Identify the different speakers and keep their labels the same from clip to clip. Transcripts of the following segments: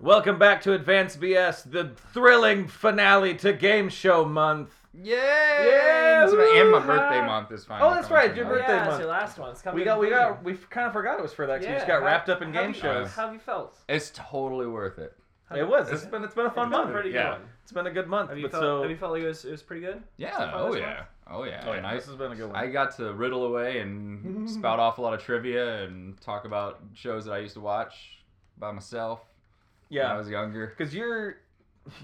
Speaker 1: Welcome back to Advanced BS, the thrilling finale to Game Show Month.
Speaker 2: Yeah.
Speaker 1: Yeah,
Speaker 2: And my
Speaker 1: woo-ha.
Speaker 2: birthday month is finally.
Speaker 1: Oh, that's
Speaker 2: coming
Speaker 1: right,
Speaker 2: up.
Speaker 1: your
Speaker 3: yeah,
Speaker 1: birthday
Speaker 3: it's
Speaker 1: month.
Speaker 3: your last one. It's coming.
Speaker 1: We got, we
Speaker 3: in
Speaker 1: got,
Speaker 3: June.
Speaker 1: we kind of forgot it was for that. 'cause we
Speaker 3: Yeah,
Speaker 1: just got
Speaker 3: how-
Speaker 1: wrapped up in
Speaker 3: how
Speaker 1: game
Speaker 3: have you-
Speaker 1: shows.
Speaker 3: How have you felt?
Speaker 2: It's totally worth it.
Speaker 3: How-
Speaker 1: It was. It's
Speaker 3: It's
Speaker 1: been, it's been a fun
Speaker 3: been
Speaker 1: month.
Speaker 3: pretty
Speaker 2: yeah.
Speaker 3: good.
Speaker 1: It's been a good month.
Speaker 3: Have you
Speaker 1: But
Speaker 3: felt?
Speaker 1: so,
Speaker 3: Have you felt like it was, it was pretty good? So
Speaker 2: Yeah.
Speaker 3: far
Speaker 2: Oh
Speaker 3: this
Speaker 2: yeah.
Speaker 3: month?
Speaker 2: oh yeah.
Speaker 1: oh,
Speaker 2: And
Speaker 1: yeah,
Speaker 2: I,
Speaker 1: this has been a good one.
Speaker 2: I got to riddle away and spout off a lot of trivia and talk about shows that I used to watch by myself when I
Speaker 1: yeah,
Speaker 2: was younger.
Speaker 1: because your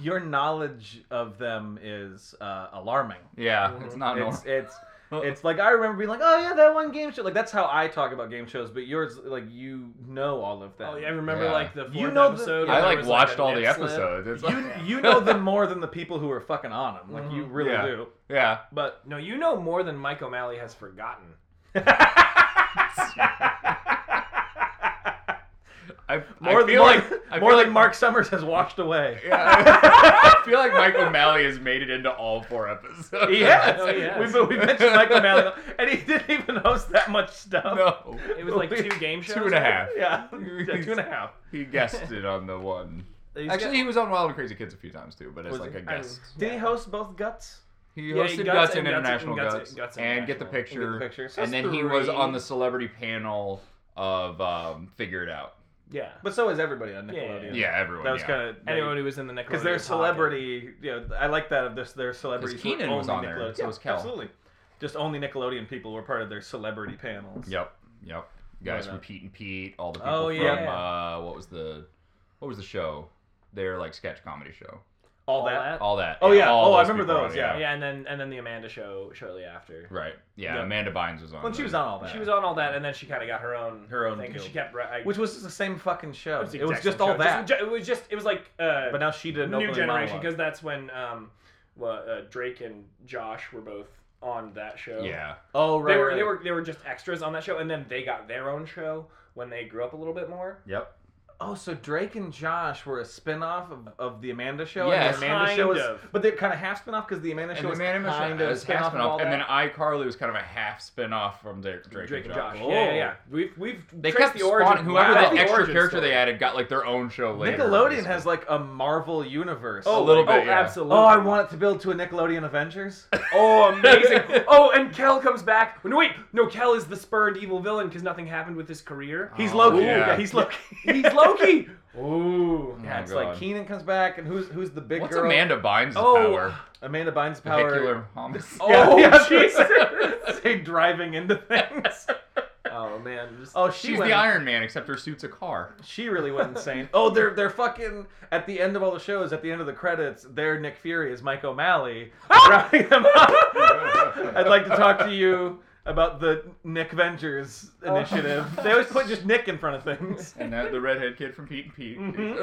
Speaker 1: your knowledge of them is uh, alarming.
Speaker 2: Yeah,
Speaker 3: Mhm.
Speaker 2: it's not normal.
Speaker 1: It's it's it's like I remember being like, oh yeah, that one game show. Like that's how I talk about game shows. But yours, like you know all of them.
Speaker 3: Oh yeah, I remember
Speaker 2: Yeah.
Speaker 3: like the fourth
Speaker 1: You know the-
Speaker 3: episode.
Speaker 1: Yeah,
Speaker 2: I
Speaker 3: where there
Speaker 2: like
Speaker 3: was,
Speaker 2: watched
Speaker 3: a
Speaker 2: all the
Speaker 3: nip slip.
Speaker 2: episodes. It's
Speaker 1: You
Speaker 2: like,
Speaker 1: you know them more than the people who are fucking on them. Like you really
Speaker 2: Mm-hmm. Yeah.
Speaker 1: do.
Speaker 2: yeah.
Speaker 1: But
Speaker 3: No, you know more than Mike O'Malley has forgotten.
Speaker 2: I,
Speaker 1: more
Speaker 2: I
Speaker 1: than
Speaker 2: feel
Speaker 1: more,
Speaker 2: like I
Speaker 1: more
Speaker 2: feel
Speaker 1: than
Speaker 2: like
Speaker 1: Mark Summers has washed away.
Speaker 2: Yeah. I feel like Mike O'Malley has made it into all four episodes.
Speaker 1: He has.
Speaker 3: Oh, he has.
Speaker 1: We, we mentioned Michael Malley, and he didn't even host that much stuff.
Speaker 2: No.
Speaker 3: It was like two
Speaker 1: Two
Speaker 3: game shows.
Speaker 2: Two and a half.
Speaker 1: Yeah, yeah two and a half.
Speaker 2: He guested on the one.
Speaker 3: He's
Speaker 2: Actually,
Speaker 3: got-
Speaker 2: he was on Wild and Crazy Kids a few times too, but as
Speaker 1: Was
Speaker 2: like
Speaker 1: he?
Speaker 2: a guest.
Speaker 1: Did he host both guts?
Speaker 2: He
Speaker 3: Yeah,
Speaker 2: hosted
Speaker 3: he
Speaker 2: Guts,
Speaker 3: guts
Speaker 2: and
Speaker 3: and Guts-
Speaker 2: International
Speaker 3: Guts-
Speaker 2: Guts,
Speaker 3: Guts
Speaker 2: and Get the
Speaker 3: International.
Speaker 1: Get
Speaker 2: Picture,
Speaker 1: the Picture. So
Speaker 2: and then he was
Speaker 3: three.
Speaker 2: on the celebrity panel of um, Figure It Out.
Speaker 3: Yeah.
Speaker 1: But so is everybody on
Speaker 3: Yeah, yeah,
Speaker 1: Nickelodeon.
Speaker 3: yeah.
Speaker 2: Yeah, everyone.
Speaker 1: that was
Speaker 2: yeah.
Speaker 1: kind of
Speaker 3: Anyone who was in the Nickelodeon.
Speaker 1: because they're
Speaker 3: pocket.
Speaker 1: celebrity. You know, I like that of this. They're celebrities. who are
Speaker 2: Keenan was
Speaker 1: only
Speaker 2: on there,
Speaker 1: Nickelodeon.
Speaker 2: so
Speaker 1: yeah,
Speaker 2: was Kel.
Speaker 1: Absolutely. Just only Nickelodeon people were part of their celebrity panels.
Speaker 2: Yep, yep. Guys
Speaker 1: But, uh,
Speaker 2: from Pete and Pete, all the people
Speaker 1: Oh,
Speaker 2: from
Speaker 1: yeah.
Speaker 2: uh, what was the what was the show? Their like sketch comedy show.
Speaker 1: All,
Speaker 3: All
Speaker 1: that.
Speaker 3: that.
Speaker 2: All that.
Speaker 1: Oh, yeah.
Speaker 2: all
Speaker 1: Oh, I
Speaker 2: those
Speaker 1: remember
Speaker 2: people were
Speaker 1: those,
Speaker 2: on it,
Speaker 1: yeah.
Speaker 3: Yeah, and then and then the Amanda show shortly after.
Speaker 2: Right. Yeah,
Speaker 1: Yeah.
Speaker 2: Amanda Bynes was on.
Speaker 1: When she
Speaker 2: the-
Speaker 1: was on all that.
Speaker 3: She was on all that, and then she kind of got her own
Speaker 1: Her own
Speaker 3: thing 'cause
Speaker 1: deal.
Speaker 3: she kept. ri- I,
Speaker 1: which was just the same fucking show.
Speaker 3: the
Speaker 1: it was
Speaker 3: exact
Speaker 1: just
Speaker 3: same
Speaker 1: all
Speaker 3: show.
Speaker 1: that.
Speaker 3: Just- ju- it was just. It was like. Uh,
Speaker 1: but now she did an
Speaker 3: new
Speaker 1: opening
Speaker 3: generation
Speaker 1: monologue.
Speaker 3: because that's when um, well, uh, Drake and Josh were both on that show.
Speaker 2: Yeah.
Speaker 1: Oh right.
Speaker 3: they were
Speaker 1: right.
Speaker 3: they were they were just extras on that show, and then they got their own show when they grew up a little bit more.
Speaker 2: Yep.
Speaker 1: Oh, so Drake and Josh were a spin-off of, of the Amanda Show.
Speaker 2: Yes.
Speaker 1: and the Amanda
Speaker 3: Kind
Speaker 1: show was,
Speaker 3: of.
Speaker 1: but they're kind of half spin-off because the Amanda
Speaker 2: And
Speaker 1: Show
Speaker 2: the
Speaker 1: was
Speaker 2: Amanda Show
Speaker 1: kind of a
Speaker 2: is half
Speaker 1: spin-off of all
Speaker 2: spin-off, and then
Speaker 1: that.
Speaker 2: iCarly was kind of a half spin-off from their Drake,
Speaker 3: Drake and
Speaker 2: Josh.
Speaker 3: Josh.
Speaker 1: Oh.
Speaker 3: Yeah, yeah, yeah. We've we've
Speaker 2: They
Speaker 3: traced
Speaker 2: kept
Speaker 3: the origin.
Speaker 2: spawning whoever
Speaker 3: wow.
Speaker 2: the extra
Speaker 3: origin
Speaker 2: character
Speaker 3: story.
Speaker 2: they added got like their own show later.
Speaker 1: Nickelodeon has like a Marvel universe.
Speaker 2: A little
Speaker 3: oh,
Speaker 2: bit, yeah.
Speaker 3: absolutely.
Speaker 1: Oh, I want it to build to a Nickelodeon Avengers.
Speaker 3: Oh, amazing. oh, and Kel comes back. No, wait, no, Kel is the spurned evil villain because nothing happened with his career.
Speaker 1: He's
Speaker 2: Oh,
Speaker 1: Loki.
Speaker 2: yeah.
Speaker 1: Yeah, he's Loki.
Speaker 3: He's Loki. Ooh.
Speaker 1: Yeah,
Speaker 2: Oh,
Speaker 1: it's
Speaker 2: God.
Speaker 1: like Keenan comes back, and who's who's the big
Speaker 2: What's
Speaker 1: girl?
Speaker 2: Amanda Bynes'
Speaker 3: Oh,
Speaker 2: power?
Speaker 1: Amanda Bynes' power.
Speaker 2: Vehicular homicide.
Speaker 3: Oh,
Speaker 1: Yeah, yeah.
Speaker 3: Jesus.
Speaker 1: Say driving into things.
Speaker 3: Oh man. Just,
Speaker 1: Oh, she
Speaker 2: She's
Speaker 1: went,
Speaker 2: the Iron Man, except her suit's a car.
Speaker 1: She really went insane. Oh, they're they're fucking at the end of all the shows, at the end of the credits, their Nick Fury is Mike O'Malley
Speaker 3: Ah!
Speaker 1: rounding them up. I'd like to talk to you about the Nick Vengers
Speaker 3: Oh.
Speaker 1: initiative. They always put just Nick in front of things.
Speaker 2: And that, the redhead kid from Pete and Pete.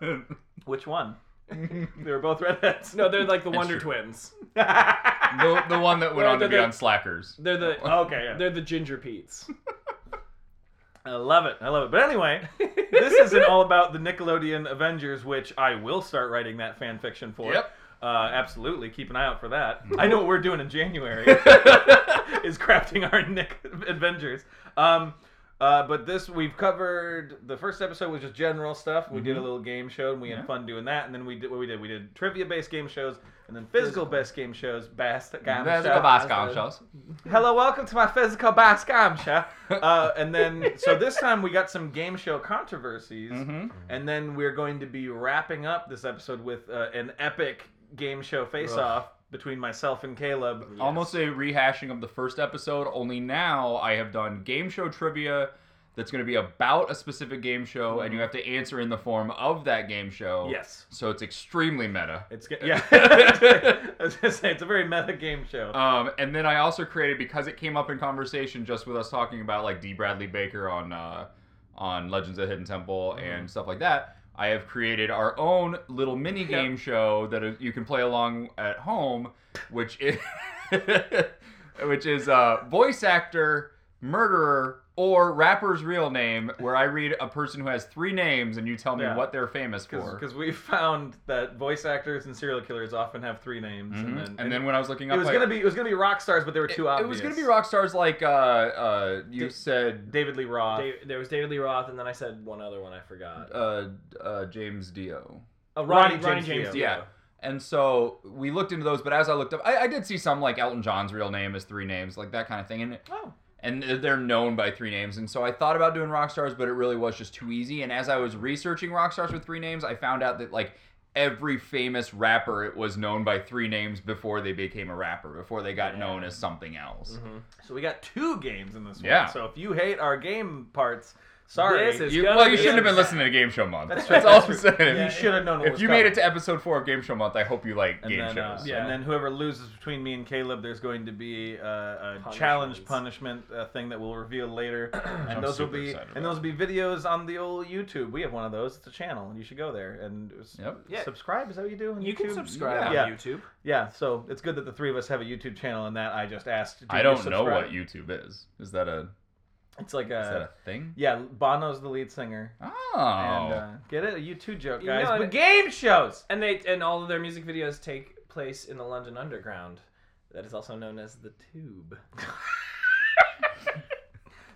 Speaker 1: Which one? They were both redheads.
Speaker 3: no, they're like the Wonder
Speaker 2: true.
Speaker 3: Twins.
Speaker 2: the, the one that went
Speaker 3: Well,
Speaker 2: on to
Speaker 3: they're
Speaker 2: be
Speaker 3: the-
Speaker 2: on Slackers.
Speaker 3: They're the
Speaker 1: Oh, Okay, yeah.
Speaker 3: they're the Ginger Pete's.
Speaker 1: I love it. I love it. But anyway, this isn't all about the Nickelodeon Avengers, which I will start writing that fan fiction for.
Speaker 2: Yep. Mm-hmm.
Speaker 1: Uh, absolutely. Keep an eye out for that. I know what we're doing in January is crafting our Nick Avengers. Um, uh, but this we've covered. The first episode was just general stuff. We did a little game show and we had
Speaker 2: Mm-hmm. Yeah.
Speaker 1: fun doing that. And then we did what we did. We did trivia based game shows and then physical based game shows. Best game
Speaker 2: That's
Speaker 1: show.
Speaker 2: the Bascom shows.
Speaker 1: Hello, welcome to my physical bascamsha. Uh, and then, so this time we got some game show controversies,
Speaker 2: Mhm.
Speaker 1: and then we're going to be wrapping up this episode with uh, an epic game show face-off between myself and Caleb.
Speaker 2: Almost a rehashing of the first episode, only now I have done game show trivia that's going to be about a specific game show, and you have to answer in the form of that game show.
Speaker 1: Yes.
Speaker 2: So it's extremely meta.
Speaker 1: It's ge- yeah. I was gonna say it's a very meta game show.
Speaker 2: Um, and then I also created because it came up in conversation just with us talking about like D. Bradley Baker on uh, on Legends of the Hidden Temple
Speaker 1: Mm-hmm.
Speaker 2: and stuff like that. I have created our own little mini game show that is- you can play along at home, which is which is uh, voice actor murderer, or rapper's real name, where I read a person who has three names and you tell me
Speaker 1: Yeah.
Speaker 2: what they're famous for.
Speaker 1: Because we found that voice actors and serial killers often have three names,
Speaker 2: Mhm.
Speaker 1: and then
Speaker 2: and then when I was looking
Speaker 1: it
Speaker 2: up,
Speaker 1: was
Speaker 2: like,
Speaker 1: gonna be it was gonna be rock stars, but they were
Speaker 2: it,
Speaker 1: too obvious.
Speaker 2: it was gonna be rock stars like uh, uh, you
Speaker 1: Da-
Speaker 2: said
Speaker 1: David Lee Roth.
Speaker 4: Da- there was David Lee Roth, and then I said one other one I forgot.
Speaker 2: uh, uh, James Dio.
Speaker 4: Oh,
Speaker 1: Uh, Ronnie
Speaker 4: Ronnie,
Speaker 1: James
Speaker 4: Ronnie James,
Speaker 1: Dio.
Speaker 4: Dio.
Speaker 2: Yeah. And so we looked into those, but as I looked up, I, I did see some like Elton John's real name is three names, like that kind of thing, and
Speaker 1: Oh.
Speaker 2: and they're known by three names. And so I thought about doing rock stars, but it really was just too easy. And as I was researching rock stars with three names, I found out that like every famous rapper it was known by three names before they became a rapper, before they got
Speaker 4: Yeah.
Speaker 2: known as something else.
Speaker 1: Mm-hmm.
Speaker 4: Mhm.
Speaker 1: So we got two games in this
Speaker 2: Yeah.
Speaker 1: one. So if you hate our game parts, sorry.
Speaker 4: This is
Speaker 2: You,
Speaker 4: gonna
Speaker 2: well, you
Speaker 4: be
Speaker 2: shouldn't have been
Speaker 4: upset.
Speaker 2: listening to Game Show Month.
Speaker 1: That's
Speaker 2: That's,
Speaker 1: true,
Speaker 2: all
Speaker 1: that's
Speaker 2: I'm saying.
Speaker 1: you should have known. What
Speaker 2: If
Speaker 1: was
Speaker 2: you made
Speaker 1: coming.
Speaker 2: it to episode four of Game Show Month, I hope you like
Speaker 1: and
Speaker 2: game
Speaker 1: then, uh,
Speaker 2: shows.
Speaker 4: Yeah.
Speaker 1: and then whoever loses between me and Caleb, there's going to be uh, a
Speaker 4: Punishments.
Speaker 1: challenge punishment uh, thing that we'll reveal later, and
Speaker 2: I'm
Speaker 1: those will
Speaker 2: super
Speaker 1: be
Speaker 2: excited
Speaker 1: and
Speaker 2: about
Speaker 1: those will be videos on the old YouTube. We have one of those. It's a channel, and you should go there and s-
Speaker 2: Yep.
Speaker 4: Yeah.
Speaker 1: subscribe. Is that what you do? On
Speaker 4: You can
Speaker 1: YouTube?
Speaker 4: subscribe
Speaker 1: Yeah.
Speaker 4: on YouTube.
Speaker 1: Yeah. So it's good that the three of us have a YouTube channel, and that I just asked. do
Speaker 2: I
Speaker 1: you
Speaker 2: don't know
Speaker 1: subscribe?
Speaker 2: what YouTube is. Is that a
Speaker 1: It's like
Speaker 2: is that a
Speaker 1: a
Speaker 2: thing?
Speaker 1: yeah. Bono's the lead singer.
Speaker 2: Oh,
Speaker 1: And, uh, get it? A YouTube joke,
Speaker 4: You
Speaker 1: guys.
Speaker 4: know,
Speaker 1: but game shows.
Speaker 4: And they and all of their music videos take place in the London Underground, that is also known as the Tube.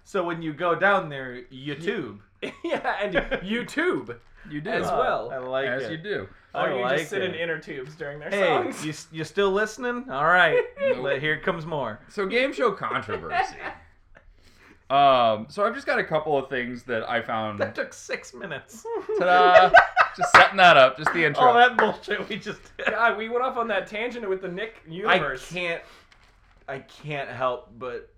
Speaker 1: So when you go down there, YouTube
Speaker 4: yeah, and YouTube
Speaker 2: you do
Speaker 4: as
Speaker 1: Oh,
Speaker 4: well.
Speaker 1: I like
Speaker 2: as
Speaker 1: it.
Speaker 2: you do.
Speaker 1: I
Speaker 4: or
Speaker 3: Oh,
Speaker 4: you
Speaker 1: like
Speaker 4: just sit
Speaker 1: it.
Speaker 4: in inner tubes during their
Speaker 1: Hey,
Speaker 4: songs.
Speaker 1: you, you still listening? All right.
Speaker 2: Nope.
Speaker 1: Let- Here comes more.
Speaker 2: So game show controversy. um, so I've just got a couple of things that I found.
Speaker 1: That took six minutes.
Speaker 2: Ta-da! just setting that up. Just the intro.
Speaker 1: All that bullshit we just did.
Speaker 4: God, we went off on that tangent with the Nick
Speaker 1: I
Speaker 4: universe.
Speaker 1: can't. I can't help but.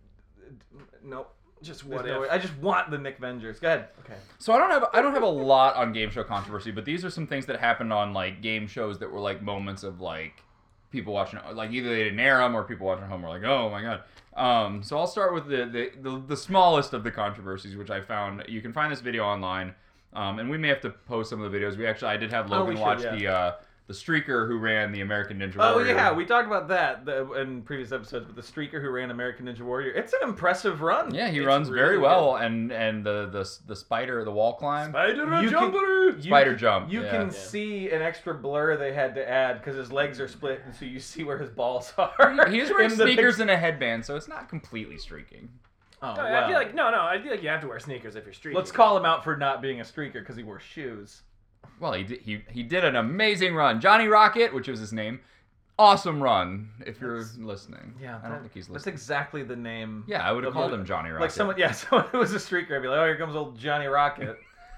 Speaker 1: Nope. Just
Speaker 4: what
Speaker 1: There's no
Speaker 4: if?
Speaker 1: way- I just want the Nick Vengers. Go ahead.
Speaker 4: Okay.
Speaker 2: So I don't have I don't have a lot on game show controversy, but these are some things that happened on like game shows that were like moments of like people watching like either they didn't air them or people watching at home were like oh my god. Um, so I'll start with the the, the the smallest of the controversies, which I found. You can find this video online, um, and we may have to post some of the videos. We actually I did have
Speaker 1: Oh, we
Speaker 2: Logan
Speaker 1: should,
Speaker 2: watch
Speaker 1: yeah.
Speaker 2: the uh, the streaker who ran the American Ninja
Speaker 1: Oh
Speaker 2: Warrior.
Speaker 1: yeah, we talked about that the, in previous episodes. But the streaker who ran American Ninja Warrior, it's an impressive run.
Speaker 2: yeah, he
Speaker 1: It's
Speaker 2: runs very
Speaker 1: really
Speaker 2: well, and and the the the spider the wall climb.
Speaker 4: Spider
Speaker 1: You can-
Speaker 4: Jumper!
Speaker 1: good.
Speaker 2: Spider
Speaker 1: you,
Speaker 2: jump,
Speaker 1: You
Speaker 2: yeah.
Speaker 1: can
Speaker 2: Yeah.
Speaker 1: see an extra blur they had to add because his legs are split, and so you see where his balls are.
Speaker 2: He is wearing
Speaker 1: in the
Speaker 2: sneakers
Speaker 1: picture.
Speaker 2: and a headband, so it's not completely streaking.
Speaker 1: Oh,
Speaker 4: No, I
Speaker 1: well.
Speaker 4: feel like no, no. I feel like you have to wear sneakers if you're streaking.
Speaker 1: Let's call him out for not being a streaker because he wore shoes.
Speaker 2: Well, he did, he he did an amazing run. Johnny Rocket, which was his name, awesome run. If you're
Speaker 1: That's-
Speaker 2: listening,
Speaker 1: Yeah,
Speaker 2: I
Speaker 1: that-
Speaker 2: don't think he's
Speaker 1: That's
Speaker 2: listening.
Speaker 1: exactly the name.
Speaker 2: yeah, I would have
Speaker 1: the-
Speaker 2: called him Johnny Rocket.
Speaker 1: Like someone, yeah, someone who was a streaker, I'd be like, "Oh, here comes old Johnny Rocket."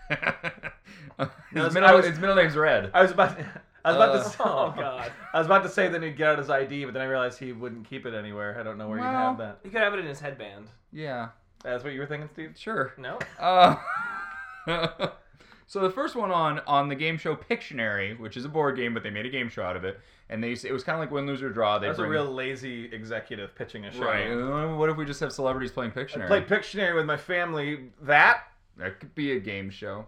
Speaker 2: his,
Speaker 1: it's-
Speaker 2: middle,
Speaker 1: I was-
Speaker 2: his middle name's Red.
Speaker 1: I was about, to, I was about
Speaker 2: Uh.
Speaker 1: to, say,
Speaker 4: Oh God.
Speaker 1: I was about to say then he'd get out his ID, but then I realized he wouldn't keep it anywhere. I don't know where you'd have
Speaker 2: Well.
Speaker 1: that.
Speaker 4: He could have it in his headband.
Speaker 2: Yeah,
Speaker 1: That's what you were thinking, Steve.
Speaker 2: sure.
Speaker 4: No.
Speaker 2: Uh, so the first one on on the game show Pictionary, which is a board game, but they made a game show out of it, and they used to- it was kind of like win, lose or draw. They
Speaker 1: That's a
Speaker 2: bring-
Speaker 1: real lazy executive pitching a show.
Speaker 2: right. Uh, What if we just have celebrities playing
Speaker 1: I
Speaker 2: Pictionary?
Speaker 1: played Pictionary with my family. That
Speaker 2: that could be a game show.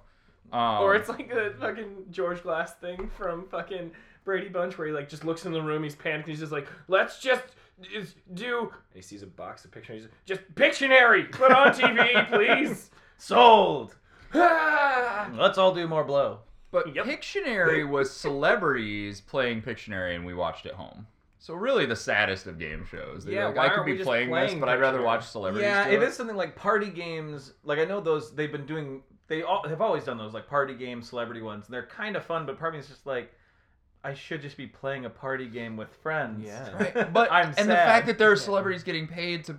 Speaker 2: Um,
Speaker 4: Or it's like the fucking George Glass thing from fucking Brady Bunch where he like just looks in the room, he's panicked, he's just like, let's just is- do. And he sees a box of Pictionary, he's just, just Pictionary, put on TV, please.
Speaker 1: sold.
Speaker 4: Ah!
Speaker 1: Let's all do more blow.
Speaker 2: But
Speaker 4: Yep.
Speaker 2: Pictionary was celebrities playing Pictionary, and we watched at home. So really, the saddest of game shows. They were
Speaker 4: Yeah,
Speaker 2: like,
Speaker 4: why
Speaker 2: I could
Speaker 4: aren't
Speaker 2: be
Speaker 4: we just
Speaker 2: playing, this,
Speaker 4: playing
Speaker 2: but I'd rather
Speaker 4: Pictionary?
Speaker 2: watch celebrities.
Speaker 1: Yeah,
Speaker 2: do
Speaker 1: it is something like party games. Like I know those they've been doing. They all have always done those like party game celebrity ones. And they're kind of fun, but part of me is just like, I should just be playing a party game with friends.
Speaker 4: Yeah.
Speaker 2: Right, But
Speaker 1: I'm
Speaker 2: and
Speaker 1: sad.
Speaker 2: the fact that there are celebrities getting paid to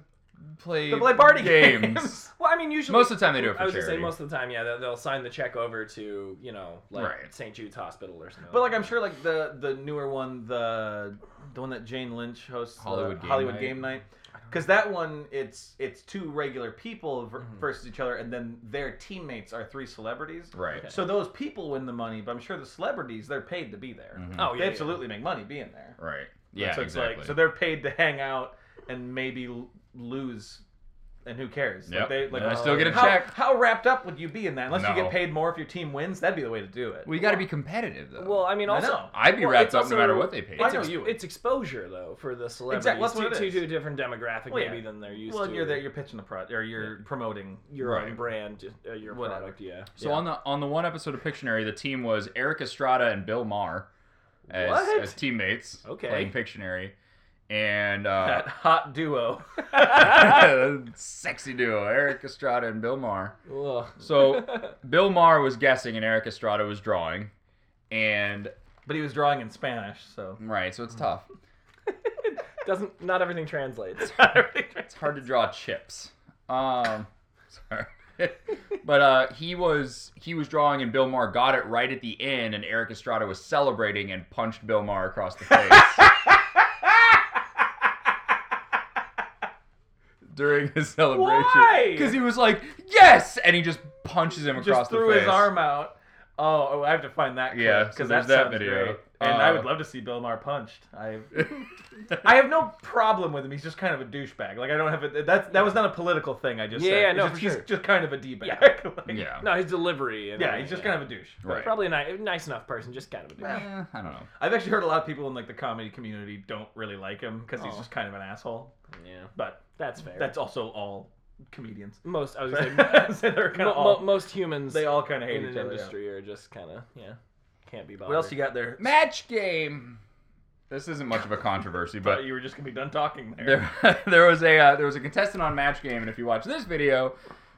Speaker 2: play
Speaker 1: they play party
Speaker 2: games.
Speaker 1: games.
Speaker 4: Well, I mean, usually.
Speaker 2: Most of the time they do it for
Speaker 4: I was gonna
Speaker 2: charity.
Speaker 4: say most of the time, yeah, they'll, they'll sign the check over to, you know, like
Speaker 2: Right.
Speaker 4: St. Jude's Hospital or something.
Speaker 1: But like I'm sure like the the newer one, the the one that Jane Lynch hosts, the
Speaker 2: Hollywood Game
Speaker 1: Hollywood
Speaker 2: Night.
Speaker 1: Game Night. Because that one, it's it's two regular people ver-
Speaker 4: Mhm.
Speaker 1: versus each other, and then their teammates are three celebrities.
Speaker 2: Right.
Speaker 1: So those people win the money, but I'm sure the celebrities they're paid to be there.
Speaker 2: Mhm.
Speaker 4: Oh,
Speaker 1: They
Speaker 4: yeah. yeah.
Speaker 1: absolutely make money being there.
Speaker 2: Right. Yeah.
Speaker 1: so it's
Speaker 2: exactly.
Speaker 1: like so they're paid to hang out and maybe l- lose and who cares?
Speaker 2: Yep.
Speaker 1: Like they, like,
Speaker 2: And I still get a
Speaker 1: how,
Speaker 2: check.
Speaker 1: How wrapped up would you be in that? Unless you
Speaker 2: No.
Speaker 1: get paid more if your team wins, that'd be the way to do it.
Speaker 2: Well, you got to be competitive though.
Speaker 3: Well, I mean,
Speaker 1: I
Speaker 3: also,
Speaker 1: know.
Speaker 2: I'd be
Speaker 3: well,
Speaker 2: wrapped
Speaker 3: it's
Speaker 2: up
Speaker 3: also-
Speaker 2: no matter what they paid.
Speaker 1: I
Speaker 3: It's,
Speaker 1: know
Speaker 3: ex-
Speaker 1: you would.
Speaker 3: it's exposure though for the celebrities
Speaker 1: Exactly, that's
Speaker 3: to,
Speaker 1: what it
Speaker 3: to,
Speaker 1: is.
Speaker 3: to a different demographic
Speaker 1: Well, yeah.
Speaker 3: maybe than they're used
Speaker 1: Well,
Speaker 3: to.
Speaker 1: and you're there, you're pitching a product, or you're promoting.
Speaker 3: your
Speaker 2: Right.
Speaker 3: own brand, uh, your
Speaker 1: Whatever.
Speaker 3: product, yeah.
Speaker 2: So on the on the one episode of Pictionary, the team was Eric Estrada and Bill Maher as,
Speaker 3: What?
Speaker 2: as teammates
Speaker 3: Okay.
Speaker 2: playing Pictionary, and uh,
Speaker 1: That hot duo.
Speaker 2: sexy duo Eric Estrada and Bill Maher.
Speaker 3: Ugh.
Speaker 2: So Bill Maher was guessing and Eric Estrada was drawing, and
Speaker 1: But he was drawing in Spanish, so.
Speaker 2: right, so it's
Speaker 3: Hmm.
Speaker 2: tough.
Speaker 3: Doesn't not everything translates.
Speaker 2: It's hard to draw chips. Um, sorry. but uh, he was he was drawing and Bill Maher got it right at the end, and Eric Estrada was celebrating and punched Bill Maher across the face. During his celebration,
Speaker 3: Why?
Speaker 2: because he was like, "Yes!" and he just punches him across
Speaker 1: Just
Speaker 2: the
Speaker 1: threw
Speaker 2: face.
Speaker 1: his arm out. Oh, oh, I have to find that clip.
Speaker 2: Yeah, so
Speaker 1: because
Speaker 2: there's
Speaker 1: that
Speaker 2: that
Speaker 1: sounds
Speaker 2: video.
Speaker 1: great. And I would
Speaker 2: Uh,
Speaker 1: love to see Bill Maher punched. I I have no problem with him. He's just kind of a douchebag. Like I don't have a, that. That was not a political thing. I just
Speaker 3: Yeah,
Speaker 1: said.
Speaker 3: yeah,
Speaker 1: It's
Speaker 3: no,
Speaker 1: just,
Speaker 3: for
Speaker 1: he's
Speaker 3: sure.
Speaker 1: just kind of a d bag. Like,
Speaker 2: yeah,
Speaker 3: no, his delivery. And
Speaker 1: yeah, he's just kind of a douche.
Speaker 2: right.
Speaker 3: probably a nice, nice enough person, just kind of a dude.
Speaker 2: Eh, I don't know.
Speaker 1: I've actually heard a lot of people in like the comedy community don't really like him because he's
Speaker 3: Oh.
Speaker 1: just kind of an asshole.
Speaker 3: Yeah,
Speaker 1: But
Speaker 3: that's fair.
Speaker 1: that's also all comedians.
Speaker 3: most. I was
Speaker 1: so
Speaker 3: gonna say,
Speaker 1: they're kind
Speaker 3: mo-
Speaker 1: of
Speaker 3: mo-
Speaker 1: all.
Speaker 3: most humans
Speaker 1: They all kind of hate
Speaker 3: in
Speaker 1: each
Speaker 3: an
Speaker 1: other. yeah.
Speaker 3: industry are just kind of yeah, can't be bothered.
Speaker 1: What else you got there?
Speaker 2: Match game. This isn't much of a controversy, but
Speaker 1: Thought you were just gonna be done talking there.
Speaker 2: there, there was a uh, there was a contestant on Match Game, and if you watch this video,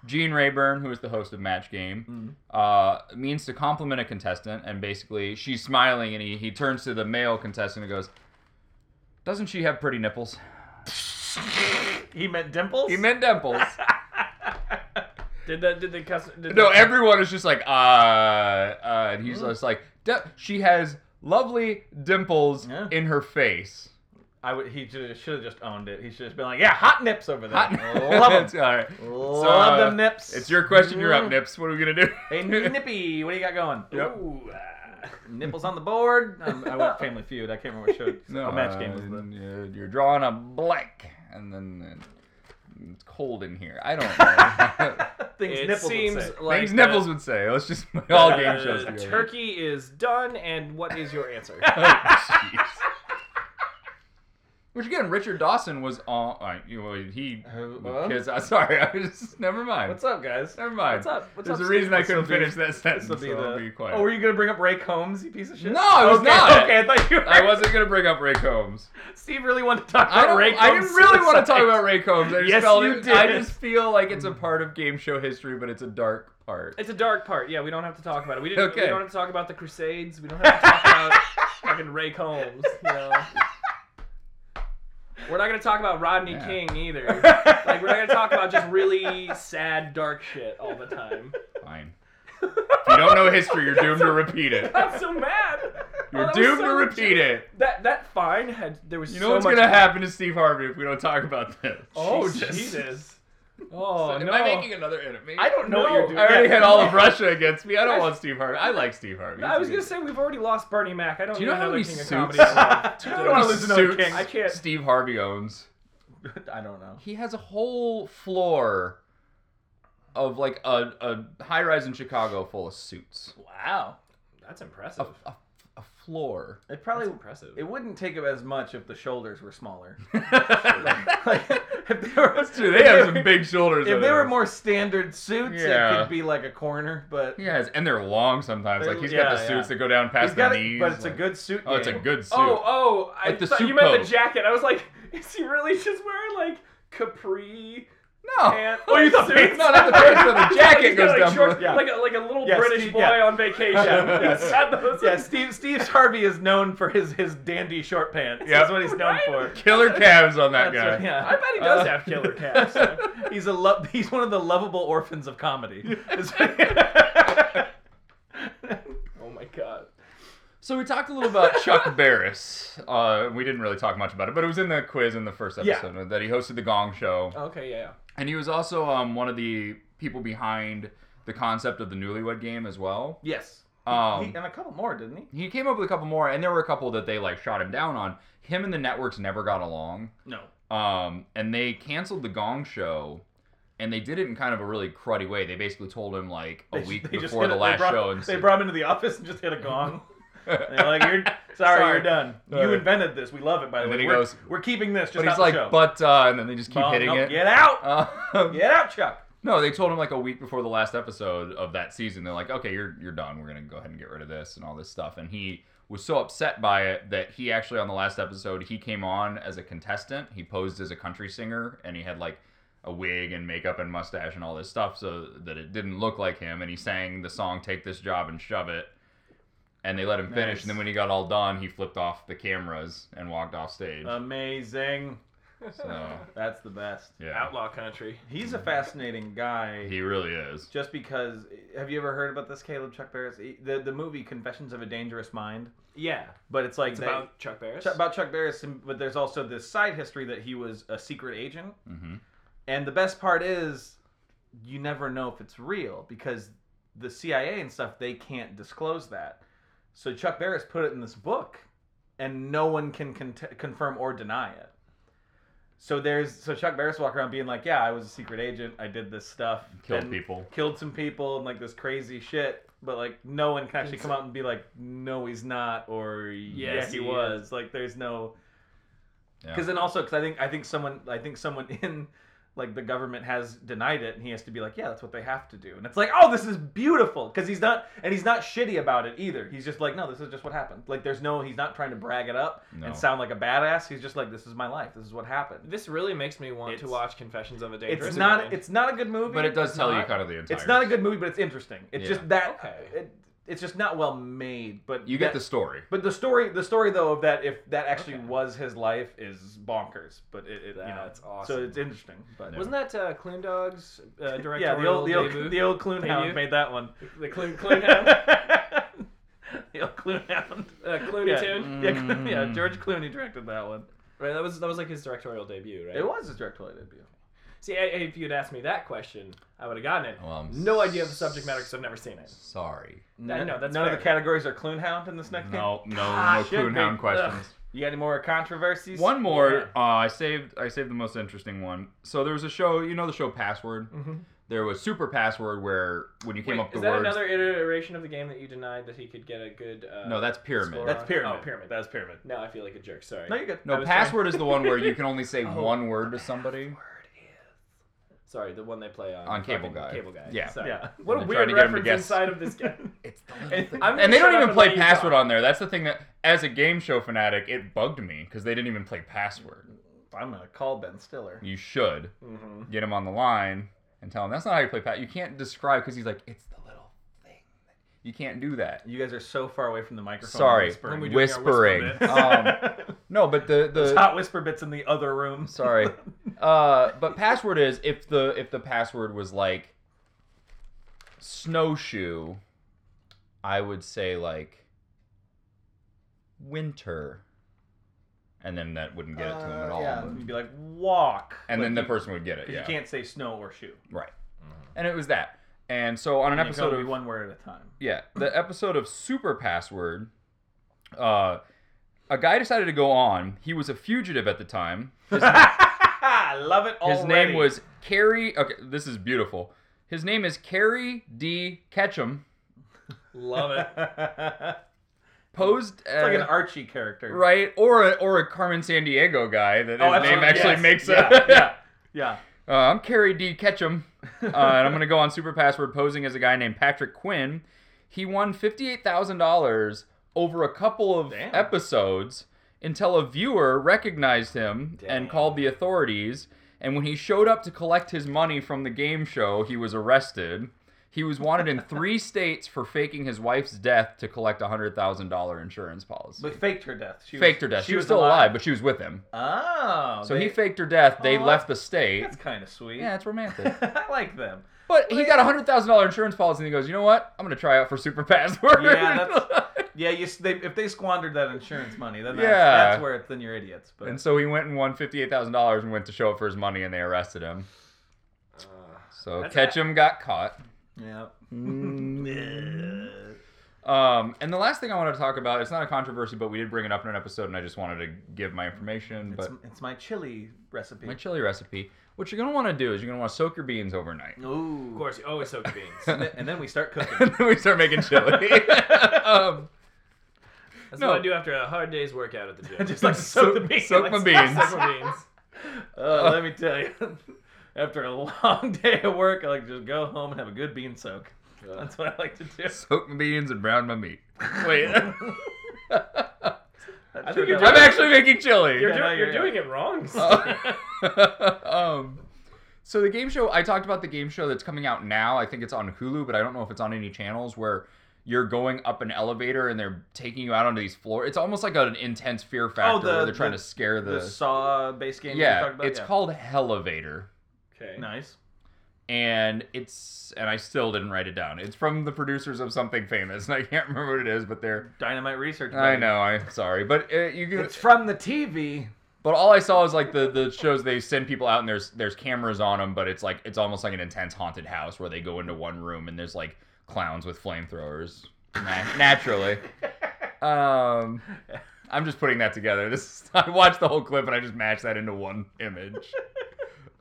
Speaker 2: Gene Rayburn, who is the host of Match Game, uh, means to compliment a contestant, and basically she's smiling, and he, he turns to the male contestant and goes, "Doesn't she have pretty nipples?"
Speaker 1: He meant dimples.
Speaker 2: He meant dimples.
Speaker 3: Did the did the custom? Did
Speaker 2: no,
Speaker 3: the,
Speaker 2: everyone is just like, uh, uh, and he's just like, "D- "She has lovely dimples
Speaker 1: Yeah.
Speaker 2: in her face."
Speaker 1: I would. He should have just owned it. He should have been like, "Yeah, hot nips over there.
Speaker 2: Hot-
Speaker 1: Love
Speaker 2: It's
Speaker 1: them.
Speaker 2: all right.
Speaker 1: Love them nips.
Speaker 2: It's your question. You're up, Nips. What are we gonna do?
Speaker 1: Hey, nippy. What do you got going?
Speaker 2: Yep.
Speaker 3: Ooh, ah.
Speaker 1: Nipples on the board. Um, I went Family Feud. I can't remember what show. oh, match
Speaker 2: uh,
Speaker 1: game was the.
Speaker 2: you're, you're drawing a blank, and then uh, it's cold in here. I don't know.
Speaker 1: Things
Speaker 3: it
Speaker 1: nipples would
Speaker 3: seems
Speaker 1: say.
Speaker 3: like
Speaker 2: Things
Speaker 3: uh,
Speaker 2: nipples would say. Let's just put all game
Speaker 3: uh,
Speaker 2: shows together.
Speaker 3: Turkey is done, and what is your answer?
Speaker 2: Oh, jeez. Which again, Richard Dawson was on. Uh, you know, he.
Speaker 1: well?
Speaker 2: Kids, I sorry, I was just. Never mind.
Speaker 1: What's up, guys?
Speaker 2: Never mind.
Speaker 3: What's up? What's
Speaker 2: There's
Speaker 3: up,
Speaker 2: a reason I
Speaker 3: Steve?
Speaker 2: couldn't
Speaker 1: This'll be-
Speaker 2: finish that sentence.
Speaker 1: This'll be
Speaker 2: so
Speaker 1: the.
Speaker 2: I'll be quiet.
Speaker 1: Oh, were you gonna bring up Ray Combs? You piece of shit.
Speaker 2: No, I was
Speaker 1: okay,
Speaker 2: not.
Speaker 1: Okay, I thought you. Were.
Speaker 2: I wasn't gonna bring up Ray Combs.
Speaker 1: Steve really wanted to talk
Speaker 2: I
Speaker 1: about
Speaker 2: don't.
Speaker 1: Ray Combs.
Speaker 2: I didn't really want to talk
Speaker 1: suicide.
Speaker 2: about Ray Combs. I just
Speaker 1: Yes,
Speaker 2: felt
Speaker 1: you
Speaker 2: it- I
Speaker 1: did.
Speaker 2: just feel like it's a part of game show history, but it's a dark part.
Speaker 3: It's a dark part. Yeah, we don't have to talk about it. We, didn't,
Speaker 2: Okay.
Speaker 3: we don't have to talk about the Crusades. We don't have to talk about fucking Ray Combs. You know? We're not gonna talk about Rodney
Speaker 2: Yeah.
Speaker 3: King either. Like we're not gonna talk about just really uh, sad, dark shit all the time.
Speaker 2: Fine. If you don't know history, you're doomed to repeat it.
Speaker 3: I'm so mad.
Speaker 2: You're
Speaker 3: Oh, that was
Speaker 2: doomed
Speaker 3: so
Speaker 2: to repeat it.
Speaker 3: That that fine had there was
Speaker 2: You know
Speaker 3: so
Speaker 2: what's
Speaker 3: much
Speaker 2: gonna happen to Steve Harvey if we don't talk about this?
Speaker 3: Oh
Speaker 1: Jesus.
Speaker 3: Jesus. Oh
Speaker 2: Am
Speaker 3: no.
Speaker 2: I making another enemy?
Speaker 1: I don't know what you're doing.
Speaker 2: I already
Speaker 1: Yeah.
Speaker 2: had all of Russia against me. I don't want Steve Harvey. I like Steve Harvey.
Speaker 3: No, I was gonna say we've already lost Bernie Mac. I don't
Speaker 2: Do you
Speaker 3: need
Speaker 2: know how
Speaker 3: another
Speaker 2: many
Speaker 3: king
Speaker 2: suits-
Speaker 3: of comedy. in my life.
Speaker 1: I don't want to lose another
Speaker 2: suits
Speaker 1: king.
Speaker 3: I can't.
Speaker 2: Steve Harvey owns.
Speaker 1: I don't know.
Speaker 2: He has a whole floor of like a, a high rise in Chicago full of suits.
Speaker 1: Wow.
Speaker 3: That's impressive.
Speaker 2: A, a floor.
Speaker 1: It
Speaker 3: That's
Speaker 1: probably
Speaker 3: impressive.
Speaker 1: It wouldn't take up as much if the shoulders were smaller. like,
Speaker 2: That's
Speaker 1: if they were,
Speaker 2: true. They have some big shoulders.
Speaker 1: If
Speaker 2: over
Speaker 1: they were
Speaker 2: there.
Speaker 1: more standard suits, it
Speaker 2: Yeah.
Speaker 1: could be like a corner, but
Speaker 2: Yes, and they're long sometimes. Like he's got
Speaker 1: Yeah,
Speaker 2: the
Speaker 1: yeah.
Speaker 2: suits that go down
Speaker 1: he's
Speaker 2: past the
Speaker 1: got it.
Speaker 2: knees.
Speaker 1: But it's a
Speaker 2: like-
Speaker 1: good suit.
Speaker 2: Oh, it's a
Speaker 1: game.
Speaker 2: good suit.
Speaker 3: Oh, oh! I
Speaker 2: Like the
Speaker 3: thought
Speaker 2: suit
Speaker 3: you meant
Speaker 2: coat.
Speaker 3: the jacket. I was like, is he really just wearing like capri
Speaker 2: no.
Speaker 3: pants?
Speaker 1: Oh, you thought pants-
Speaker 2: No, not the pants, but the jacket goes
Speaker 3: like
Speaker 2: down.
Speaker 3: shorts,
Speaker 2: below.
Speaker 3: like a like a little
Speaker 1: Yeah,
Speaker 3: British
Speaker 1: Steve-
Speaker 3: boy
Speaker 1: yeah.
Speaker 3: on vacation.
Speaker 2: Yes.
Speaker 3: He's got those-
Speaker 1: Yeah, Steve Steve's Harvey is known for his his dandy short pants.
Speaker 2: Yep.
Speaker 1: That's what he's known
Speaker 3: Right?
Speaker 1: for.
Speaker 2: Killer calves on that
Speaker 1: That's
Speaker 2: guy.
Speaker 1: right, yeah.
Speaker 3: I bet he does
Speaker 2: Uh,
Speaker 3: have killer calves. so.
Speaker 1: He's a lo- he's one of the lovable orphans of comedy.
Speaker 3: oh my god!
Speaker 2: So we talked a little about Chuck Barris. Uh, we didn't really talk much about it, but it was in the quiz in the first
Speaker 1: Yeah.
Speaker 2: episode that he hosted the Gong Show,
Speaker 3: Okay, yeah.
Speaker 2: and he was also um, one of the people behind the concept of the Newlywed Game as well.
Speaker 1: yes.
Speaker 2: Um,
Speaker 1: He- and a couple more, didn't he?
Speaker 2: he came up with a couple more, and there were a couple that they like shot him down on. Him and the networks never got along.
Speaker 1: No.
Speaker 2: Um, and they canceled the Gong Show and they did it in kind of a really cruddy way. They basically told him like a
Speaker 1: They-
Speaker 2: week
Speaker 1: they just
Speaker 2: before
Speaker 1: hit
Speaker 2: the
Speaker 1: it- they
Speaker 2: last
Speaker 1: brought-
Speaker 2: show, and
Speaker 1: they
Speaker 2: said-
Speaker 1: brought him into the office and just hit a gong. And they're like, "You're sorry,
Speaker 2: Sorry.
Speaker 1: you're done. You
Speaker 2: Uh,
Speaker 1: invented this. We love it. By the
Speaker 2: and
Speaker 1: way,
Speaker 2: then he
Speaker 1: we're,
Speaker 2: goes-
Speaker 1: we're keeping this. Just
Speaker 2: but
Speaker 1: not
Speaker 2: he's
Speaker 1: the
Speaker 2: like,
Speaker 1: show.
Speaker 2: but uh, and then they just keep
Speaker 1: Bong,
Speaker 2: hitting
Speaker 1: no,
Speaker 2: it.
Speaker 1: Get out.
Speaker 2: Uh,
Speaker 1: get out, Chuck.
Speaker 2: No, they told him like a week before the last episode of that season. They're like, okay, you're you're done. We're gonna go ahead and get rid of this and all this stuff. And he was so upset by it that he actually on the last episode he came on as a contestant. He posed as a country singer and he had like a wig and makeup and mustache and all this stuff so that it didn't look like him. And he sang the song "Take This Job and Shove It." And they let him finish.
Speaker 1: Nice.
Speaker 2: And then when he got all done, he flipped off the cameras and walked off stage.
Speaker 1: Um, Amazing.
Speaker 2: so
Speaker 1: That's the best.
Speaker 2: yeah,
Speaker 4: Outlaw country.
Speaker 1: He's a fascinating guy.
Speaker 2: he really is.
Speaker 1: just because, have you ever heard about this, Caleb Chuck Barris? He- The the movie Confessions of a Dangerous Mind,
Speaker 4: Yeah.
Speaker 1: but it's like
Speaker 4: It's
Speaker 1: they-
Speaker 4: about Chuck Barris.
Speaker 1: Chuck- about Chuck Barris, and- but there's also this side history that he was a secret agent.
Speaker 2: hmm
Speaker 1: And the best part is, you never know if it's real because the CIA and stuff they can't disclose that. So Chuck Barris put it in this book, and no one can con- confirm or deny it. So there's so Chuck Barris walk around being like, "Yeah, I was a secret agent. I did this stuff,
Speaker 2: Killed
Speaker 1: and
Speaker 2: people.
Speaker 1: killed some people, and like this crazy shit." But like, no one can actually come out and be like, "No, he's not," or "Yeah,
Speaker 4: Yes,
Speaker 1: he
Speaker 4: he
Speaker 1: was." Like, there's no
Speaker 2: Yeah.
Speaker 1: because then also because I think I think someone I think someone in like the government has denied it and he has to be like yeah that's what they have to do and it's like oh this is beautiful because he's not and he's not shitty about it either he's just like no this is just what happened like there's no he's not trying to brag it up
Speaker 2: No.
Speaker 1: and sound like a badass he's just like this is my life this is what happened
Speaker 4: This really makes me want to
Speaker 1: It's-
Speaker 4: watch Confessions of a Dangerous
Speaker 1: it's not
Speaker 4: Mind.
Speaker 1: it's not a good movie
Speaker 2: But it does tell you
Speaker 1: not-
Speaker 2: kind of the entire.
Speaker 1: it's not a good movie but it's interesting it's
Speaker 2: Yeah.
Speaker 1: just that
Speaker 4: Okay.
Speaker 1: it, it's just not well made but
Speaker 2: You get
Speaker 1: that-
Speaker 2: the story.
Speaker 1: but the story, the story though of that, if that actually
Speaker 4: Okay.
Speaker 1: was his life, is bonkers. But it, it you know,
Speaker 4: That's awesome.
Speaker 1: So it's interesting. But
Speaker 4: Wasn't that uh, Clune Dog's uh, directorial
Speaker 1: yeah, the old the old,
Speaker 4: debut?
Speaker 1: the old Clune
Speaker 4: Debut?
Speaker 1: Hound made that one.
Speaker 4: The Clune, Clune Hound?
Speaker 1: the old Clune Hound.
Speaker 4: Uh, Clune
Speaker 1: Yeah.
Speaker 4: Tune?
Speaker 1: Yeah, Clo- yeah, George Clooney directed that one.
Speaker 3: Mm-hmm.
Speaker 4: Right, that was, that was like his directorial debut, right?
Speaker 1: It was his directorial debut.
Speaker 4: See, I, if you'd asked me that question, I would have gotten it.
Speaker 2: Well, I'm
Speaker 4: no idea of the subject matter because I've never seen it.
Speaker 2: Sorry.
Speaker 1: None-
Speaker 4: no, that's
Speaker 1: none
Speaker 4: fair.
Speaker 1: of the categories are Clune Hound in this next game.
Speaker 2: No, no,
Speaker 1: Ah,
Speaker 2: no
Speaker 1: should
Speaker 2: Coon
Speaker 1: be.
Speaker 2: Hound questions.
Speaker 1: You got any more controversies?
Speaker 2: One more. Uh, I saved. I saved the most interesting one. So there was a show. You know the show Password. There was Super Password where when you came
Speaker 4: Mm-hmm. Wait,
Speaker 2: up the
Speaker 4: is that
Speaker 2: words.
Speaker 4: another iteration of the game that you denied that he could get a good? Uh,
Speaker 2: No, that's Pyramid.
Speaker 4: score
Speaker 1: That's
Speaker 4: on?
Speaker 1: pyramid.
Speaker 4: Oh, pyramid.
Speaker 1: That's pyramid.
Speaker 4: Now I feel like a jerk. Sorry.
Speaker 1: No, you're good.
Speaker 2: no,
Speaker 4: was Oh.
Speaker 2: Password is the one where you can only say one word to somebody
Speaker 4: Sorry, the one they play on
Speaker 2: on Cable
Speaker 4: fucking
Speaker 2: Guy.
Speaker 4: Cable Guy.
Speaker 2: Yeah.
Speaker 4: Sorry.
Speaker 1: Yeah.
Speaker 4: What a
Speaker 2: And they tried
Speaker 4: weird
Speaker 2: to get him to
Speaker 4: reference
Speaker 2: guess.
Speaker 4: inside of this game.
Speaker 2: It's the
Speaker 4: I'm
Speaker 2: and they
Speaker 4: gonna
Speaker 2: don't
Speaker 4: shut
Speaker 2: even
Speaker 4: up
Speaker 2: play
Speaker 4: and let you
Speaker 2: Password
Speaker 4: talk.
Speaker 2: on there. That's the thing that, as a game show fanatic, it bugged me because they didn't even play Password.
Speaker 1: I'm gonna call Ben Stiller.
Speaker 2: You should.
Speaker 4: Mhm.
Speaker 1: Mm-hmm.
Speaker 2: get him on the line and tell him that's not how you play pat you can't describe because he's like it's the little thing you can't do that
Speaker 1: You guys are so far away from the microphone.
Speaker 2: Sorry.
Speaker 1: whispering.
Speaker 4: When we do our whisper
Speaker 2: whispering
Speaker 4: bits.
Speaker 2: um, no but the
Speaker 1: There's
Speaker 2: the
Speaker 1: hot whisper bits in the other room.
Speaker 2: sorry uh, but password is if the if the password was like snowshoe i would say like winter and then that wouldn't get it to him at all
Speaker 1: Uh, Yeah, you'd be like walk,
Speaker 2: and
Speaker 1: Like,
Speaker 2: then the
Speaker 1: you-
Speaker 2: person would get it
Speaker 1: 'cause
Speaker 2: yeah
Speaker 1: you can't Mm-hmm. say snow or shoe.
Speaker 2: right and it was that and so on an
Speaker 1: An
Speaker 2: episode of
Speaker 1: one word at a time.
Speaker 2: yeah, the episode of Super Password, uh, a guy decided to go on. He was a fugitive at the time. His,
Speaker 1: I love it.
Speaker 2: his
Speaker 1: already.
Speaker 2: name was Carrie. Okay, this is beautiful. His name is Carrie D. Ketchum.
Speaker 4: Love it.
Speaker 1: it's
Speaker 2: Posed as
Speaker 1: like an Archie character.
Speaker 2: right or a, or a Carmen San Diego guy that his
Speaker 1: Oh,
Speaker 2: name
Speaker 1: absolutely,
Speaker 2: actually
Speaker 1: yes.
Speaker 2: makes
Speaker 1: Yeah,
Speaker 2: a
Speaker 1: yeah. Yeah.
Speaker 2: Uh, I'm Carrie D. Ketchum, uh, and I'm going to go on Super Password posing as a guy named Patrick Quinn. He won $58,000 over a couple of
Speaker 1: Damn.
Speaker 2: episodes until a viewer recognized him
Speaker 4: Damn.
Speaker 2: and called the authorities. And when he showed up to collect his money from the game show, he was arrested. He was wanted in three states for faking his wife's death to collect a $100,000 insurance policy.
Speaker 1: But faked her death. She
Speaker 2: faked
Speaker 1: was,
Speaker 2: her death. She, was,
Speaker 1: was
Speaker 2: still alive. but she was with him.
Speaker 1: Oh.
Speaker 2: So
Speaker 1: they-
Speaker 2: he faked her death. They
Speaker 1: Aw.
Speaker 2: left the state.
Speaker 1: That's kind of sweet.
Speaker 2: Yeah, it's romantic.
Speaker 1: I like them.
Speaker 2: But he got a hundred thousand dollar insurance policy, and he goes, "You know what? I'm gonna try out for Super Password."
Speaker 1: Yeah, that's- Yeah, you, s- they, if they squandered that insurance money, then that's,
Speaker 2: Yeah.
Speaker 1: that's where it's, then you're idiots. But
Speaker 2: and so he went and won fifty eight thousand dollars and went to show up for his money, and they arrested him.
Speaker 4: Uh,
Speaker 2: So
Speaker 4: That's-
Speaker 2: Ketchum got caught.
Speaker 1: yeah. Mm,
Speaker 2: Um, and the last thing I wanted to talk about, it's not a controversy, but we did bring it up in an episode, and I just wanted to give my information.
Speaker 1: It's,
Speaker 2: But
Speaker 1: it's my chili recipe.
Speaker 2: my chili recipe, what you're gonna want to do is you're gonna want to soak your beans overnight.
Speaker 1: Ooh.
Speaker 3: Of course, you always soak beans.
Speaker 1: And then, and then we start cooking.
Speaker 2: and then we start making chili. um,
Speaker 3: That's
Speaker 2: No.
Speaker 3: what I do after a hard day's workout at the gym.
Speaker 1: Just like soak the beans.
Speaker 2: soak
Speaker 1: Like,
Speaker 2: my beans.
Speaker 3: Soak my beans.
Speaker 1: Oh, let me tell you. After a long day of work, I like to just go home and have a good bean soak. That's what I like to do.
Speaker 2: soak my beans and brown my meat. Wait,
Speaker 1: That sure
Speaker 3: I think you're
Speaker 1: does-
Speaker 2: I'm actually making chili.
Speaker 3: You're,
Speaker 1: Yeah,
Speaker 3: do-
Speaker 1: no,
Speaker 3: you're
Speaker 1: you're-
Speaker 3: doing it wrong.
Speaker 2: um, so the game show I talked about the game show that's coming out now. I think it's on Hulu, but I don't know if it's on any channels where you're going up an elevator and they're taking you out onto these floors. It's almost like an intense fear factor
Speaker 1: Oh, the-
Speaker 2: where they're trying
Speaker 1: the-
Speaker 2: to scare the,
Speaker 1: the Saw base game. that we
Speaker 2: yeah.
Speaker 1: talked about?
Speaker 2: It's
Speaker 1: yeah.
Speaker 2: called Elevator,
Speaker 3: Okay.
Speaker 1: Nice.
Speaker 2: and it's and I still didn't write it down. It's from the producers of something famous, and I can't remember what it is, but they're
Speaker 1: Dynamite research.
Speaker 2: I
Speaker 1: buddy.
Speaker 2: know I'm sorry, but uh, you can.
Speaker 1: It's from the TV.
Speaker 2: But all I saw is like the the shows they send people out and there's there's cameras on them, but it's like it's almost like an intense haunted house where they go into one room and there's like clowns with flamethrowers na- naturally. Um, I'm just putting that together. This I watched the whole clip and I just mashed that into one image.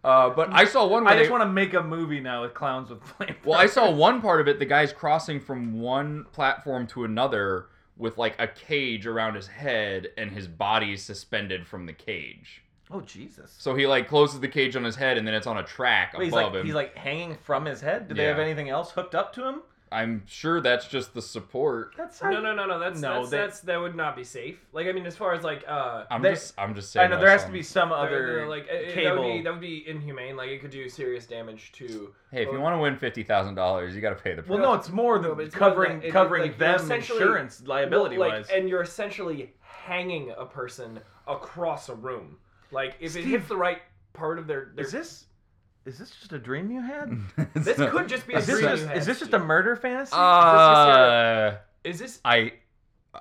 Speaker 2: Uh, but I saw one. Where
Speaker 1: I just
Speaker 2: they-
Speaker 1: want to make a movie now with clowns with flame.
Speaker 2: well, I saw one part of it. The guy's crossing from one platform to another with like a cage around his head and his body is suspended from the cage.
Speaker 1: Oh Jesus!
Speaker 2: So he like closes the cage on his head, and then it's on a track
Speaker 1: Wait, he's
Speaker 2: above
Speaker 1: like
Speaker 2: him.
Speaker 1: he's like hanging from his head. Do they have
Speaker 2: Yeah.
Speaker 1: anything else hooked up to him?
Speaker 2: I'm sure that's just the support.
Speaker 1: That's
Speaker 3: No, no, no, no. That's
Speaker 1: No,
Speaker 3: that's,
Speaker 1: they-
Speaker 3: that's that would not be safe. Like I mean, as far as like uh,
Speaker 2: I'm
Speaker 1: They-
Speaker 2: just, I'm just
Speaker 1: I
Speaker 2: saying.
Speaker 1: know
Speaker 2: what
Speaker 1: there
Speaker 2: I
Speaker 1: has
Speaker 2: saw.
Speaker 1: to be some
Speaker 3: um, they're-
Speaker 1: other
Speaker 3: they're, like it- it-
Speaker 1: cable.
Speaker 3: That would, be, that would be inhumane. Like it could do serious damage to.
Speaker 2: Hey, if you
Speaker 3: or-
Speaker 2: want to win fifty thousand dollars, you got to pay the price.
Speaker 1: well, no, it's more than
Speaker 3: No, but it's more than
Speaker 1: covering
Speaker 3: that. It-
Speaker 1: covering
Speaker 3: like, you're
Speaker 1: them
Speaker 3: essentially-
Speaker 1: insurance liability
Speaker 3: like,
Speaker 1: wise.
Speaker 3: and you're essentially hanging a person across a room. Like if it hits the right part of their, their
Speaker 1: is this is this just a dream you had?
Speaker 3: this could just be
Speaker 1: Mm-hmm.
Speaker 3: a
Speaker 1: Is this
Speaker 3: dream
Speaker 1: just
Speaker 3: you had,
Speaker 1: is this just a
Speaker 3: Steve.
Speaker 1: murder fantasy?
Speaker 2: Uh,
Speaker 3: is this
Speaker 2: I,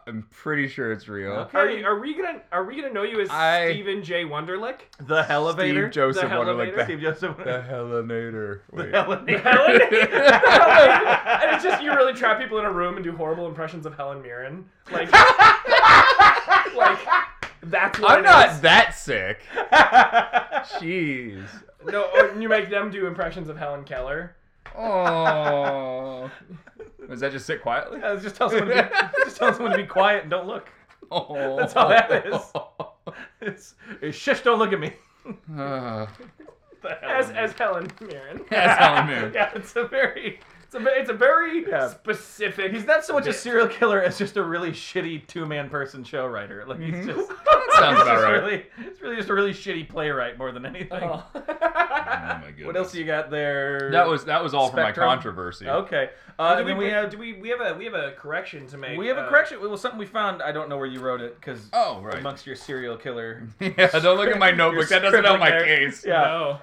Speaker 2: I'm pretty sure it's real.
Speaker 1: Okay.
Speaker 3: are, you, are we gonna are we gonna know you as
Speaker 2: I-
Speaker 3: Stephen J Wonderlick?
Speaker 1: the elevator.
Speaker 2: Steve Joseph
Speaker 3: The
Speaker 2: wanted like
Speaker 3: elevator?
Speaker 2: the,
Speaker 1: Steve Joseph.
Speaker 2: the Helenator.
Speaker 1: The
Speaker 2: Wait.
Speaker 1: elevator.
Speaker 3: Helen? and it's just you really trap people in a room and do horrible impressions of Helen Mirren. Like, like that's what
Speaker 2: I'm
Speaker 3: it
Speaker 2: not
Speaker 3: is.
Speaker 2: that sick. Jeez.
Speaker 3: No, or you make them do impressions of Helen Keller.
Speaker 2: Oh. Was that just sit quietly?
Speaker 1: Yeah, just tell someone to be, just tell someone to be quiet and don't look.
Speaker 2: Oh.
Speaker 1: That's all that is. It's, it's shush, don't look at me.
Speaker 2: Uh.
Speaker 1: The
Speaker 3: As
Speaker 1: elevator.
Speaker 3: as Helen Mirren.
Speaker 2: That's how I move.
Speaker 3: yeah, it's a very it's a, it's a very
Speaker 1: Yeah.
Speaker 3: specific.
Speaker 1: He's not so much a
Speaker 3: bit.
Speaker 1: serial killer as just a really shitty two man person show writer. Like he's just
Speaker 2: Mm-hmm. Sounds
Speaker 1: it's
Speaker 2: about
Speaker 1: just
Speaker 2: right.
Speaker 1: really it's really just a really shitty playwright more than anything.
Speaker 3: Uh,
Speaker 2: Oh my god.
Speaker 1: What else you got there?
Speaker 2: That was that was all for
Speaker 1: Spectrum?
Speaker 2: my controversy.
Speaker 1: Okay. Uh,
Speaker 3: do
Speaker 1: and
Speaker 3: we,
Speaker 1: then we
Speaker 3: have
Speaker 1: had
Speaker 3: do we we have a we have a correction to make.
Speaker 1: we have a
Speaker 3: uh,
Speaker 1: correction. Well, something we found. I don't know where you wrote it because
Speaker 2: Oh right.
Speaker 1: amongst your serial killer.
Speaker 2: yeah, don't look at my notebook. That doesn't help my
Speaker 1: scribbling there.
Speaker 2: case.
Speaker 1: Yeah.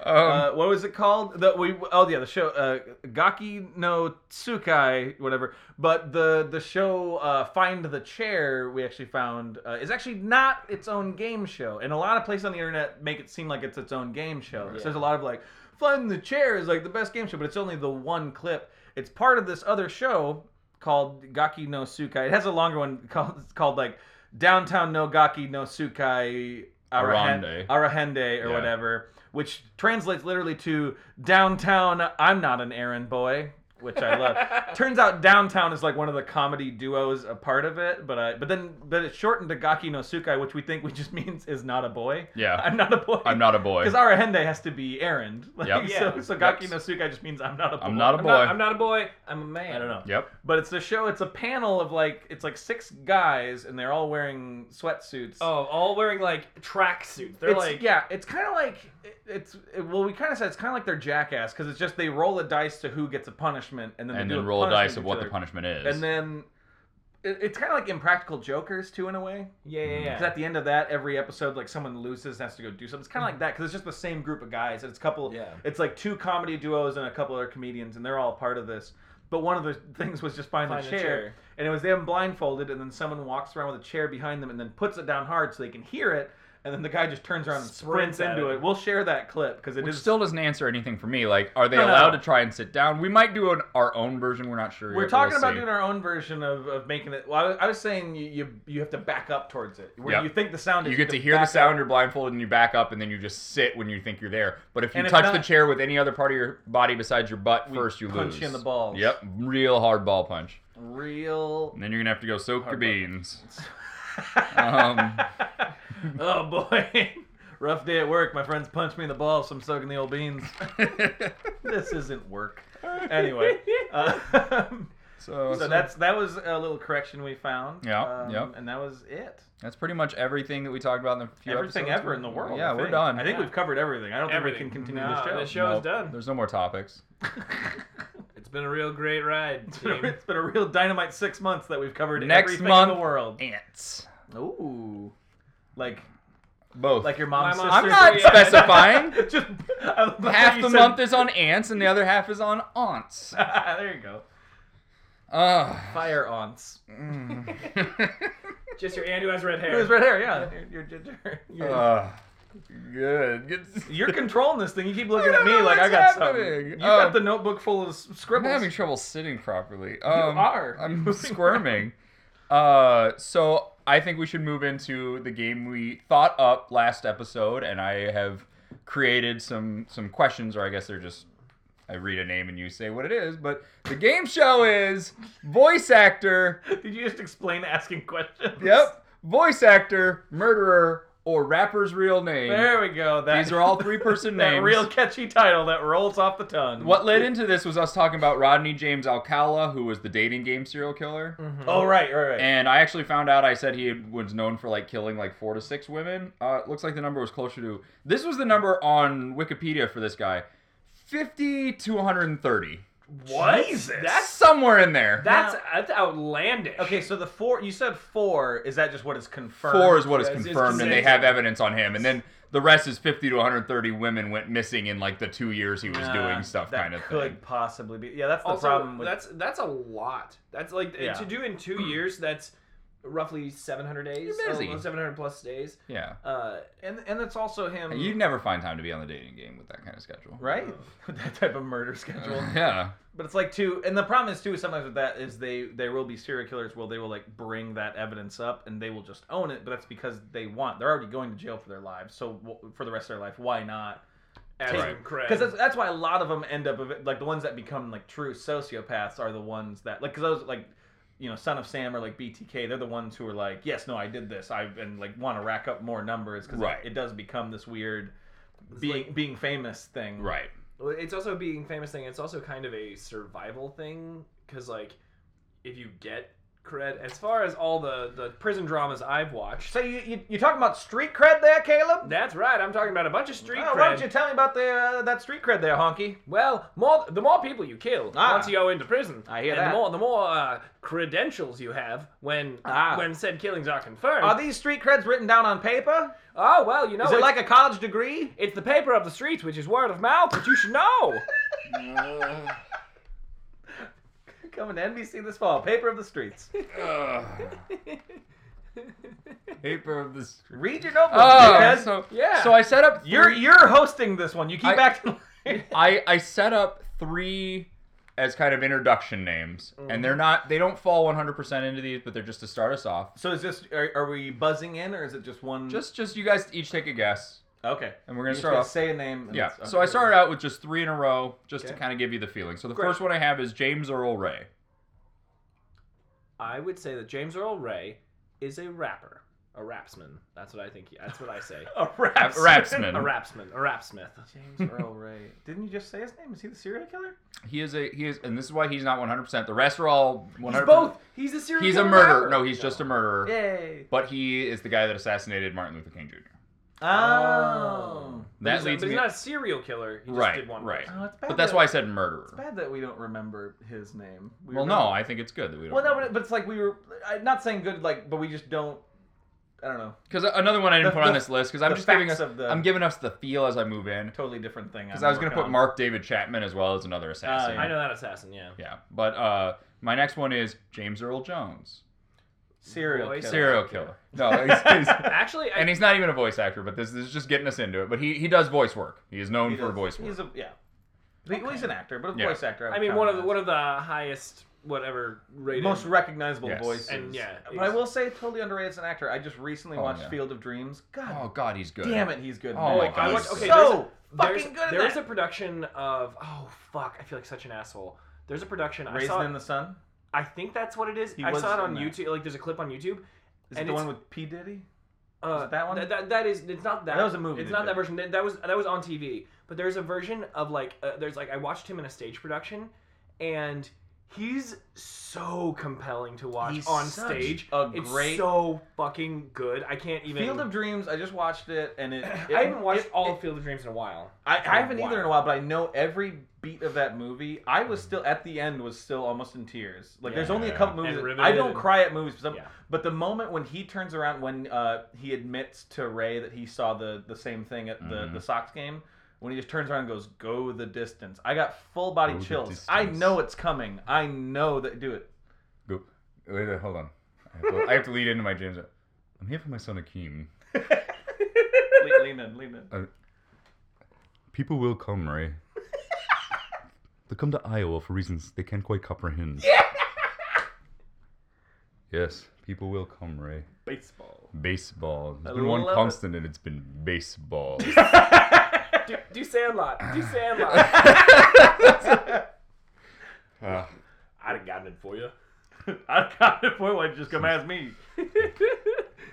Speaker 3: No.
Speaker 2: Um,
Speaker 1: uh, what was it called? The we oh yeah the show uh, Gaki no Tsukai whatever. But the the show uh, Find the Chair we actually found uh, is actually not its own game show, and a lot of places on the internet make it seem like it's its own game show. So there's a lot of like Find the Chair is like the best game show, but it's only the one clip. It's part of this other show called Gaki no Tsukai. It has a longer one called it's called like Downtown no Gaki no Tsukai. Arahen-
Speaker 2: Arande.
Speaker 1: Arahende or
Speaker 2: Yeah.
Speaker 1: whatever, which translates literally to downtown. I'm not an errand boy, which I love. Turns out downtown is like one of the comedy duos a part of it, but I, but then but it's shortened to Gaki no Sukai, which we think we just means is not a boy.
Speaker 2: Yeah.
Speaker 1: I'm not a boy.
Speaker 2: I'm not a boy.
Speaker 1: because Arahende has to be errand. Like,
Speaker 2: Yep.
Speaker 1: So,
Speaker 3: Yeah.
Speaker 1: so Gaki no Sukai just means I'm not a boy.
Speaker 2: I'm not a
Speaker 3: I'm
Speaker 2: boy.
Speaker 3: not, I'm not a boy. I'm a man.
Speaker 1: I don't know.
Speaker 2: Yep.
Speaker 1: But it's a show. It's a panel of like it's like six guys, and they're all wearing sweatsuits.
Speaker 3: Oh, all wearing like track suits. They're
Speaker 1: It's-
Speaker 3: like
Speaker 1: yeah, it's kind of like it- it's it- well, we kind of said it's kind of like they're jackass because it's just they roll a dice to who gets a punishment, and then they
Speaker 2: And
Speaker 1: do
Speaker 2: then roll a
Speaker 1: punishment
Speaker 2: dice
Speaker 1: to
Speaker 2: of
Speaker 1: each
Speaker 2: what the
Speaker 1: other.
Speaker 2: punishment is.
Speaker 1: and then it, it's kind of like impractical jokers too in a way.
Speaker 3: yeah yeah yeah.
Speaker 1: Because at the end of that, every episode, like someone loses and has to go do something. It's kind of like that because it's just the same group of guys. It's a couple.
Speaker 3: Yeah.
Speaker 1: It's like two comedy duos and a couple other comedians, and they're all part of this. But one of the things was just find,
Speaker 3: Find
Speaker 1: the,
Speaker 3: the
Speaker 1: chair,
Speaker 3: chair.
Speaker 1: and it was them blindfolded, and then someone walks around with a chair behind them, and then puts it down hard so they can hear it. and then the guy just turns around and sprints
Speaker 3: Sprints at
Speaker 1: into
Speaker 3: it.
Speaker 1: it. We'll share that clip because it
Speaker 2: Which
Speaker 1: is.
Speaker 2: still doesn't answer anything for me. Like, are they
Speaker 1: No, no.
Speaker 2: allowed to try and sit down? We might do an, our own version. We're not sure.
Speaker 1: We're
Speaker 2: yet.
Speaker 1: talking
Speaker 2: We'll
Speaker 1: about
Speaker 2: see.
Speaker 1: doing our own version of, of making it. Well, I was, I was saying you, you you have to back up towards it where
Speaker 2: Yep.
Speaker 1: you think the sound is.
Speaker 2: You get
Speaker 1: have
Speaker 2: to hear the
Speaker 1: back up.
Speaker 2: sound. You're blindfolded, and you back up, and then you just sit when you think you're there. But if you
Speaker 1: And if
Speaker 2: touch the
Speaker 1: not-
Speaker 2: chair with any other part of your body besides your butt
Speaker 1: We
Speaker 2: first, you
Speaker 1: punch
Speaker 2: lose.
Speaker 1: you in the balls.
Speaker 2: Yep, real hard ball punch.
Speaker 1: Real.
Speaker 2: And then you're gonna have to go soak your
Speaker 1: Hard ball
Speaker 2: beans. Um,
Speaker 1: oh boy, rough day at work. My friends punched me in the balls, so I'm soaking the old beans. this isn't work. Anyway, uh,
Speaker 2: so,
Speaker 1: so that's that was a little correction we found.
Speaker 2: Yeah,
Speaker 1: um,
Speaker 2: yep.
Speaker 1: And that was it.
Speaker 2: that's pretty much everything that we talked about in the few
Speaker 1: everything
Speaker 2: episodes.
Speaker 1: ever in the world.
Speaker 2: Yeah,
Speaker 1: I
Speaker 2: we're
Speaker 1: think.
Speaker 2: done.
Speaker 1: I think we've covered everything. I don't
Speaker 3: Everything.
Speaker 1: think we can continue
Speaker 3: No,
Speaker 1: this
Speaker 3: this
Speaker 1: show.
Speaker 3: show is done.
Speaker 2: There's no more topics.
Speaker 3: It's been a real great ride, team.
Speaker 1: it's been a real dynamite six months that we've covered
Speaker 2: Next
Speaker 1: everything
Speaker 2: month-
Speaker 1: in the world.
Speaker 2: Ants.
Speaker 1: Ooh, like
Speaker 2: Both.
Speaker 1: like your mom's
Speaker 3: My
Speaker 1: sister.
Speaker 3: mom's
Speaker 2: I'm not
Speaker 3: Yeah.
Speaker 2: specifying.
Speaker 1: Just I love how
Speaker 2: half
Speaker 1: you
Speaker 2: the
Speaker 1: said-
Speaker 2: month is on ants, and the other half is on aunts.
Speaker 1: there you go.
Speaker 2: Uh,
Speaker 1: Fire aunts.
Speaker 2: Mm.
Speaker 3: Just your Andy who has red
Speaker 1: It was
Speaker 3: hair.
Speaker 1: right there. Yeah, you're, you're,
Speaker 2: Uh,
Speaker 1: you're,
Speaker 2: good. good.
Speaker 1: you're controlling this thing. You keep looking
Speaker 2: I
Speaker 1: at
Speaker 2: don't
Speaker 1: me
Speaker 2: know
Speaker 1: like I
Speaker 2: what's
Speaker 1: got something.
Speaker 2: happening.
Speaker 1: You
Speaker 2: Um,
Speaker 1: got the notebook full of s-
Speaker 2: I'm
Speaker 1: scribbles.
Speaker 2: having trouble sitting properly. Um,
Speaker 1: are.
Speaker 2: I'm squirming. Uh, so I think we should move into the game we thought up last episode, and I have created some some questions, or I guess they're just I read a name and you say what it is. But the game show is voice actor.
Speaker 1: Did you just explain asking questions?
Speaker 2: Yep, voice actor, murderer, or rapper's real name.
Speaker 1: There we go. That,
Speaker 2: These are all three-person
Speaker 1: that
Speaker 2: names.
Speaker 1: real catchy title that rolls off the tongue.
Speaker 2: What led into this was us talking about Rodney James Alcala, who was the dating game serial killer.
Speaker 1: Oh right, right, right.
Speaker 2: And I actually found out I said he had- was known for like killing like four to six women. Uh, it looks like the number was closer to this was the number on Wikipedia for this guy, fifty to one hundred and thirty.
Speaker 3: What?
Speaker 2: That's somewhere in there.
Speaker 3: That's, that's outlandish.
Speaker 1: okay, so the four you said four. Is that just what is confirmed?
Speaker 2: Four is what is
Speaker 3: It's- it's
Speaker 2: confirmed, and they
Speaker 3: consensus.
Speaker 2: have evidence on him. And then the rest is fifty to one hundred thirty women went missing in like the two years he was
Speaker 1: Nah,
Speaker 2: doing stuff,
Speaker 1: that
Speaker 2: kind of
Speaker 1: could
Speaker 2: thing.
Speaker 1: possibly be. Yeah, that's the
Speaker 3: also,
Speaker 1: problem. With,
Speaker 3: that's that's a lot. That's like
Speaker 1: Yeah.
Speaker 3: to do in two years. That's roughly 700 days.
Speaker 2: You're busy.
Speaker 3: oh, 700 plus days.
Speaker 2: Yeah,
Speaker 3: Uh,
Speaker 1: and and it's also him,
Speaker 2: you'd never find time to be on the dating game with that kind of schedule,
Speaker 1: right? With that type of murder schedule.
Speaker 2: Yeah.
Speaker 1: But it's like too, and the problem is too. Sometimes with that is they there will be serial killers. Well, they will like bring that evidence up, and they will just own it. But that's because they want. They're already going to jail for their lives. So w- for the rest of their life, why not?
Speaker 3: as
Speaker 2: Right.
Speaker 3: in cred.
Speaker 1: Because that's, that's why a lot of them end up ev- like the ones that become like true sociopaths are the ones that like because those like you know Son of Sam or like BTK they're the ones who are like yes no I did this I and like want to rack up more numbers because
Speaker 2: Right.
Speaker 1: it, does become this weird being
Speaker 3: like-
Speaker 1: being famous thing
Speaker 2: Right.
Speaker 3: Well, it's also a being famous thing. It's also kind of a survival thing because like if you get cred, as far as all the the prison dramas I've watched,
Speaker 1: So you you you talking about street cred there Caleb?
Speaker 3: that's right. I'm talking about a bunch of street
Speaker 1: Oh,
Speaker 3: cred.
Speaker 1: why don't you tell me about the uh, that street cred there honky?
Speaker 3: Well, more the more people you kill
Speaker 1: Ah.
Speaker 3: once you go into prison,
Speaker 1: I hear
Speaker 3: and
Speaker 1: that.
Speaker 3: the more the more uh, credentials you have when
Speaker 1: Ah.
Speaker 3: when said killings are confirmed.
Speaker 2: Oh.
Speaker 1: Are these street creds written down on paper?
Speaker 3: oh well, you know
Speaker 1: Is it
Speaker 3: it's-
Speaker 1: like a college degree?
Speaker 3: It's the paper of the streets, which is word of mouth, but you should know.
Speaker 1: Coming to NBC this fall, paper of the streets,
Speaker 2: Paper of the
Speaker 1: read your notebook.
Speaker 2: Oh,
Speaker 1: dickhead.
Speaker 2: so
Speaker 3: Yeah.
Speaker 2: So I set up. Three,
Speaker 1: You're you're hosting this one. You keep
Speaker 2: I-
Speaker 1: acting.
Speaker 2: I I set up three as kind of introduction names, and
Speaker 1: Mm-hmm.
Speaker 2: they're not. They don't fall 100% into these, but they're just to start us off.
Speaker 1: so is this? Are, are we buzzing in, or is it just one?
Speaker 2: Just just you guys each take a guess,
Speaker 1: okay.
Speaker 2: and we're gonna
Speaker 1: You
Speaker 2: start
Speaker 1: just
Speaker 2: off.
Speaker 1: say a name. and
Speaker 2: Yeah.
Speaker 1: it's-
Speaker 2: So I
Speaker 1: okay.
Speaker 2: started out with just three in a row, just to
Speaker 3: Okay.
Speaker 2: kind of give you the feeling. So the
Speaker 3: Great.
Speaker 2: first one I have is James Earl Ray.
Speaker 3: I would say that James Earl Ray is a rapper, a rapsman. That's what I think. he- That's what I say.
Speaker 1: a
Speaker 2: A-
Speaker 1: rap
Speaker 3: a
Speaker 2: Rapsman.
Speaker 3: rapsman, a rapsmith.
Speaker 1: James Earl Ray. Didn't you just say his name? Is he the serial killer?
Speaker 2: He is a he is, and this is why he's not 100%. The rest are all 100%.
Speaker 3: He's both. He's a serial.
Speaker 2: He's a
Speaker 3: killer
Speaker 2: murderer.
Speaker 3: rapper.
Speaker 2: No, he's just a murderer.
Speaker 1: Yay!
Speaker 2: But he is the guy that assassinated Martin Luther King Jr.
Speaker 1: Oh.
Speaker 3: But
Speaker 2: That
Speaker 3: he's, not-
Speaker 2: leads
Speaker 3: but
Speaker 2: me.
Speaker 3: he's not a serial killer. He just
Speaker 2: Right,
Speaker 3: did one
Speaker 2: right.
Speaker 3: person.
Speaker 1: Oh, it's bad
Speaker 2: But that's
Speaker 1: that-
Speaker 2: why I said
Speaker 1: It's
Speaker 2: murderer.
Speaker 1: bad that we don't remember his name. We
Speaker 2: Well,
Speaker 1: remember-
Speaker 2: no, I think it's good that we don't.
Speaker 1: Well, no, but, it- but it's like we were. i not saying good, like, but we just don't. I don't know.
Speaker 2: Because another one I didn't
Speaker 1: The-
Speaker 2: put on
Speaker 1: the-
Speaker 2: this list because I'm
Speaker 1: the
Speaker 2: just giving us
Speaker 1: facts of the-
Speaker 2: I'm giving us the feel as I move in.
Speaker 1: Totally different thing.
Speaker 2: Because I was gonna put Mark David Chapman as well as
Speaker 1: Oh,
Speaker 2: another assassin.
Speaker 1: yeah.
Speaker 3: I know that assassin. Yeah.
Speaker 2: Yeah, but uh, my next one is James Earl Jones.
Speaker 1: Serial
Speaker 3: voice
Speaker 1: killer.
Speaker 2: Serial killer. No, he's, he's-
Speaker 3: Actually, I,
Speaker 2: and he's not even a voice actor, but this, this is just getting us into it. But he, he does voice work. He is known
Speaker 1: He
Speaker 2: for
Speaker 1: does-
Speaker 2: voice work.
Speaker 1: He's a yeah. He- well, he's an actor, but a
Speaker 2: Yeah.
Speaker 1: voice actor.
Speaker 3: I mean, one of the, one of the highest whatever rated.
Speaker 1: most recognizable
Speaker 2: Yes.
Speaker 1: voices.
Speaker 3: And, yeah,
Speaker 1: but I will say, totally underrated as an actor. I just recently
Speaker 2: Oh,
Speaker 1: watched
Speaker 2: yeah.
Speaker 1: Field of Dreams. God
Speaker 2: Oh God, he's good.
Speaker 1: damn it, he's good. in
Speaker 2: Oh
Speaker 1: that.
Speaker 2: my
Speaker 1: I
Speaker 2: God,
Speaker 1: watched-
Speaker 2: he's
Speaker 1: okay,
Speaker 2: good.
Speaker 1: so
Speaker 3: there's-
Speaker 1: fucking good.
Speaker 3: There's
Speaker 1: There's
Speaker 3: a production of oh fuck, I feel like such an asshole. There's a production I
Speaker 1: Raisin
Speaker 3: saw.
Speaker 1: in the Sun.
Speaker 3: I think that's what it is.
Speaker 1: He
Speaker 3: I
Speaker 1: was
Speaker 3: saw it
Speaker 1: in
Speaker 3: on
Speaker 1: that.
Speaker 3: YouTube. Like there's a clip on YouTube.
Speaker 1: Is it
Speaker 3: And
Speaker 1: the
Speaker 3: it's-
Speaker 1: one with P Diddy?
Speaker 3: Uh,
Speaker 1: Is it that one?
Speaker 3: That, that- that is. It's not that.
Speaker 1: That was a movie
Speaker 3: It's
Speaker 1: they
Speaker 3: not
Speaker 1: did.
Speaker 3: that version. That, that was that was on TV. But there's a version of like uh, there's like I watched him in a stage production, and he's so compelling to watch
Speaker 1: He's
Speaker 3: on
Speaker 1: such
Speaker 3: stage.
Speaker 1: a
Speaker 3: it's
Speaker 1: great-
Speaker 3: so fucking good. I can't even.
Speaker 1: Field of Dreams. I just watched it, and it. it-
Speaker 3: I haven't watched
Speaker 1: it-
Speaker 3: all of Field of Dreams in a while.
Speaker 1: I, I haven't
Speaker 3: Wow.
Speaker 1: either in a while, but I know every beat of that movie. I was still at the end was still almost in tears. Like there's only a
Speaker 2: Yeah.
Speaker 1: couple movies. that-
Speaker 3: And
Speaker 1: I don't
Speaker 3: riveted.
Speaker 1: cry at movies, but, some-
Speaker 3: Yeah.
Speaker 1: but the moment when he turns around when uh, he admits to Ray that he saw the the same thing at the
Speaker 2: Mhm.
Speaker 1: the Sox game. When he just turns around and goes, "Go the distance," I got full body
Speaker 2: Go the
Speaker 1: chills. I
Speaker 2: distance.
Speaker 1: know it's coming. I know that. Do it.
Speaker 2: Go. Wait, wait, hold on. I have, to, I have to lead into my James. I'm here for my son Akeem.
Speaker 1: Le- lean in, lean in.
Speaker 2: People will come, Ray. they come to Iowa for reasons they can't quite comprehend. yes, people will come, Ray.
Speaker 1: Baseball.
Speaker 2: Baseball. There's
Speaker 1: I
Speaker 2: been one
Speaker 1: love it.
Speaker 2: constant, and it's been baseball.
Speaker 3: Do, do Sandlot. Do Sandlot.
Speaker 2: Ah,
Speaker 3: I'd have gotten it for you.
Speaker 1: I got it. Boy, why just come ask me?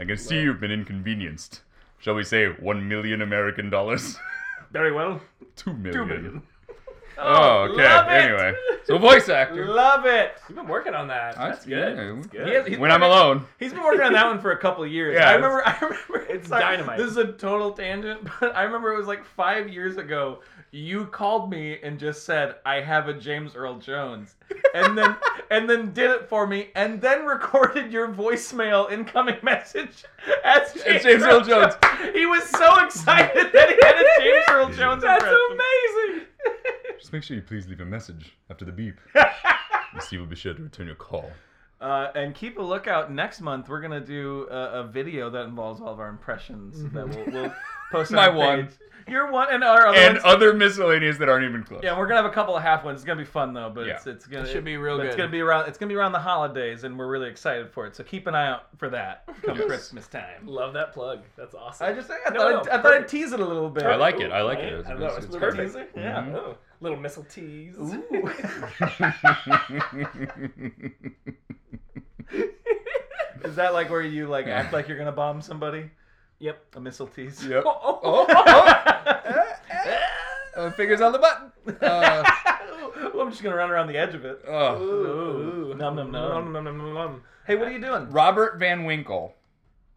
Speaker 2: I can see you've been inconvenienced. Shall we say one million American dollars?
Speaker 1: Very well.
Speaker 2: Two million.
Speaker 1: Two million.
Speaker 2: Oh, okay.
Speaker 1: love it.
Speaker 2: anyway, so voice actor.
Speaker 1: Love it.
Speaker 3: You've been working on that.
Speaker 2: I-
Speaker 3: That's good.
Speaker 2: yeah.
Speaker 3: That's good.
Speaker 1: He has- he's
Speaker 2: When I'm
Speaker 1: working-
Speaker 2: alone.
Speaker 1: He's been working on that one for a couple of years.
Speaker 2: Yeah,
Speaker 1: I remember. I remember. It's
Speaker 3: dynamite.
Speaker 1: This is a total tangent, but I remember it was like five years ago. You called me and just said, "I have a James Earl Jones," and then and then did it for me, and then recorded your voicemail incoming message as James,
Speaker 2: It's James Earl Jones.
Speaker 1: He was so excited that he had a James Earl Jones.
Speaker 3: That's
Speaker 1: impression.
Speaker 3: amazing.
Speaker 2: Just make sure you please leave a message after the beep. and Steve will be sure to return your call.
Speaker 1: Uh, and keep a lookout next month. We're gonna do a, a video that involves all of our impressions that we'll, we'll post.
Speaker 2: Mm-hmm.
Speaker 1: on
Speaker 2: My
Speaker 1: our
Speaker 2: one.
Speaker 1: page. your one, and our other
Speaker 2: and
Speaker 1: ones.
Speaker 2: other miscellaneous that aren't even close.
Speaker 1: yeah, we're gonna have a couple of half ones. It's gonna be fun though, but it's,
Speaker 2: Yeah.
Speaker 1: it's gonna
Speaker 3: It should be real
Speaker 1: but It's
Speaker 3: good.
Speaker 1: gonna be around. It's gonna be around the holidays, and we're really excited for it. So keep an eye out for that come
Speaker 2: Yes.
Speaker 1: Christmas time.
Speaker 3: Love that plug. That's awesome.
Speaker 1: I just I
Speaker 3: No,
Speaker 1: thought I'd,
Speaker 3: no,
Speaker 1: I thought I'd
Speaker 3: perfect.
Speaker 1: tease it a little bit.
Speaker 2: I like it. I like it.
Speaker 3: Ooh,
Speaker 2: It's-
Speaker 3: I don't know.
Speaker 2: it's-
Speaker 3: It's
Speaker 2: it's
Speaker 3: perfect.
Speaker 1: Teaser? Yeah.
Speaker 2: Mhm.
Speaker 3: Oh, little missile tease.
Speaker 1: Ooh. Is that like where you like act like you're gonna bomb somebody?
Speaker 3: Yep.
Speaker 1: A missile tease.
Speaker 2: yep.
Speaker 3: Oh,
Speaker 2: Oh, oh. Uh, fingers on the button. Uh,
Speaker 1: Well, I'm just gonna run around the edge of it.
Speaker 2: oh.
Speaker 1: Ooh. Nom, nom, nom.
Speaker 3: Nom, nom, nom, nom.
Speaker 1: Hey, what are you doing?
Speaker 2: Robert Van Winkle.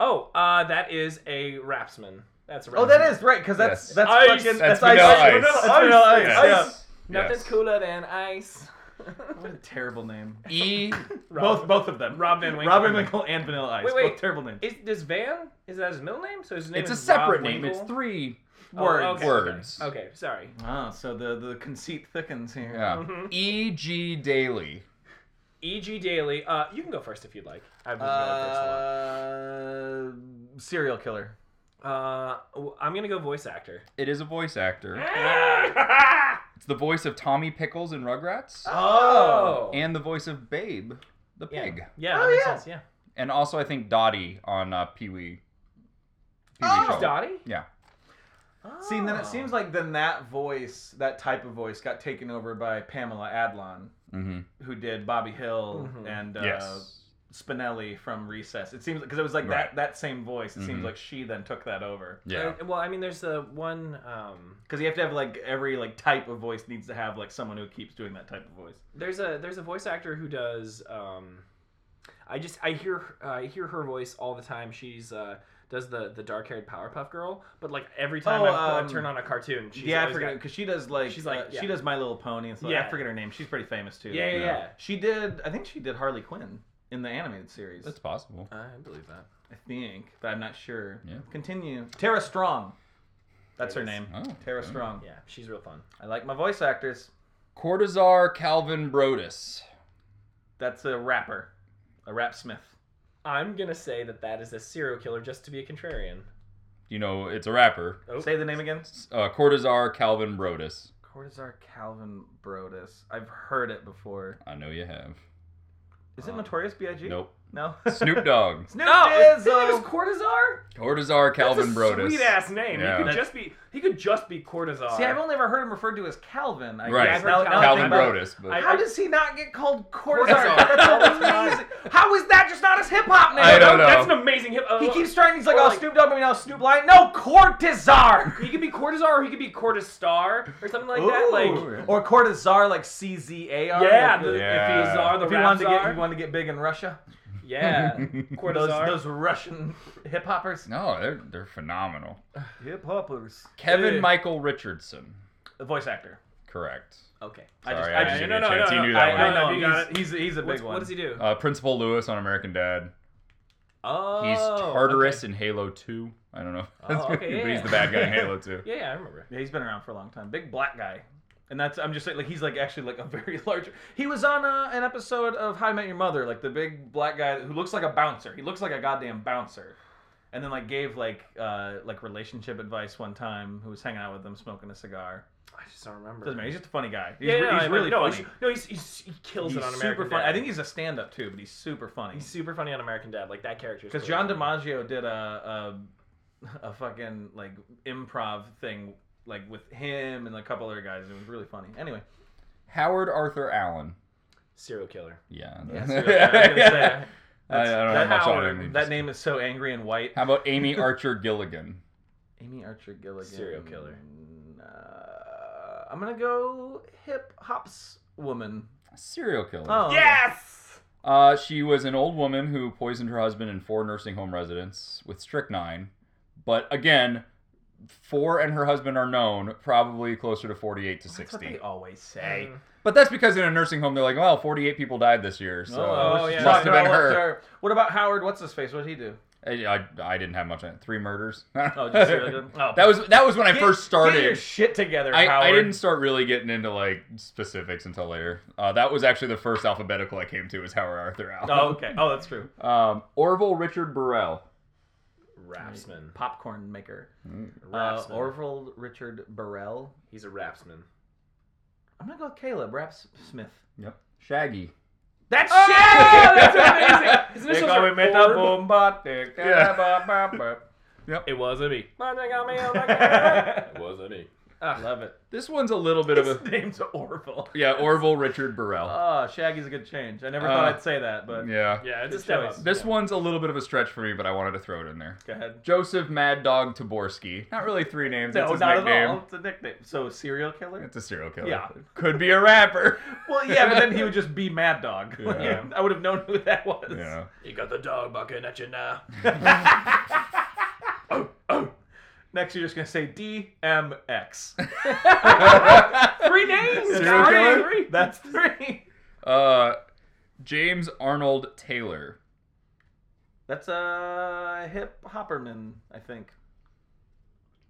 Speaker 3: Oh, uh, that is a rapsman. That's a rapsman.
Speaker 1: Oh, that is right, because that's
Speaker 2: Yes.
Speaker 1: that's
Speaker 3: Ice.
Speaker 1: fucking
Speaker 2: That's
Speaker 1: that's, ice.
Speaker 2: vanilla ice.
Speaker 1: That's
Speaker 2: Ice.
Speaker 1: vanilla ice.
Speaker 2: Yes.
Speaker 3: Nothing's
Speaker 2: Yes.
Speaker 3: cooler than ice.
Speaker 1: Yeah. What a terrible name.
Speaker 2: E.
Speaker 1: Both both of them.
Speaker 3: Rob Van Winkle.
Speaker 1: Robin Winkle and Vanilla Ice.
Speaker 3: Wait, wait.
Speaker 1: Both terrible names.
Speaker 3: Is this Van? Is that his middle name? So his name
Speaker 2: It's a
Speaker 3: is
Speaker 2: separate
Speaker 3: Rob
Speaker 2: name. It's
Speaker 3: Winkle?
Speaker 2: three
Speaker 3: Oh,
Speaker 1: Words.
Speaker 3: okay,
Speaker 2: words.
Speaker 3: Okay, okay, sorry.
Speaker 1: Ah, so the the conceit thickens here.
Speaker 2: Yeah.
Speaker 3: Mhm.
Speaker 2: E. G. Daly.
Speaker 3: E.G. Daily. Uh, you can go first if you'd like. I've been going first a lot.
Speaker 1: Uh, serial killer.
Speaker 3: Uh, w- I'm gonna go voice actor.
Speaker 2: It is a voice actor.
Speaker 3: oh,
Speaker 2: It's the voice of Tommy Pickles in Rugrats, and the voice of Babe, the
Speaker 3: Oh. yeah.
Speaker 2: pig,
Speaker 3: Yeah,
Speaker 1: Oh,
Speaker 3: that makes
Speaker 1: yeah.
Speaker 3: sense. Yeah.
Speaker 2: and also I think Dottie on uh, Pee Wee. Pee Wee
Speaker 1: Oh.
Speaker 2: show.
Speaker 3: Dottie.
Speaker 2: Yeah.
Speaker 1: See, then it seems like then that voice, that type of voice, got taken over by Pamela Adlon,
Speaker 2: Mm-hmm.
Speaker 1: who did Bobby Hill
Speaker 3: Mhm.
Speaker 1: and uh,
Speaker 2: yes.
Speaker 1: Spinelli from Recess. It seems because it was like
Speaker 2: Right.
Speaker 1: that that same voice. It seems
Speaker 2: Mhm.
Speaker 1: like she then took that over.
Speaker 2: Yeah.
Speaker 3: And- uh, well, I mean, there's the one. Um,
Speaker 1: Because you have to have like every like type of voice needs to have like someone who keeps doing that type of voice.
Speaker 3: there's a there's a voice actor who does. Um, I just I hear uh, I hear her voice all the time. She's uh, does the the dark haired Powerpuff Girl, but like every time
Speaker 1: Oh,
Speaker 3: I, I
Speaker 1: um,
Speaker 3: turn on a cartoon, she's
Speaker 1: yeah, I
Speaker 3: always
Speaker 1: forget
Speaker 3: got-
Speaker 1: because she does like
Speaker 3: She's like,
Speaker 1: uh, she
Speaker 3: yeah.
Speaker 1: does My Little Pony and stuff. I
Speaker 3: Yeah.
Speaker 1: forget her name. She's pretty famous too.
Speaker 3: yeah, yeah,
Speaker 2: Yeah.
Speaker 3: yeah.
Speaker 1: She did. I think she did Harley Quinn in the animated series.
Speaker 2: That's possible.
Speaker 3: I believe that.
Speaker 1: I think, but I'm not sure.
Speaker 2: Yeah.
Speaker 1: Continue. Tara Strong. That's her
Speaker 3: There it is.
Speaker 1: name.
Speaker 2: Oh,
Speaker 1: Tara
Speaker 2: okay.
Speaker 1: Strong.
Speaker 3: Yeah, she's real fun.
Speaker 1: I like my voice actors.
Speaker 2: Cortazar Calvin Brodus.
Speaker 1: That's a rapper, a rap smith.
Speaker 5: I'm gonna say that that is a serial killer just to be a contrarian.
Speaker 2: You know, it's a rapper.
Speaker 5: Oh.
Speaker 1: Say the name again.
Speaker 2: Uh, Cortazar Calvin Brodus.
Speaker 1: Cortazar Calvin Brodus. I've heard it before.
Speaker 2: I know you have.
Speaker 1: Is it Notorious B.I.G.?
Speaker 2: Uh, Nope.
Speaker 1: No.
Speaker 2: Snoop Dogg.
Speaker 1: Snoop
Speaker 5: No, his name is
Speaker 1: Dizzle.
Speaker 5: Cortazar.
Speaker 2: Cortazar Calvin
Speaker 3: That's a
Speaker 2: Brodus.
Speaker 3: sweet ass name.
Speaker 2: Yeah.
Speaker 3: He could
Speaker 1: That's-
Speaker 3: just be he could just be Cortazar.
Speaker 1: See, I've only ever heard him referred to as Calvin. I
Speaker 2: Right.
Speaker 1: guess.
Speaker 5: I've heard
Speaker 1: Now, now I
Speaker 2: Calvin
Speaker 1: think about it.
Speaker 2: Brodus. But
Speaker 3: I-
Speaker 1: How does he not get called Cortazar?
Speaker 3: Cortazar.
Speaker 1: That's amazing. How is that just not his hip hop name?
Speaker 2: I don't know.
Speaker 3: That's an amazing hip. Uh,
Speaker 1: He keeps trying. He's like,
Speaker 3: Or
Speaker 1: oh,
Speaker 3: like-
Speaker 1: Snoop Dogg, maybe now Snoop Lion. No, Cortazar.
Speaker 3: He could be Cortazar or he could be Cortastar or something like that. Like
Speaker 1: or Cortazar, like C Z A R.
Speaker 3: yeah,
Speaker 1: like
Speaker 3: the,
Speaker 1: the-
Speaker 2: Yeah.
Speaker 3: if he's czar, the
Speaker 1: If he
Speaker 3: rap
Speaker 1: wanted to get,
Speaker 3: czar.
Speaker 1: he wanted to get big in Russia.
Speaker 3: yeah,
Speaker 1: Those,
Speaker 3: Cortazar.
Speaker 1: those Russian hip hoppers.
Speaker 2: no, they're they're phenomenal.
Speaker 1: Hip hoppers.
Speaker 2: Kevin
Speaker 3: Yeah.
Speaker 2: Michael Richardson.
Speaker 1: the voice actor.
Speaker 2: Correct.
Speaker 3: okay,
Speaker 1: I
Speaker 2: Sorry,
Speaker 1: just-
Speaker 2: I,
Speaker 1: I
Speaker 2: didn't
Speaker 1: just-
Speaker 2: give
Speaker 3: no,
Speaker 2: you a
Speaker 3: no,
Speaker 2: chance.
Speaker 3: no,
Speaker 2: you
Speaker 3: no.
Speaker 2: knew
Speaker 1: I,
Speaker 2: that one.
Speaker 1: I know.
Speaker 3: You got
Speaker 1: he's, he's, he's a big
Speaker 3: What's-
Speaker 1: one.
Speaker 3: what does he do?
Speaker 2: Uh, Principal Lewis on American Dad.
Speaker 3: oh,
Speaker 2: He's Tartarus in Halo 2. I don't know.
Speaker 3: Oh, okay, yeah,
Speaker 2: but he's
Speaker 3: yeah.
Speaker 2: the bad guy in Halo 2.
Speaker 3: Yeah, yeah, I remember.
Speaker 1: Yeah, he's been around for a long time. Big black guy. And that's I'm just saying like he's like actually like a very large. He was on uh, an episode of How I Met Your Mother, like the big black guy who looks like a bouncer. He looks like a goddamn bouncer. And then like gave like uh like relationship advice one time who was hanging out with them smoking a cigar.
Speaker 3: I just don't remember.
Speaker 1: Doesn't matter. He's just a funny guy. He's,
Speaker 3: yeah,
Speaker 1: re-
Speaker 3: no,
Speaker 1: he's
Speaker 3: I mean,
Speaker 1: really
Speaker 3: no,
Speaker 1: funny.
Speaker 3: He's, no, he's, he's he kills
Speaker 1: He's
Speaker 3: it on
Speaker 1: super
Speaker 3: American
Speaker 1: funny.
Speaker 3: Dad.
Speaker 1: I think he's a stand up too, but he's super funny.
Speaker 3: he's super funny on American Dad. Like that character. is
Speaker 1: Because
Speaker 3: really
Speaker 1: John
Speaker 3: funny.
Speaker 1: DiMaggio did a, a a fucking like improv thing like with him and a couple other guys. It was really funny. Anyway,
Speaker 2: Howard Arthur Allen.
Speaker 3: serial killer.
Speaker 2: Yeah.
Speaker 1: Yeah,
Speaker 2: I,
Speaker 1: serial killer. I was gonna say,
Speaker 2: I don't know
Speaker 1: that,
Speaker 2: much
Speaker 1: Howard-
Speaker 2: on him. He
Speaker 1: that
Speaker 2: just-
Speaker 1: name is so angry and white.
Speaker 2: How about Amy Archer Gilligan?
Speaker 1: Amy Archer Gilligan,
Speaker 3: Serial killer.
Speaker 1: Uh, I'm gonna go hip hops woman.
Speaker 2: Serial killer.
Speaker 1: Oh
Speaker 3: Yes.
Speaker 2: Uh, she was an old woman who poisoned her husband and four nursing home residents with strychnine. But again, four and her husband are known, probably closer to 48 to
Speaker 1: that's what
Speaker 2: 60.
Speaker 1: they always say.
Speaker 2: But that's because in a nursing home, they're like, well, 48 people died this year, so
Speaker 3: Oh,
Speaker 1: she's
Speaker 3: yeah.
Speaker 2: must have
Speaker 1: talking
Speaker 2: been
Speaker 1: about
Speaker 2: her.
Speaker 1: what's What about Howard? What's his face? What did he do?
Speaker 2: I, I, I didn't have much on it. Three murders.
Speaker 1: Oh, just serial killer. Oh,
Speaker 2: that was that was when I
Speaker 1: Get-
Speaker 2: first
Speaker 1: Get your
Speaker 2: started.
Speaker 1: shit together,
Speaker 2: I,
Speaker 1: Howard.
Speaker 2: I didn't start really getting into like specifics until later. Uh, that was actually the first alphabetical I came to was Howard Arthur Allen.
Speaker 1: Oh, okay. Oh, that's true.
Speaker 2: Um, Orville Richard Burrell.
Speaker 3: Rapsman.
Speaker 1: Popcorn maker.
Speaker 2: Mm,
Speaker 1: Uh,
Speaker 3: Rapsman.
Speaker 1: Orville Richard Burrell.
Speaker 3: he's a rapsman.
Speaker 1: I'm gonna go with Caleb Raps Smith.
Speaker 2: Yep. Shaggy.
Speaker 1: That's
Speaker 3: Oh,
Speaker 1: shit.
Speaker 3: that's amazing. His initials are Orb. It wasn't me.
Speaker 1: oh
Speaker 3: it wasn't me.
Speaker 1: Love it.
Speaker 2: This one's a little Ah. bit of
Speaker 1: His
Speaker 2: a
Speaker 1: name's Orville.
Speaker 2: yeah. Orville Richard Burrell.
Speaker 1: Oh, Shaggy's a good change. I never
Speaker 2: Uh,
Speaker 1: thought I'd say that, but
Speaker 2: Yeah.
Speaker 3: Yeah, it's
Speaker 1: Good
Speaker 3: a step
Speaker 1: choice.
Speaker 3: up.
Speaker 2: This one's a little bit of a stretch for me, but I wanted to throw it in there.
Speaker 1: go ahead.
Speaker 2: Joseph Mad Dog Taborski. Not really three names.
Speaker 1: No,
Speaker 2: That's his
Speaker 1: not
Speaker 2: nickname.
Speaker 1: at all. It's a nickname. So serial killer.
Speaker 2: It's a serial killer.
Speaker 1: Yeah.
Speaker 2: Could be a rapper.
Speaker 1: Well, yeah, but then he would just be Mad Dog.
Speaker 2: Yeah.
Speaker 1: I would have known who that was.
Speaker 2: yeah.
Speaker 3: You got the dog barking at you now.
Speaker 1: Next, you're just gonna say DMX.
Speaker 3: Three names.
Speaker 2: Serial
Speaker 3: Three.
Speaker 2: killer?
Speaker 3: Three.
Speaker 1: That's three.
Speaker 2: Uh, James Arnold Taylor.
Speaker 1: That's uh hip hopperman, I think.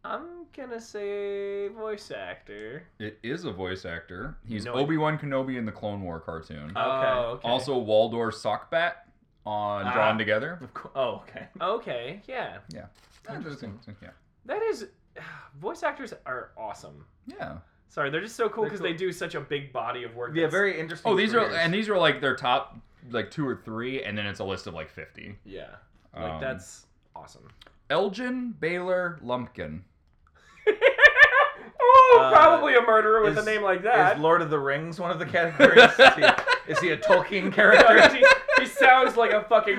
Speaker 3: I'm gonna say voice actor.
Speaker 2: It is a voice actor. He's
Speaker 3: No
Speaker 2: Obi Wan Kenobi in the Clone War cartoon.
Speaker 1: Uh,
Speaker 3: Oh, okay.
Speaker 2: Also, Waldor Sockbat on
Speaker 1: Ah.
Speaker 2: Drawn Together.
Speaker 1: Of course. Oh, okay.
Speaker 3: Okay, yeah.
Speaker 2: Yeah.
Speaker 1: Interesting.
Speaker 2: Yeah.
Speaker 3: That is. Voice actors are awesome.
Speaker 2: Yeah.
Speaker 3: Sorry, they're just so cool
Speaker 1: They're
Speaker 3: because
Speaker 1: cool.
Speaker 3: they do such a big body of work.
Speaker 1: Yeah,
Speaker 3: that's-
Speaker 1: very interesting.
Speaker 2: Oh, these are
Speaker 1: careers.
Speaker 2: and these are like their top like two or three, and then it's a list of like fifty.
Speaker 3: Yeah, like
Speaker 2: Um,
Speaker 3: that's awesome.
Speaker 2: Elgin Baylor Lumpkin.
Speaker 3: oh,
Speaker 1: Uh,
Speaker 3: probably a murderer with
Speaker 1: is-
Speaker 3: a name like
Speaker 1: Is
Speaker 3: that.
Speaker 1: Lord of the Rings one of the categories? is, he, is he a Tolkien character?
Speaker 3: he, he sounds like a fucking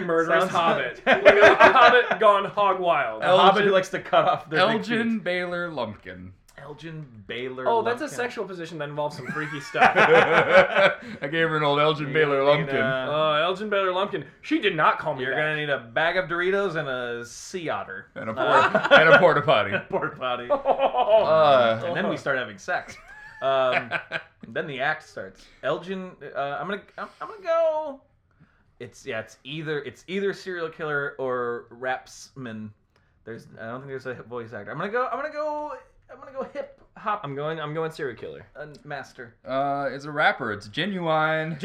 Speaker 1: Sounds-
Speaker 3: murderous hobbit, like a hobbit gone hog wild.
Speaker 1: A hobbit who likes to cut off their big
Speaker 2: Elgin Baylor Lumpkin.
Speaker 1: feet. Elgin Baylor.
Speaker 3: Oh, that's a
Speaker 1: Lumpkin.
Speaker 3: sexual position that involves some freaky stuff.
Speaker 2: I gave her an old Elgin
Speaker 1: You're
Speaker 2: Baylor
Speaker 1: gonna need
Speaker 2: Lumpkin.
Speaker 1: a-
Speaker 3: Uh, Elgin Baylor Lumpkin. She did not call me
Speaker 1: You're
Speaker 3: that.
Speaker 1: gonna need a bag of Doritos and a sea otter.
Speaker 2: and a por- and a porta potty.
Speaker 1: Porta potty.
Speaker 2: Uh,
Speaker 1: and
Speaker 3: Uh-huh.
Speaker 1: then we start having sex. Um, then the act starts. Elgin, uh, I'm gonna, I'm, I'm gonna go. It's yeah, it's either it's either serial killer or rapsman. There's, I don't think there's a voice actor. I'm gonna go, I'm gonna go, I'm gonna go hip
Speaker 3: Hop. I'm going. I'm going serial killer.
Speaker 1: A master.
Speaker 2: Uh, it's a rapper. It's genuine.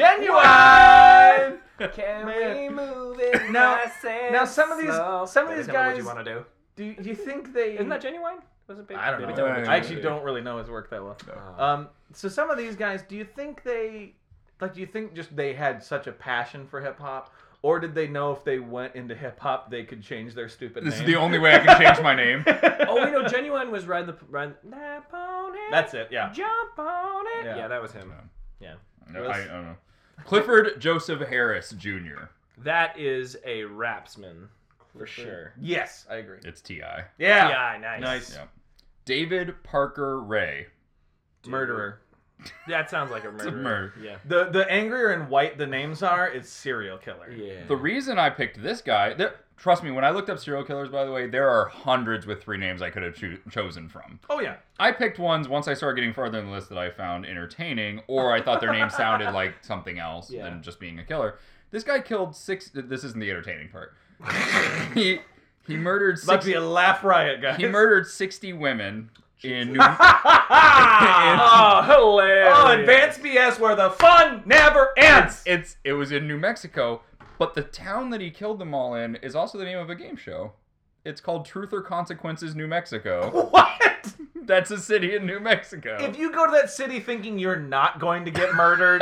Speaker 1: Genuine.
Speaker 4: Can
Speaker 1: Man.
Speaker 4: we move it?
Speaker 1: Now-
Speaker 4: nice and
Speaker 1: Now some of these
Speaker 4: slow?
Speaker 1: some of these
Speaker 3: Is that what
Speaker 1: guys
Speaker 3: you want to do?
Speaker 1: do do you think they
Speaker 4: Isn't that genuine? Wasn't
Speaker 1: I don't
Speaker 4: Baby
Speaker 1: know.
Speaker 2: Don't.
Speaker 1: I actually don't really know his work that well. Um, so some of these guys, do you think they, like, do you think just they had such a passion for hip hop, or did they know if they went into hip hop they could change their stupid
Speaker 2: This
Speaker 1: name?
Speaker 2: is the only way I can change my name.
Speaker 3: Oh, we know genuine was ride the ride that pony.
Speaker 1: That's it. Yeah.
Speaker 3: jump on it.
Speaker 1: Yeah.
Speaker 3: Yeah, that was him.
Speaker 2: No, I, I don't know. Clifford Joseph Harris Jr.
Speaker 3: That is a rapsman for sure.
Speaker 1: Yes, I agree.
Speaker 2: It's T.I.
Speaker 1: Yeah.
Speaker 3: Yeah, nice.
Speaker 1: Nice.
Speaker 2: Yeah. David Parker Ray.
Speaker 3: Dude. Murderer. That sounds like a murderer.
Speaker 2: a murder.
Speaker 3: Yeah.
Speaker 1: The the angrier and white the names are, it's serial killer.
Speaker 3: Yeah.
Speaker 2: The reason I picked this guy, there, trust me, when I looked up serial killers, by the way, there are hundreds with three names I could have choo- chosen from.
Speaker 1: Oh yeah.
Speaker 2: I picked ones once I started getting farther in the list that I found entertaining, or I thought their name sounded like something else
Speaker 3: Yeah.
Speaker 2: than just being a killer. This guy killed six. This isn't the entertaining part. he he murdered
Speaker 1: About to
Speaker 2: six.
Speaker 1: be a laugh riot, guys.
Speaker 2: He murdered sixty women in New.
Speaker 1: oh,
Speaker 3: Oh, hilarious.
Speaker 1: advanced BS where the fun never ends.
Speaker 2: It's it was in New Mexico, but the town that he killed them all in is also the name of a game show. It's called Truth or Consequences, New Mexico.
Speaker 1: What?
Speaker 2: That's a city in New Mexico.
Speaker 1: If you go to that city thinking you're not going to get murdered,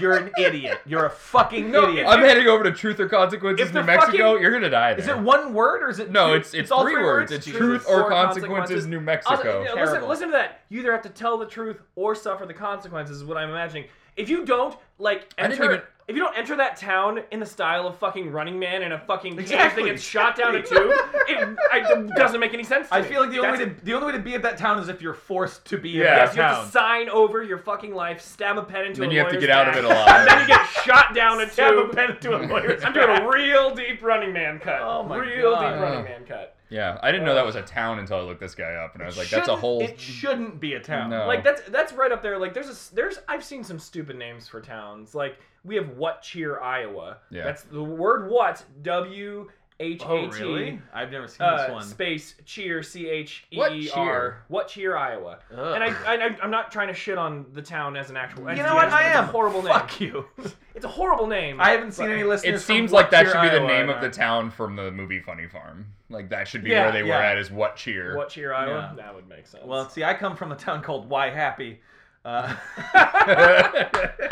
Speaker 1: you're an idiot. You're a fucking
Speaker 3: No,
Speaker 1: idiot.
Speaker 2: I'm heading over to Truth or Consequences,
Speaker 1: If
Speaker 2: New
Speaker 1: the
Speaker 2: Mexico.
Speaker 1: fucking-
Speaker 2: You're gonna die there.
Speaker 1: Is it one word or is it?
Speaker 2: No,
Speaker 1: two?
Speaker 2: it's it's,
Speaker 1: all
Speaker 2: three, words. It's truth or consequences, New Mexico.
Speaker 3: Also, yeah,
Speaker 1: Terrible.
Speaker 3: listen, listen to that. You either have to tell the truth or suffer the consequences. Is what I'm imagining. If you don't like
Speaker 2: I didn't
Speaker 3: enter,
Speaker 2: even-
Speaker 3: if you don't enter that town in the style of fucking Running Man and a fucking cage
Speaker 1: Exactly.
Speaker 3: that gets shot down a tube, it, I, it doesn't make any sense. To
Speaker 1: I
Speaker 3: me.
Speaker 1: feel like the only
Speaker 3: That's-
Speaker 1: way to, the only way to be at that town is if you're forced to be
Speaker 2: Yeah.
Speaker 1: at
Speaker 3: Yes,
Speaker 1: that
Speaker 3: you have
Speaker 1: town.
Speaker 3: to sign over your fucking life, stab a pen into
Speaker 2: Then
Speaker 3: a
Speaker 2: you have to
Speaker 3: lawyer's
Speaker 2: get out of
Speaker 3: back,
Speaker 2: it alive.
Speaker 3: and then you get shot down a
Speaker 4: Stab a
Speaker 3: tube.
Speaker 4: pen into a lawyer's
Speaker 3: I'm doing a real deep Running Man cut.
Speaker 1: Oh my
Speaker 3: real
Speaker 1: God.
Speaker 3: deep Running Man cut.
Speaker 2: yeah, I didn't know that was a town until I looked this guy up, and I was like, that's a
Speaker 1: Shouldn't-
Speaker 2: whole.
Speaker 1: It shouldn't be a town.
Speaker 2: No.
Speaker 3: Like that's that's right up there. Like there's a s- there's I've seen some stupid names for towns. Like we have What Cheer, Iowa.
Speaker 2: Yeah.
Speaker 3: That's the word What W H
Speaker 1: Oh
Speaker 3: A
Speaker 1: really?
Speaker 3: T
Speaker 1: I've never seen this
Speaker 3: uh,
Speaker 1: one.
Speaker 3: space Cheer C H E
Speaker 2: What
Speaker 3: E
Speaker 2: Cheer?
Speaker 3: R. What Cheer, Iowa.
Speaker 1: Ugh.
Speaker 3: And I, I I- I'm not trying to shit on the town as an actual.
Speaker 1: you
Speaker 3: entity.
Speaker 1: know what?
Speaker 3: It's
Speaker 1: I
Speaker 3: a
Speaker 1: am.
Speaker 3: horrible name.
Speaker 1: Fuck you.
Speaker 3: It's a horrible name.
Speaker 1: I haven't seen
Speaker 3: But-
Speaker 1: any listeners.
Speaker 2: It
Speaker 1: from
Speaker 2: seems like that
Speaker 1: Frontier,
Speaker 2: should be the
Speaker 1: Iowa,
Speaker 2: name of
Speaker 1: and I-
Speaker 2: the town from the movie Funny Farm. Like that should be
Speaker 3: Yeah,
Speaker 2: where they were
Speaker 1: yeah.
Speaker 2: at. Is what cheer?
Speaker 3: What Cheer, Iowa.
Speaker 1: Yeah.
Speaker 3: That would make sense.
Speaker 1: Well, see, I come from a town called Why Happy. Uh,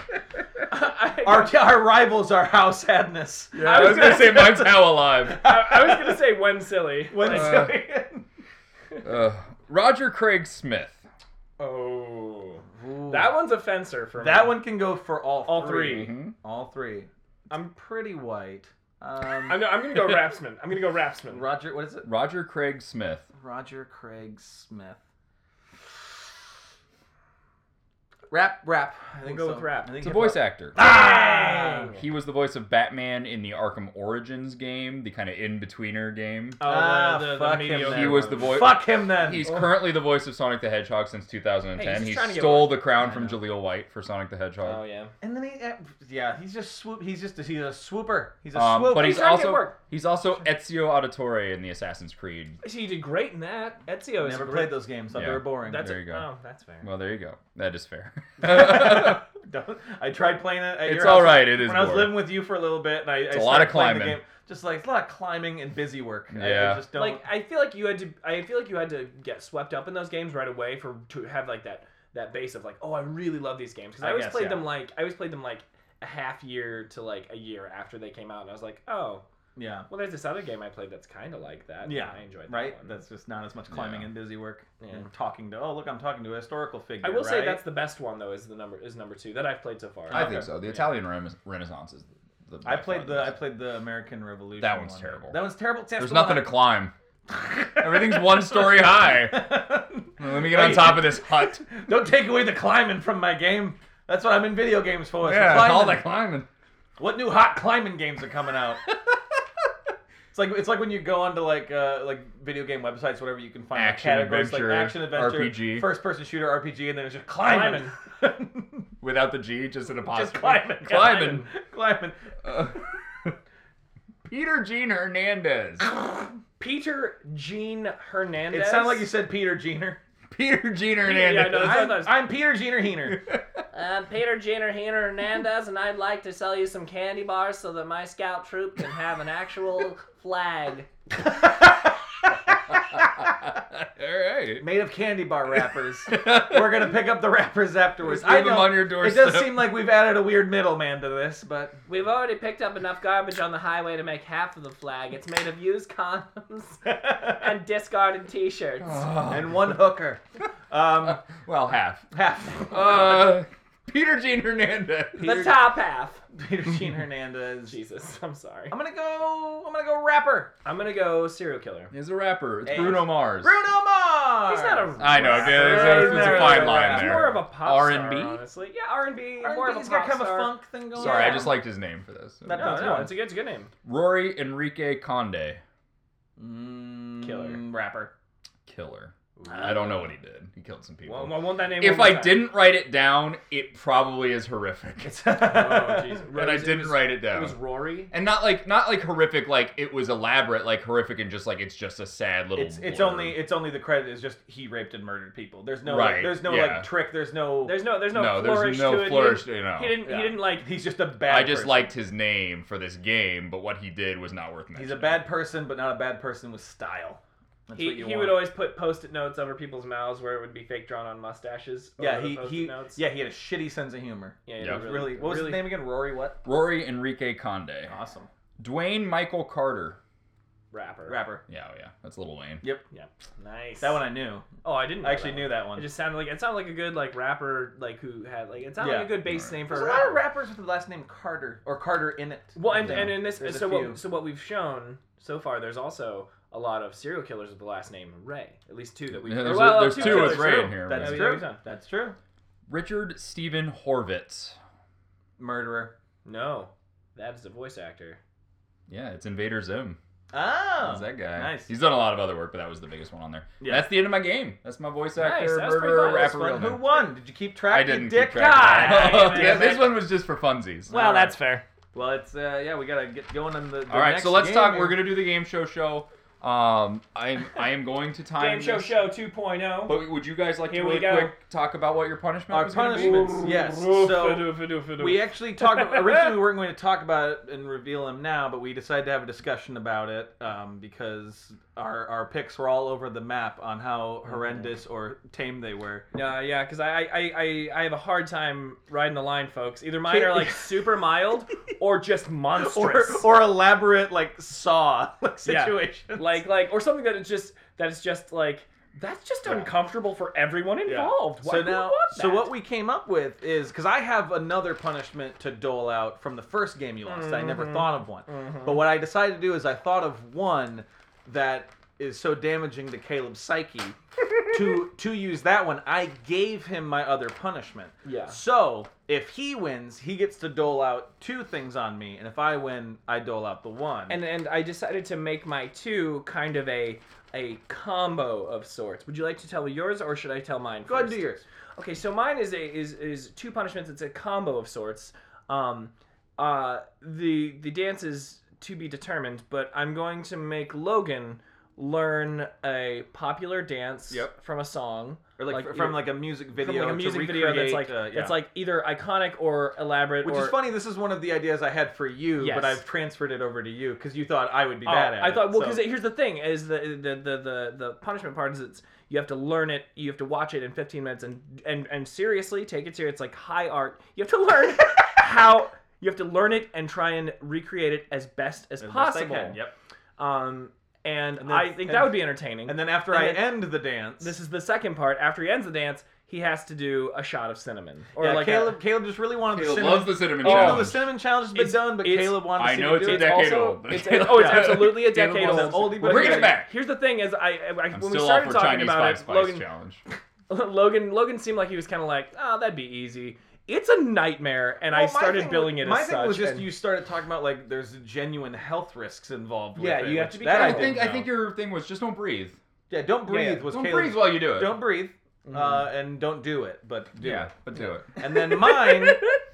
Speaker 3: I,
Speaker 1: our, our rivals are How Sadness.
Speaker 2: I was gonna say mine's how alive.
Speaker 3: I, I was gonna say when silly.
Speaker 1: When
Speaker 3: Like,
Speaker 2: Uh,
Speaker 1: Zillion-
Speaker 2: Uh, Roger Craig Smith.
Speaker 3: oh, that one's a fencer for me.
Speaker 1: that one can go for all
Speaker 3: All
Speaker 1: three.
Speaker 3: three.
Speaker 2: Mhm.
Speaker 1: All three. I'm pretty white.
Speaker 3: I'm,
Speaker 1: Um,
Speaker 3: I'm gonna go Rapsman. I'm gonna go Rapsman.
Speaker 1: Roger, what is it?
Speaker 2: Roger Craig Smith.
Speaker 1: Roger Craig Smith. Rap, rap. I think
Speaker 3: go
Speaker 1: so.
Speaker 3: with rap.
Speaker 1: I think
Speaker 2: He's a
Speaker 1: hip
Speaker 2: voice
Speaker 1: hop-
Speaker 2: actor.
Speaker 1: Ah!
Speaker 2: He was the voice of Batman in the Arkham Origins game, the kind of in-betweener game.
Speaker 3: Oh,
Speaker 1: Ah, fuck him
Speaker 3: mediocre
Speaker 1: then.
Speaker 2: He was
Speaker 3: one.
Speaker 2: the voice.
Speaker 1: Fuck him then.
Speaker 2: He's currently the voice of Sonic the Hedgehog since 2010.
Speaker 3: Hey, he's
Speaker 2: he
Speaker 3: trying to get
Speaker 2: stole the crown
Speaker 1: I
Speaker 2: from
Speaker 1: know.
Speaker 2: Jaleel White for Sonic the
Speaker 3: Oh
Speaker 2: Hedgehog.
Speaker 3: yeah.
Speaker 1: and then he, eh, yeah, he's just swoop. He's just he's a swooper. He's a
Speaker 2: Um,
Speaker 1: swoop.
Speaker 2: but he's
Speaker 3: He's trying to get
Speaker 2: also
Speaker 3: work.
Speaker 2: he's also Ezio Auditore in the Assassin's Creed.
Speaker 3: See, he did great in that. Ezio is
Speaker 1: never
Speaker 3: great.
Speaker 1: played those games. Thought
Speaker 2: Yeah.
Speaker 1: they were boring.
Speaker 3: That's
Speaker 2: There
Speaker 3: a-
Speaker 2: you go.
Speaker 3: Oh, that's fair.
Speaker 2: Well, there you go. That is fair.
Speaker 1: Don't- I tried playing it. At
Speaker 2: It's
Speaker 1: your house
Speaker 2: all right, it is
Speaker 1: When I was
Speaker 2: boring.
Speaker 1: living with you for a little bit, and I, I
Speaker 2: a lot
Speaker 1: started
Speaker 2: of
Speaker 1: playing the
Speaker 2: climbing.
Speaker 1: game, just like it's a lot of climbing and busy work. I- I,
Speaker 2: Yeah.
Speaker 1: just don't.
Speaker 3: like I feel like you had to. I feel like you had to get swept up in those games right away for to have like that that base of like, oh, I really love these games because I,
Speaker 1: I
Speaker 3: always
Speaker 1: guess,
Speaker 3: played
Speaker 1: yeah.
Speaker 3: them like I always played them like a half year to like a year after they came out, and I was like, oh,
Speaker 1: yeah,
Speaker 3: well, there's this other game I played that's kind of like that. and
Speaker 1: yeah,
Speaker 3: I enjoyed that
Speaker 1: right.
Speaker 3: one.
Speaker 1: That's just not as much climbing
Speaker 2: Yeah.
Speaker 1: and busy work
Speaker 3: Yeah.
Speaker 1: and talking to. Oh, look, I'm talking to a historical figure.
Speaker 3: I will say
Speaker 1: right?
Speaker 3: that's the best one though. Is the number is number two that I've played so far.
Speaker 2: I think so. The Italian rena- Renaissance is the.
Speaker 1: I
Speaker 2: by
Speaker 1: played
Speaker 2: far
Speaker 1: the I
Speaker 2: best.
Speaker 1: played the American Revolution.
Speaker 2: That one's
Speaker 1: one.
Speaker 2: terrible.
Speaker 1: That one's terrible.
Speaker 2: There's nothing to climb. Everything's one story high.
Speaker 1: to.
Speaker 2: Let me get on top of this hut.
Speaker 1: don't take away the climbing from my game. That's what I'm in video games for. is the
Speaker 2: Yeah, all
Speaker 1: climbing.
Speaker 2: that climbing.
Speaker 1: What new hot climbing games are coming out? it's like it's like when you go onto like uh, like video game websites, whatever you can find like,
Speaker 2: Action,
Speaker 1: categories
Speaker 2: adventure,
Speaker 1: like action adventure,
Speaker 2: RPG.
Speaker 1: first person shooter, RPG, and then it's just climbing,
Speaker 2: Without the G, just an apostrophe.
Speaker 1: just climbing,
Speaker 2: Climbing.
Speaker 1: climbing.
Speaker 2: Uh, Peter Gene Hernandez.
Speaker 3: Peter Gene Hernandez.
Speaker 1: It sounded like you said Peter Jeener.
Speaker 2: Peter Jeener
Speaker 3: Yeah, I know,
Speaker 2: Hernandez.
Speaker 3: that's what I thought it
Speaker 1: I'm,
Speaker 3: was-
Speaker 1: I'm Peter Jeener Heener.
Speaker 4: I'm Peter Jenner Hannah Hernandez, and I'd like to sell you some candy bars so that my scout troop can have an actual flag.
Speaker 2: All
Speaker 1: Made of candy bar wrappers.
Speaker 2: right.
Speaker 1: We're gonna pick up the wrappers afterwards.
Speaker 2: Just leave
Speaker 1: I
Speaker 2: them
Speaker 1: know,
Speaker 2: on your
Speaker 1: It does
Speaker 2: doorstep.
Speaker 1: seem like we've added a weird middleman to this, but
Speaker 4: We've already picked up enough garbage on the highway to make half of the flag. It's made of used condoms and discarded t-shirts.
Speaker 3: Oh,
Speaker 1: and one hooker. Um,
Speaker 2: Uh, well, half.
Speaker 1: half.
Speaker 2: Uh, Peter Jean Hernandez.
Speaker 4: The top half.
Speaker 1: Peter Sheen Hernandez.
Speaker 3: Jesus, I'm sorry.
Speaker 1: I'm gonna go. I'm gonna go rapper.
Speaker 3: I'm gonna go serial killer.
Speaker 2: Is a rapper. It's
Speaker 1: Hey.
Speaker 2: Bruno Mars.
Speaker 1: Bruno Mars.
Speaker 3: He's not a.
Speaker 2: I know, dude. It's
Speaker 3: rapper.
Speaker 2: a, it's a fine line
Speaker 3: He's
Speaker 2: there.
Speaker 3: more of a pop
Speaker 2: R&B?
Speaker 3: star, honestly. Yeah, R and B.
Speaker 1: R&B,
Speaker 3: More of a
Speaker 1: he's
Speaker 3: pop
Speaker 1: got kind of a
Speaker 3: star.
Speaker 1: funk thing going.
Speaker 2: Sorry,
Speaker 1: on.
Speaker 2: I just liked his name for this.
Speaker 1: That-
Speaker 3: No,
Speaker 1: That's
Speaker 3: no,
Speaker 1: one.
Speaker 3: it's a good, it's a good name.
Speaker 2: Rory Enrique Conde.
Speaker 1: Mm,
Speaker 3: Killer.
Speaker 1: rapper.
Speaker 2: Killer. I don't know what he did. He killed some people.
Speaker 3: Well, I want that name.
Speaker 2: if
Speaker 3: one
Speaker 2: I
Speaker 3: more time.
Speaker 2: didn't write it down, it probably is horrific.
Speaker 1: It's
Speaker 3: Oh, Jesus.
Speaker 2: But I
Speaker 3: Rose, it
Speaker 2: didn't
Speaker 3: was-
Speaker 2: write it down.
Speaker 3: It was Rory.
Speaker 2: and not like not like horrific, like it was elaborate, like horrific, and just like it's just a sad little.
Speaker 1: it's it's
Speaker 2: blurb.
Speaker 1: only it's only the credit is just he raped and murdered people. There's no
Speaker 2: Right,
Speaker 1: like, there's no
Speaker 2: yeah.
Speaker 1: like trick. There's no.
Speaker 3: There's no, there's no,
Speaker 2: no,
Speaker 3: flourish
Speaker 2: there's no
Speaker 3: to it. He
Speaker 2: flourish,
Speaker 3: didn't-
Speaker 2: you know.
Speaker 3: He didn't,
Speaker 1: Yeah.
Speaker 3: he didn't like.
Speaker 1: he's just a bad.
Speaker 2: I just
Speaker 1: person.
Speaker 2: liked his name for this game, but what he did was not worth mentioning.
Speaker 1: He's a bad person, but not a bad person with style. That's
Speaker 3: He,
Speaker 1: what you
Speaker 3: he
Speaker 1: want.
Speaker 3: would always put post-it notes over people's mouths where it would be fake drawn on mustaches.
Speaker 1: Yeah,
Speaker 3: over the
Speaker 1: he,
Speaker 3: Post-it
Speaker 1: he
Speaker 3: notes.
Speaker 1: yeah he had a shitty sense of humor.
Speaker 3: yeah, he
Speaker 2: Yeah.
Speaker 3: was
Speaker 1: Really, what was his name again? Rory what?
Speaker 2: Rory Enrique Conde.
Speaker 1: Awesome
Speaker 2: Dwayne Michael Carter.
Speaker 3: Rapper.
Speaker 1: rapper.
Speaker 2: Yeah, oh yeah, that's Little Wayne.
Speaker 3: Nice.
Speaker 1: That one I knew.
Speaker 3: Oh, I didn't. know
Speaker 1: I actually
Speaker 3: that
Speaker 1: knew that one.
Speaker 3: It just sounded like it sounded like a good like rapper like who had like it sounded
Speaker 1: Yeah.
Speaker 3: like a good bass name for
Speaker 1: There's
Speaker 3: a
Speaker 1: a
Speaker 3: rapper.
Speaker 1: lot of rappers with the last name Carter or Carter in it.
Speaker 3: Well, and,
Speaker 2: Yeah.
Speaker 3: and in this,
Speaker 1: There's a
Speaker 3: so
Speaker 1: few.
Speaker 3: what, so what we've shown so far, there's also a lot of serial killers with the last name Ray. At least two that we.
Speaker 2: Yeah,
Speaker 3: or,
Speaker 2: there's,
Speaker 3: well,
Speaker 2: there's
Speaker 3: two
Speaker 2: two
Speaker 3: killers,
Speaker 2: with Ray
Speaker 3: true.
Speaker 2: in here.
Speaker 1: That's
Speaker 2: but-
Speaker 3: Yeah,
Speaker 1: true.
Speaker 3: we've done.
Speaker 1: That's true.
Speaker 2: Richard Steven Horvitz.
Speaker 1: Murderer.
Speaker 3: No, that is the voice actor.
Speaker 2: Yeah, it's Invader Zim.
Speaker 1: Oh,
Speaker 2: That's that guy.
Speaker 1: Nice.
Speaker 2: He's done a lot of other work, but that was the biggest one on there.
Speaker 1: Yeah.
Speaker 2: That's the end of my game. That's my voice actor,
Speaker 3: that was pretty
Speaker 2: murderer,
Speaker 3: fun. That
Speaker 2: rapper.
Speaker 1: Fun.
Speaker 2: real
Speaker 1: Who
Speaker 2: name.
Speaker 1: won? Did you keep track?
Speaker 2: I
Speaker 1: you
Speaker 2: didn't
Speaker 1: dick
Speaker 2: keep track of that.
Speaker 1: God damn
Speaker 2: yeah,
Speaker 1: it.
Speaker 2: this one was just for funsies.
Speaker 1: Well, that's
Speaker 4: fair.
Speaker 1: Well, it's uh, yeah, we gotta get going on the. the
Speaker 2: All right,
Speaker 1: next
Speaker 2: so let's
Speaker 1: game
Speaker 2: talk.
Speaker 1: here.
Speaker 2: We're gonna do the game show show. Um, I'm I am going to time
Speaker 3: Game Show
Speaker 2: this,
Speaker 3: Show oh. 2.0.
Speaker 2: But would you guys like
Speaker 3: Here
Speaker 2: to
Speaker 3: we
Speaker 2: really
Speaker 3: go.
Speaker 2: quick talk about what your punishment
Speaker 1: Our
Speaker 2: was gonna be?
Speaker 1: punishments, yes. So we actually talked originally. We weren't going to talk about it and reveal them now, but we decided to have a discussion about it um, because our our picks were all over the map on
Speaker 2: Mm-hmm.
Speaker 1: how horrendous or tame they were.
Speaker 3: No, Uh, yeah, because I, I, I, I have a hard time riding the line, folks. Either mine are like super mild or just
Speaker 1: Or,
Speaker 3: monstrous,
Speaker 1: or elaborate like saw like
Speaker 3: Yeah.
Speaker 1: situation.
Speaker 3: like like or something that is just that is just like that's just uncomfortable for everyone involved. Why
Speaker 1: So
Speaker 3: would you
Speaker 1: now,
Speaker 3: want
Speaker 1: so
Speaker 3: that?
Speaker 1: what we came up with is because I have another punishment to dole out from the first game you lost. I never
Speaker 3: Mm-hmm.
Speaker 1: thought of one, but what I decided to do is I thought of one that is so damaging to Caleb's psyche. to to use that one, I gave him my other punishment.
Speaker 3: Yeah.
Speaker 1: So if he wins, he gets to dole out two things on me, and if I win, I dole out the one.
Speaker 3: and and I decided to make my two kind of a a combo of sorts. Would you like to tell yours or should I tell mine?
Speaker 1: go ahead and do yours.
Speaker 3: Okay, so mine is a is is two punishments. It's a combo of sorts. Um, uh, the the dance is to be determined, but I'm going to make Logan learn a popular dance
Speaker 1: Yep.
Speaker 3: from a song
Speaker 1: Or like,
Speaker 3: you
Speaker 1: from
Speaker 3: know,
Speaker 1: like a music
Speaker 3: from
Speaker 1: video,
Speaker 3: like a
Speaker 1: to
Speaker 3: music video that's like
Speaker 1: recreate, uh, yeah.
Speaker 3: that's like either iconic or elaborate
Speaker 1: Which
Speaker 3: or,
Speaker 1: is funny. This is one of the ideas I had for you,
Speaker 3: Yes.
Speaker 1: but I've transferred it over to you because you thought I would be
Speaker 3: Oh,
Speaker 1: bad at
Speaker 3: I
Speaker 1: it.
Speaker 3: thought well
Speaker 1: so-
Speaker 3: because here's the thing is the the, the the the punishment part is it's you have to learn it you have to watch it in 15 minutes and and and seriously take it serious it's like high art you have to learn how you have to learn it and try and recreate it as best
Speaker 1: As
Speaker 3: as,
Speaker 1: best I
Speaker 3: possible
Speaker 1: can, Yep.
Speaker 3: um and,
Speaker 1: then-
Speaker 3: I think that
Speaker 1: and-
Speaker 3: would be entertaining
Speaker 1: And then after
Speaker 3: And
Speaker 1: I
Speaker 3: then-
Speaker 1: end the dance,
Speaker 3: this is the second part after he ends the dance he has to do a shot of cinnamon or
Speaker 1: yeah,
Speaker 3: like a-
Speaker 1: Caleb. Caleb just really wanted
Speaker 2: Caleb
Speaker 1: the cinnamon.
Speaker 2: loves the cinnamon
Speaker 1: even though
Speaker 2: challenge.
Speaker 1: the cinnamon challenge has been
Speaker 3: It's-
Speaker 1: done, but
Speaker 3: it's-
Speaker 1: Caleb wanted
Speaker 2: I
Speaker 1: to see
Speaker 2: know
Speaker 1: me
Speaker 2: it's
Speaker 1: do
Speaker 2: a
Speaker 1: it.
Speaker 2: decade
Speaker 3: also-
Speaker 2: old. but-
Speaker 3: it's a- oh, it's absolutely a
Speaker 2: Caleb
Speaker 3: decade
Speaker 2: loves
Speaker 3: old.
Speaker 2: it.
Speaker 1: Oldie but
Speaker 2: Well, bring
Speaker 1: goodie.
Speaker 2: it back.
Speaker 3: Here's the thing: is I, I
Speaker 2: I'm
Speaker 3: when we
Speaker 2: still all
Speaker 3: started
Speaker 2: for
Speaker 3: talking
Speaker 2: Chinese
Speaker 3: about
Speaker 2: Five
Speaker 3: it,
Speaker 2: Spice
Speaker 3: Logan,
Speaker 2: challenge.
Speaker 3: Logan Logan seemed like he was kind of like, ah, that'd be easy. It's a nightmare, and I
Speaker 1: Well, my
Speaker 3: started
Speaker 1: thing
Speaker 3: billing
Speaker 1: was-
Speaker 3: it
Speaker 1: My
Speaker 3: as
Speaker 1: thing
Speaker 3: such.
Speaker 1: was just
Speaker 3: and-
Speaker 1: you started talking about like there's genuine health risks involved.
Speaker 3: Yeah,
Speaker 1: with it,
Speaker 3: you have
Speaker 1: which
Speaker 3: to be
Speaker 1: that
Speaker 2: I
Speaker 3: careful.
Speaker 1: didn't
Speaker 2: think I
Speaker 1: know.
Speaker 2: think your thing was just don't breathe.
Speaker 1: yeah. Don't breathe
Speaker 3: yeah. Mm-hmm.
Speaker 1: was
Speaker 2: Don't
Speaker 1: Caleb's.
Speaker 2: breathe while you do it.
Speaker 1: Don't breathe. Uh, and don't do it, but do
Speaker 2: yeah,
Speaker 1: it.
Speaker 2: but do it.
Speaker 1: And then mine,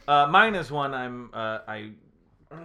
Speaker 1: uh, mine is one I'm uh, I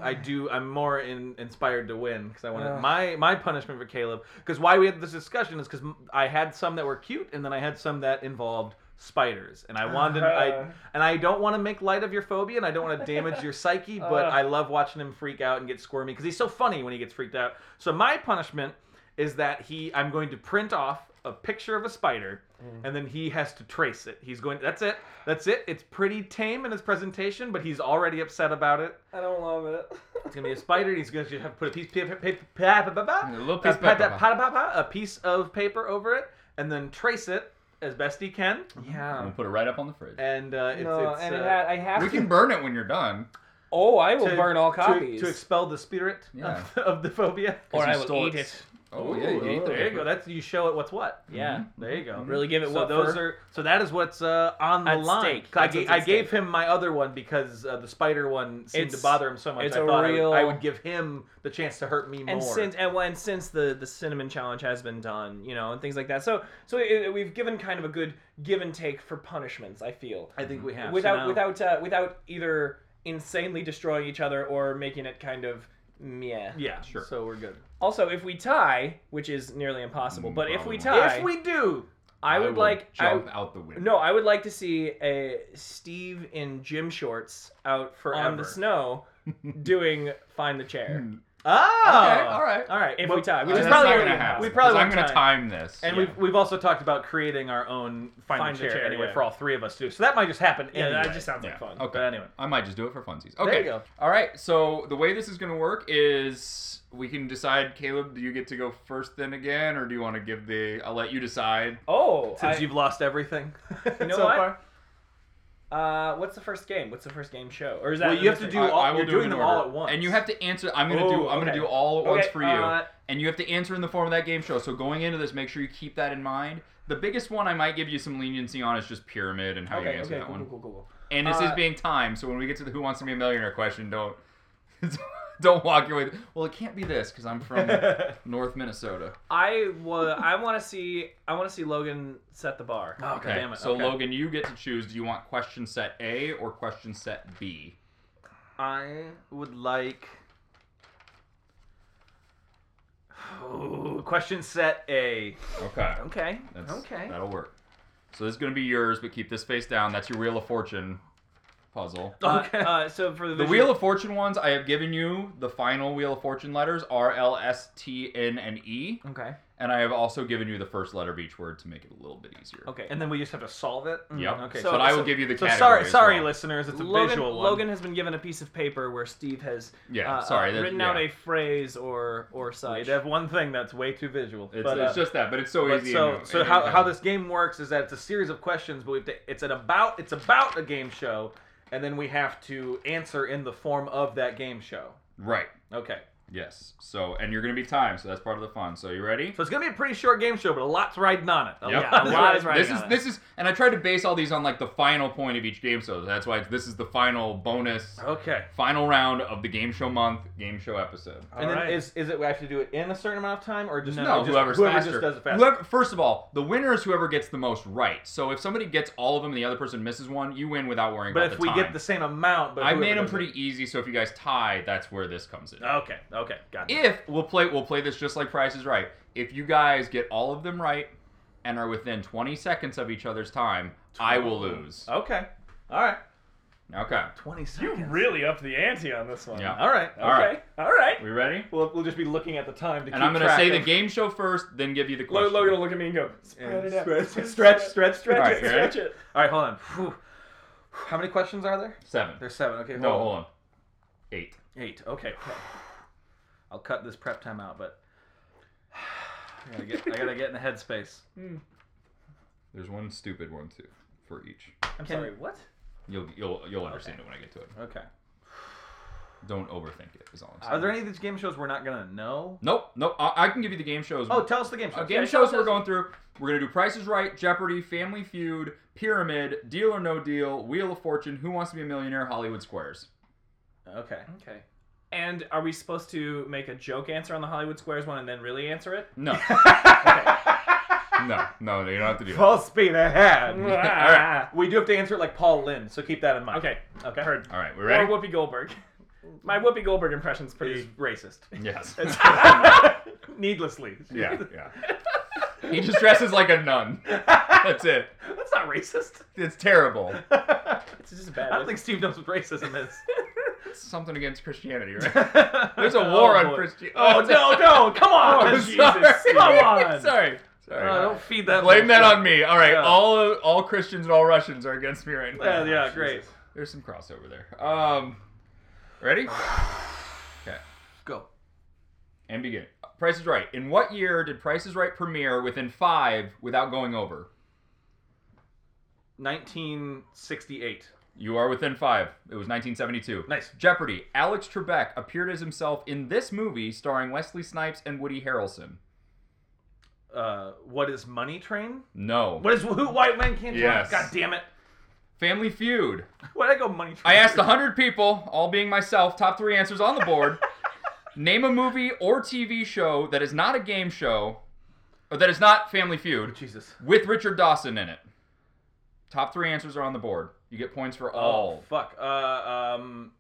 Speaker 1: I do. I'm more in, inspired to win because I want to.
Speaker 3: Ugh.
Speaker 1: My my punishment for Caleb because why we had this discussion is because I had some that were cute and then I had some that involved spiders and I wanted I
Speaker 4: Uh-huh.
Speaker 1: and I don't want to make light of your phobia and I don't want to damage your psyche but
Speaker 2: Uh.
Speaker 4: Ugh.
Speaker 1: I love watching him freak out and get squirmy because he's so funny when he gets freaked out. So my punishment is that he I'm going to print off a picture of a spider
Speaker 2: Mm.
Speaker 1: and then he has to trace it. He's going that's it. That's it. It's pretty tame in his presentation but he's already upset about it.
Speaker 4: I don't love it.
Speaker 1: It's gonna be a spider, and he's gonna have to put a piece paper, paper, pa- pa- pa- pa-
Speaker 2: A little
Speaker 1: pa-
Speaker 2: piece of
Speaker 1: pa-
Speaker 2: paper.
Speaker 1: pa- pa- pa- pa- a piece of paper over it, and then trace it as best he can.
Speaker 2: We'll
Speaker 3: Yeah.
Speaker 2: put it right up on the fridge.
Speaker 1: And uh, it's,
Speaker 3: No,
Speaker 1: it's
Speaker 3: and
Speaker 1: uh,
Speaker 3: it had, I have
Speaker 2: We
Speaker 3: to.
Speaker 2: can burn it when you're done.
Speaker 3: oh, I will
Speaker 1: to-
Speaker 3: burn all
Speaker 1: to-
Speaker 3: copies.
Speaker 1: to, expel the spirit
Speaker 2: Yeah.
Speaker 1: of, of the phobia.
Speaker 2: 'Cause
Speaker 3: or
Speaker 2: you
Speaker 3: I will
Speaker 2: stole
Speaker 3: eat
Speaker 2: its-
Speaker 3: it.
Speaker 2: Oh yeah, you
Speaker 1: Ooh,
Speaker 2: ate the
Speaker 1: there you go. That's you show it what's what.
Speaker 3: Yeah.
Speaker 1: There you go.
Speaker 3: Really give it
Speaker 1: Mm-hmm. So
Speaker 3: what
Speaker 1: those
Speaker 3: for?
Speaker 1: are so that is what's uh, on the
Speaker 3: At
Speaker 1: line.
Speaker 3: stake.
Speaker 1: I,
Speaker 3: That's
Speaker 1: ga-
Speaker 3: what's
Speaker 1: I
Speaker 3: at
Speaker 1: gave
Speaker 3: stake.
Speaker 1: him my other one because uh, the spider one seemed
Speaker 3: It's-
Speaker 1: to bother him so much.
Speaker 3: it's
Speaker 1: I
Speaker 3: a
Speaker 1: thought I would- I,
Speaker 3: real-
Speaker 1: would give him the chance to hurt me more.
Speaker 3: and since and, well, and since the the cinnamon challenge has been done, you know, and things like that. So so it, we've given kind of a good give and take for punishments. I feel
Speaker 1: I think we have so
Speaker 3: without
Speaker 1: now-
Speaker 3: without uh, without either insanely destroying each other or making it kind of meh.
Speaker 1: Yeah,
Speaker 2: Sure.
Speaker 1: So we're good.
Speaker 3: Also, if we tie, which is nearly impossible,
Speaker 2: Mm,
Speaker 3: but if
Speaker 2: probably
Speaker 3: we
Speaker 2: won't.
Speaker 3: tie,
Speaker 1: If we do,
Speaker 3: I would
Speaker 2: will
Speaker 3: like I,
Speaker 2: jump out the window.
Speaker 3: no, I would like to see a Steve in gym shorts out on
Speaker 1: Forever.
Speaker 3: the snow doing find the chair.
Speaker 1: oh,
Speaker 2: Okay, all right.
Speaker 1: all right.
Speaker 3: If
Speaker 1: Well,
Speaker 3: we tie,
Speaker 2: Uh,
Speaker 3: which
Speaker 2: that's
Speaker 3: is
Speaker 2: not
Speaker 3: probably
Speaker 2: gonna
Speaker 3: already
Speaker 2: happen.
Speaker 1: we
Speaker 3: impossible.
Speaker 1: probably
Speaker 2: 'cause I'm
Speaker 1: won't
Speaker 2: gonna
Speaker 1: time.
Speaker 2: time this.
Speaker 1: and
Speaker 2: Yeah.
Speaker 1: we've we've also talked about creating our own find,
Speaker 3: Find
Speaker 1: the
Speaker 3: the
Speaker 1: chair,
Speaker 3: chair,
Speaker 1: anyway
Speaker 3: yeah.
Speaker 1: for all three of us to do. So that might just happen.
Speaker 3: Yeah,
Speaker 1: anyway.
Speaker 3: that just sounds
Speaker 2: Yeah,
Speaker 3: like fun.
Speaker 2: Okay.
Speaker 1: But anyway.
Speaker 2: I might just do it for funsies. Okay.
Speaker 1: There you go.
Speaker 2: All right. So the way this is gonna work is we can decide. Caleb, do you get to go first then again, or do you want to give the? I'll let you decide.
Speaker 3: Oh,
Speaker 1: Since
Speaker 3: I-
Speaker 1: you've lost everything,
Speaker 3: You know
Speaker 1: so
Speaker 3: what?
Speaker 1: far.
Speaker 3: uh, what's the first game? What's the first game show? Or is that
Speaker 1: Well, you have to do
Speaker 2: I-
Speaker 1: all.
Speaker 2: I will
Speaker 1: you're
Speaker 2: do it
Speaker 1: doing
Speaker 2: in
Speaker 1: them
Speaker 2: order.
Speaker 1: all at once,
Speaker 2: and you have to answer. I'm gonna
Speaker 3: Oh,
Speaker 2: do. I'm gonna
Speaker 3: okay.
Speaker 2: do all at once
Speaker 3: Okay,
Speaker 2: for you,
Speaker 3: uh,
Speaker 2: and you have to answer in the form of that game show. So going into this, make sure you keep that in mind. The biggest one I might give you some leniency on is just pyramid and how you
Speaker 3: Okay,
Speaker 2: answer
Speaker 3: okay,
Speaker 2: that
Speaker 3: cool,
Speaker 2: one.
Speaker 3: cool, cool, cool.
Speaker 2: And this is
Speaker 3: Uh,
Speaker 2: being timed, so when we get to the Who Wants to Be a Millionaire question, don't don't walk your way. Well, it can't be this because I'm from North Minnesota.
Speaker 3: I wa- I want to see I want to see Logan set the bar.
Speaker 1: Oh, okay. Damn it.
Speaker 2: So
Speaker 1: okay.
Speaker 2: Logan, you get to choose. Do you want question set A or question set B?
Speaker 1: I would like. Oh, question set A.
Speaker 2: Okay.
Speaker 3: Okay.
Speaker 2: That's,
Speaker 3: okay.
Speaker 2: That'll work. So this is gonna be yours, but keep this face down. That's your Wheel of Fortune puzzle.
Speaker 3: Uh,
Speaker 1: Okay.
Speaker 3: uh, so for the,
Speaker 2: The Wheel of Fortune ones I have given you the final Wheel of Fortune letters R, L, S, T, N, and E,
Speaker 3: Okay.
Speaker 2: and I have also given you the first letter of each word to make it a little bit easier.
Speaker 3: Okay.
Speaker 1: And then we just have to solve it. Mm,
Speaker 2: Yep.
Speaker 1: Okay.
Speaker 2: So,
Speaker 1: So,
Speaker 2: but I
Speaker 1: so-
Speaker 2: will give you the
Speaker 1: so
Speaker 2: category.
Speaker 1: sorry,
Speaker 2: as
Speaker 1: sorry,
Speaker 2: well.
Speaker 1: listeners. It's a
Speaker 3: Logan,
Speaker 1: visual one.
Speaker 3: Logan has been given a piece of paper where Steve has
Speaker 2: Yeah,
Speaker 3: uh,
Speaker 2: sorry,
Speaker 3: uh,
Speaker 2: that-
Speaker 3: written out
Speaker 2: yeah.
Speaker 3: a phrase or or such.
Speaker 1: They'd have one thing that's way too visual.
Speaker 2: It's,
Speaker 1: but,
Speaker 2: it's
Speaker 1: uh,
Speaker 2: just that, but it's so
Speaker 1: but
Speaker 2: easy.
Speaker 1: so
Speaker 2: and-
Speaker 1: so
Speaker 2: and-
Speaker 1: how, how this game works is that it's a series of questions, but we have to, it's an about it's about a game show, and then we have to answer in the form of that game show.
Speaker 2: right?
Speaker 1: Okay,
Speaker 2: Yes. So and you're gonna be timed, so that's part of the fun. So you ready?
Speaker 1: so it's gonna be a pretty short game show, but a lot's riding on it. A
Speaker 2: Yep.
Speaker 1: lot
Speaker 3: a lot
Speaker 1: riding-
Speaker 3: is right
Speaker 2: this
Speaker 3: on
Speaker 2: is
Speaker 3: it.
Speaker 2: this is and I tried to base all these on like the final point of each game show. So that's why this is the final bonus,
Speaker 1: Okay,
Speaker 2: final round of the game show month, game show episode.
Speaker 1: and then
Speaker 3: Alright.
Speaker 1: is is it we have to do it in a certain amount of time or just
Speaker 2: No,
Speaker 1: just,
Speaker 2: whoever's
Speaker 1: whoever
Speaker 2: faster.
Speaker 1: just does it faster?
Speaker 2: Whoever, first of all, the winner is whoever gets the most right. So if somebody gets all of them and the other person misses one, you win without worrying
Speaker 1: but
Speaker 2: about
Speaker 1: if
Speaker 2: the
Speaker 1: we
Speaker 2: time.
Speaker 1: get the same amount, but
Speaker 2: I
Speaker 1: whoever
Speaker 2: made them
Speaker 1: does it- Oh,
Speaker 2: pretty easy, so if you guys tie, that's where this comes in.
Speaker 1: Okay, okay, got it.
Speaker 2: If we'll play, we'll play this just like Price is Right. If you guys get all of them right and are within 20 seconds of each other's time, I will lose.
Speaker 1: Okay, all right. Oh.
Speaker 2: Okay.
Speaker 1: Twenty
Speaker 4: You
Speaker 1: seconds.
Speaker 4: really upped the ante on this one.
Speaker 2: Yeah.
Speaker 1: All right.
Speaker 2: All right.
Speaker 4: All right.
Speaker 2: We ready?
Speaker 1: We'll, we'll just be looking at the time to keep
Speaker 2: And I'm gonna
Speaker 1: track
Speaker 2: say the
Speaker 1: of-
Speaker 2: game show first, then give you the
Speaker 4: Lo-
Speaker 2: question.
Speaker 4: Logan will look at me and go, spread it
Speaker 1: And
Speaker 4: out.
Speaker 1: stretch, stretch, stretch, stretch. All
Speaker 2: All right,
Speaker 1: right,
Speaker 2: you ready?
Speaker 4: Stretch it.
Speaker 1: hold on. Whew. How many questions are there?
Speaker 2: Seven.
Speaker 1: There's seven. Okay, hold
Speaker 2: No,
Speaker 1: on.
Speaker 2: hold on. Eight.
Speaker 1: Eight. Okay. I'll cut this prep time out, but I gotta get, I gotta get in the headspace.
Speaker 2: There's one stupid one too for each.
Speaker 3: I'm
Speaker 1: Can-
Speaker 3: sorry. What?
Speaker 2: You'll you'll you'll understand it when I get to it.
Speaker 1: Okay.
Speaker 2: Don't overthink it. Is all I'm
Speaker 1: Are
Speaker 2: saying.
Speaker 1: there any of these game shows we're not gonna know?
Speaker 2: Nope, nope. I, I can give you the game shows.
Speaker 1: Oh, tell us the game show.
Speaker 2: Uh, game shows we're going through. We're gonna do Price is Right, Jeopardy, Family Feud, Pyramid, Deal or No Deal, Wheel of Fortune, Who Wants to Be a Millionaire, Hollywood Squares.
Speaker 1: Okay.
Speaker 3: Okay. And are we supposed to make a joke answer on the Hollywood Squares one and then really answer it?
Speaker 2: No, no, no. You don't have to do that.
Speaker 1: Full speed ahead.
Speaker 2: right.
Speaker 1: We do have to answer it like Paul Lynn, so keep that in mind.
Speaker 3: Okay.
Speaker 1: Okay.
Speaker 3: Heard.
Speaker 2: All right, we're
Speaker 3: Or
Speaker 2: ready.
Speaker 3: Whoopi Goldberg. My Whoopi Goldberg impression's
Speaker 1: He's
Speaker 3: pretty.
Speaker 1: racist.
Speaker 2: Yes.
Speaker 1: Needlessly.
Speaker 2: yeah. Yeah. He just dresses like a nun. That's it.
Speaker 1: That's not racist.
Speaker 2: It's terrible.
Speaker 3: It's just a
Speaker 1: I
Speaker 3: bad.
Speaker 1: don't think Steve knows what racism is.
Speaker 2: It's something against Christianity, right? There's a war on Christianity.
Speaker 1: Oh no, no! Come on,
Speaker 2: Oh, I'm
Speaker 1: Jesus!
Speaker 2: sorry.
Speaker 1: Come on!
Speaker 2: sorry. Sorry.
Speaker 1: Oh, don't feed that.
Speaker 2: Blame that on me. All right,
Speaker 1: Yeah.
Speaker 2: all all Christians and all Russians are against me right now.
Speaker 1: Yeah, yeah, great.
Speaker 2: There's some crossover there. Um, ready? Okay,
Speaker 1: Go.
Speaker 2: and begin. Price is Right. In what year did Price is Right premiere within five without going over?
Speaker 1: 1968.
Speaker 2: You are within five. It was 1972.
Speaker 1: Nice.
Speaker 2: Jeopardy. Alex Trebek appeared as himself in this movie starring Wesley Snipes and Woody Harrelson.
Speaker 1: Uh, what is Money Train?
Speaker 2: No.
Speaker 1: What is who? White men can't
Speaker 2: Yes.
Speaker 1: jump. God damn it!
Speaker 2: Family Feud.
Speaker 1: Where would I go? Money Train.
Speaker 2: I asked 100 people, all being myself, top three answers on the board. Name a movie or TV show that is not a game show, or that is not Family Feud,
Speaker 1: Jesus.
Speaker 2: with Richard Dawson in it. Top three answers are on the board. You get points for
Speaker 1: Oh
Speaker 2: all.
Speaker 1: fuck. Uh, um,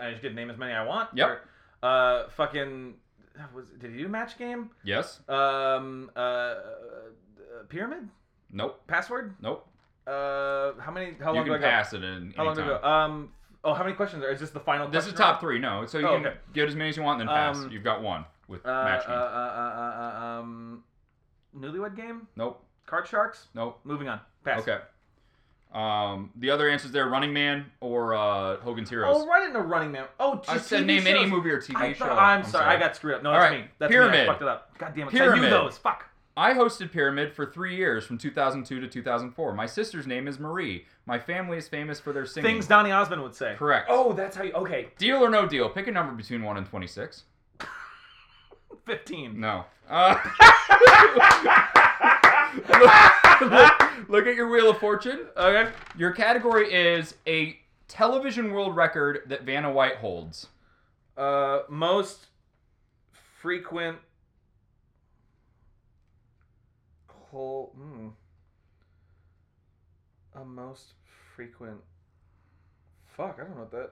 Speaker 1: I just get to name as many I want.
Speaker 2: Yep.
Speaker 1: Or, Uh, fucking. Was did he do match game?
Speaker 2: Yes?
Speaker 1: Um, uh, uh, pyramid
Speaker 2: Nope.
Speaker 1: password.
Speaker 2: Nope.
Speaker 1: Uh, how many? How
Speaker 2: You
Speaker 1: long do I
Speaker 2: can
Speaker 1: go?
Speaker 2: pass it in
Speaker 1: How
Speaker 2: any
Speaker 1: long do I
Speaker 2: time.
Speaker 1: go? Um. Oh, how many questions are? Is this the final?
Speaker 2: This is
Speaker 1: question
Speaker 2: top three, no. So you
Speaker 1: Oh,
Speaker 2: can
Speaker 1: okay.
Speaker 2: get as many as you want and then pass.
Speaker 1: Um,
Speaker 2: You've got one with
Speaker 1: Uh,
Speaker 2: match
Speaker 1: uh, uh,
Speaker 2: game.
Speaker 1: uh, uh, um, newlywed game.
Speaker 2: nope.
Speaker 1: Card sharks.
Speaker 2: Nope.
Speaker 1: Moving on. Pass.
Speaker 2: Okay. Um, the other answers there Running Man or uh, Hogan's Heroes.
Speaker 1: Oh, right in the Running Man. Oh, geez,
Speaker 2: I said
Speaker 1: TV
Speaker 2: name
Speaker 1: shows.
Speaker 2: any movie or TV
Speaker 1: I
Speaker 2: show.
Speaker 1: thought, I'm, sorry. I got screwed up. No,
Speaker 2: All
Speaker 1: that's
Speaker 2: right,
Speaker 1: me. That's me.
Speaker 2: Pyramid.
Speaker 1: I fucked it up. God damn it. I knew
Speaker 2: Pyramid.
Speaker 1: those. Fuck.
Speaker 2: I hosted Pyramid for three years from 2002 to 2004. My sister's name is Marie. My family is famous for their singing.
Speaker 1: Things Donny Osmond would say.
Speaker 2: Correct.
Speaker 3: Oh, that's how you. Okay.
Speaker 2: Deal or no deal? Pick a number between 1 and 26.
Speaker 1: 15.
Speaker 2: No. Uh, look, look- look at your Wheel of Fortune.
Speaker 1: Okay.
Speaker 2: Your category is a television world record that Vanna White holds.
Speaker 1: Uh, most frequent. Whole. Mm, a Uh, most frequent. Fuck, I don't know what that.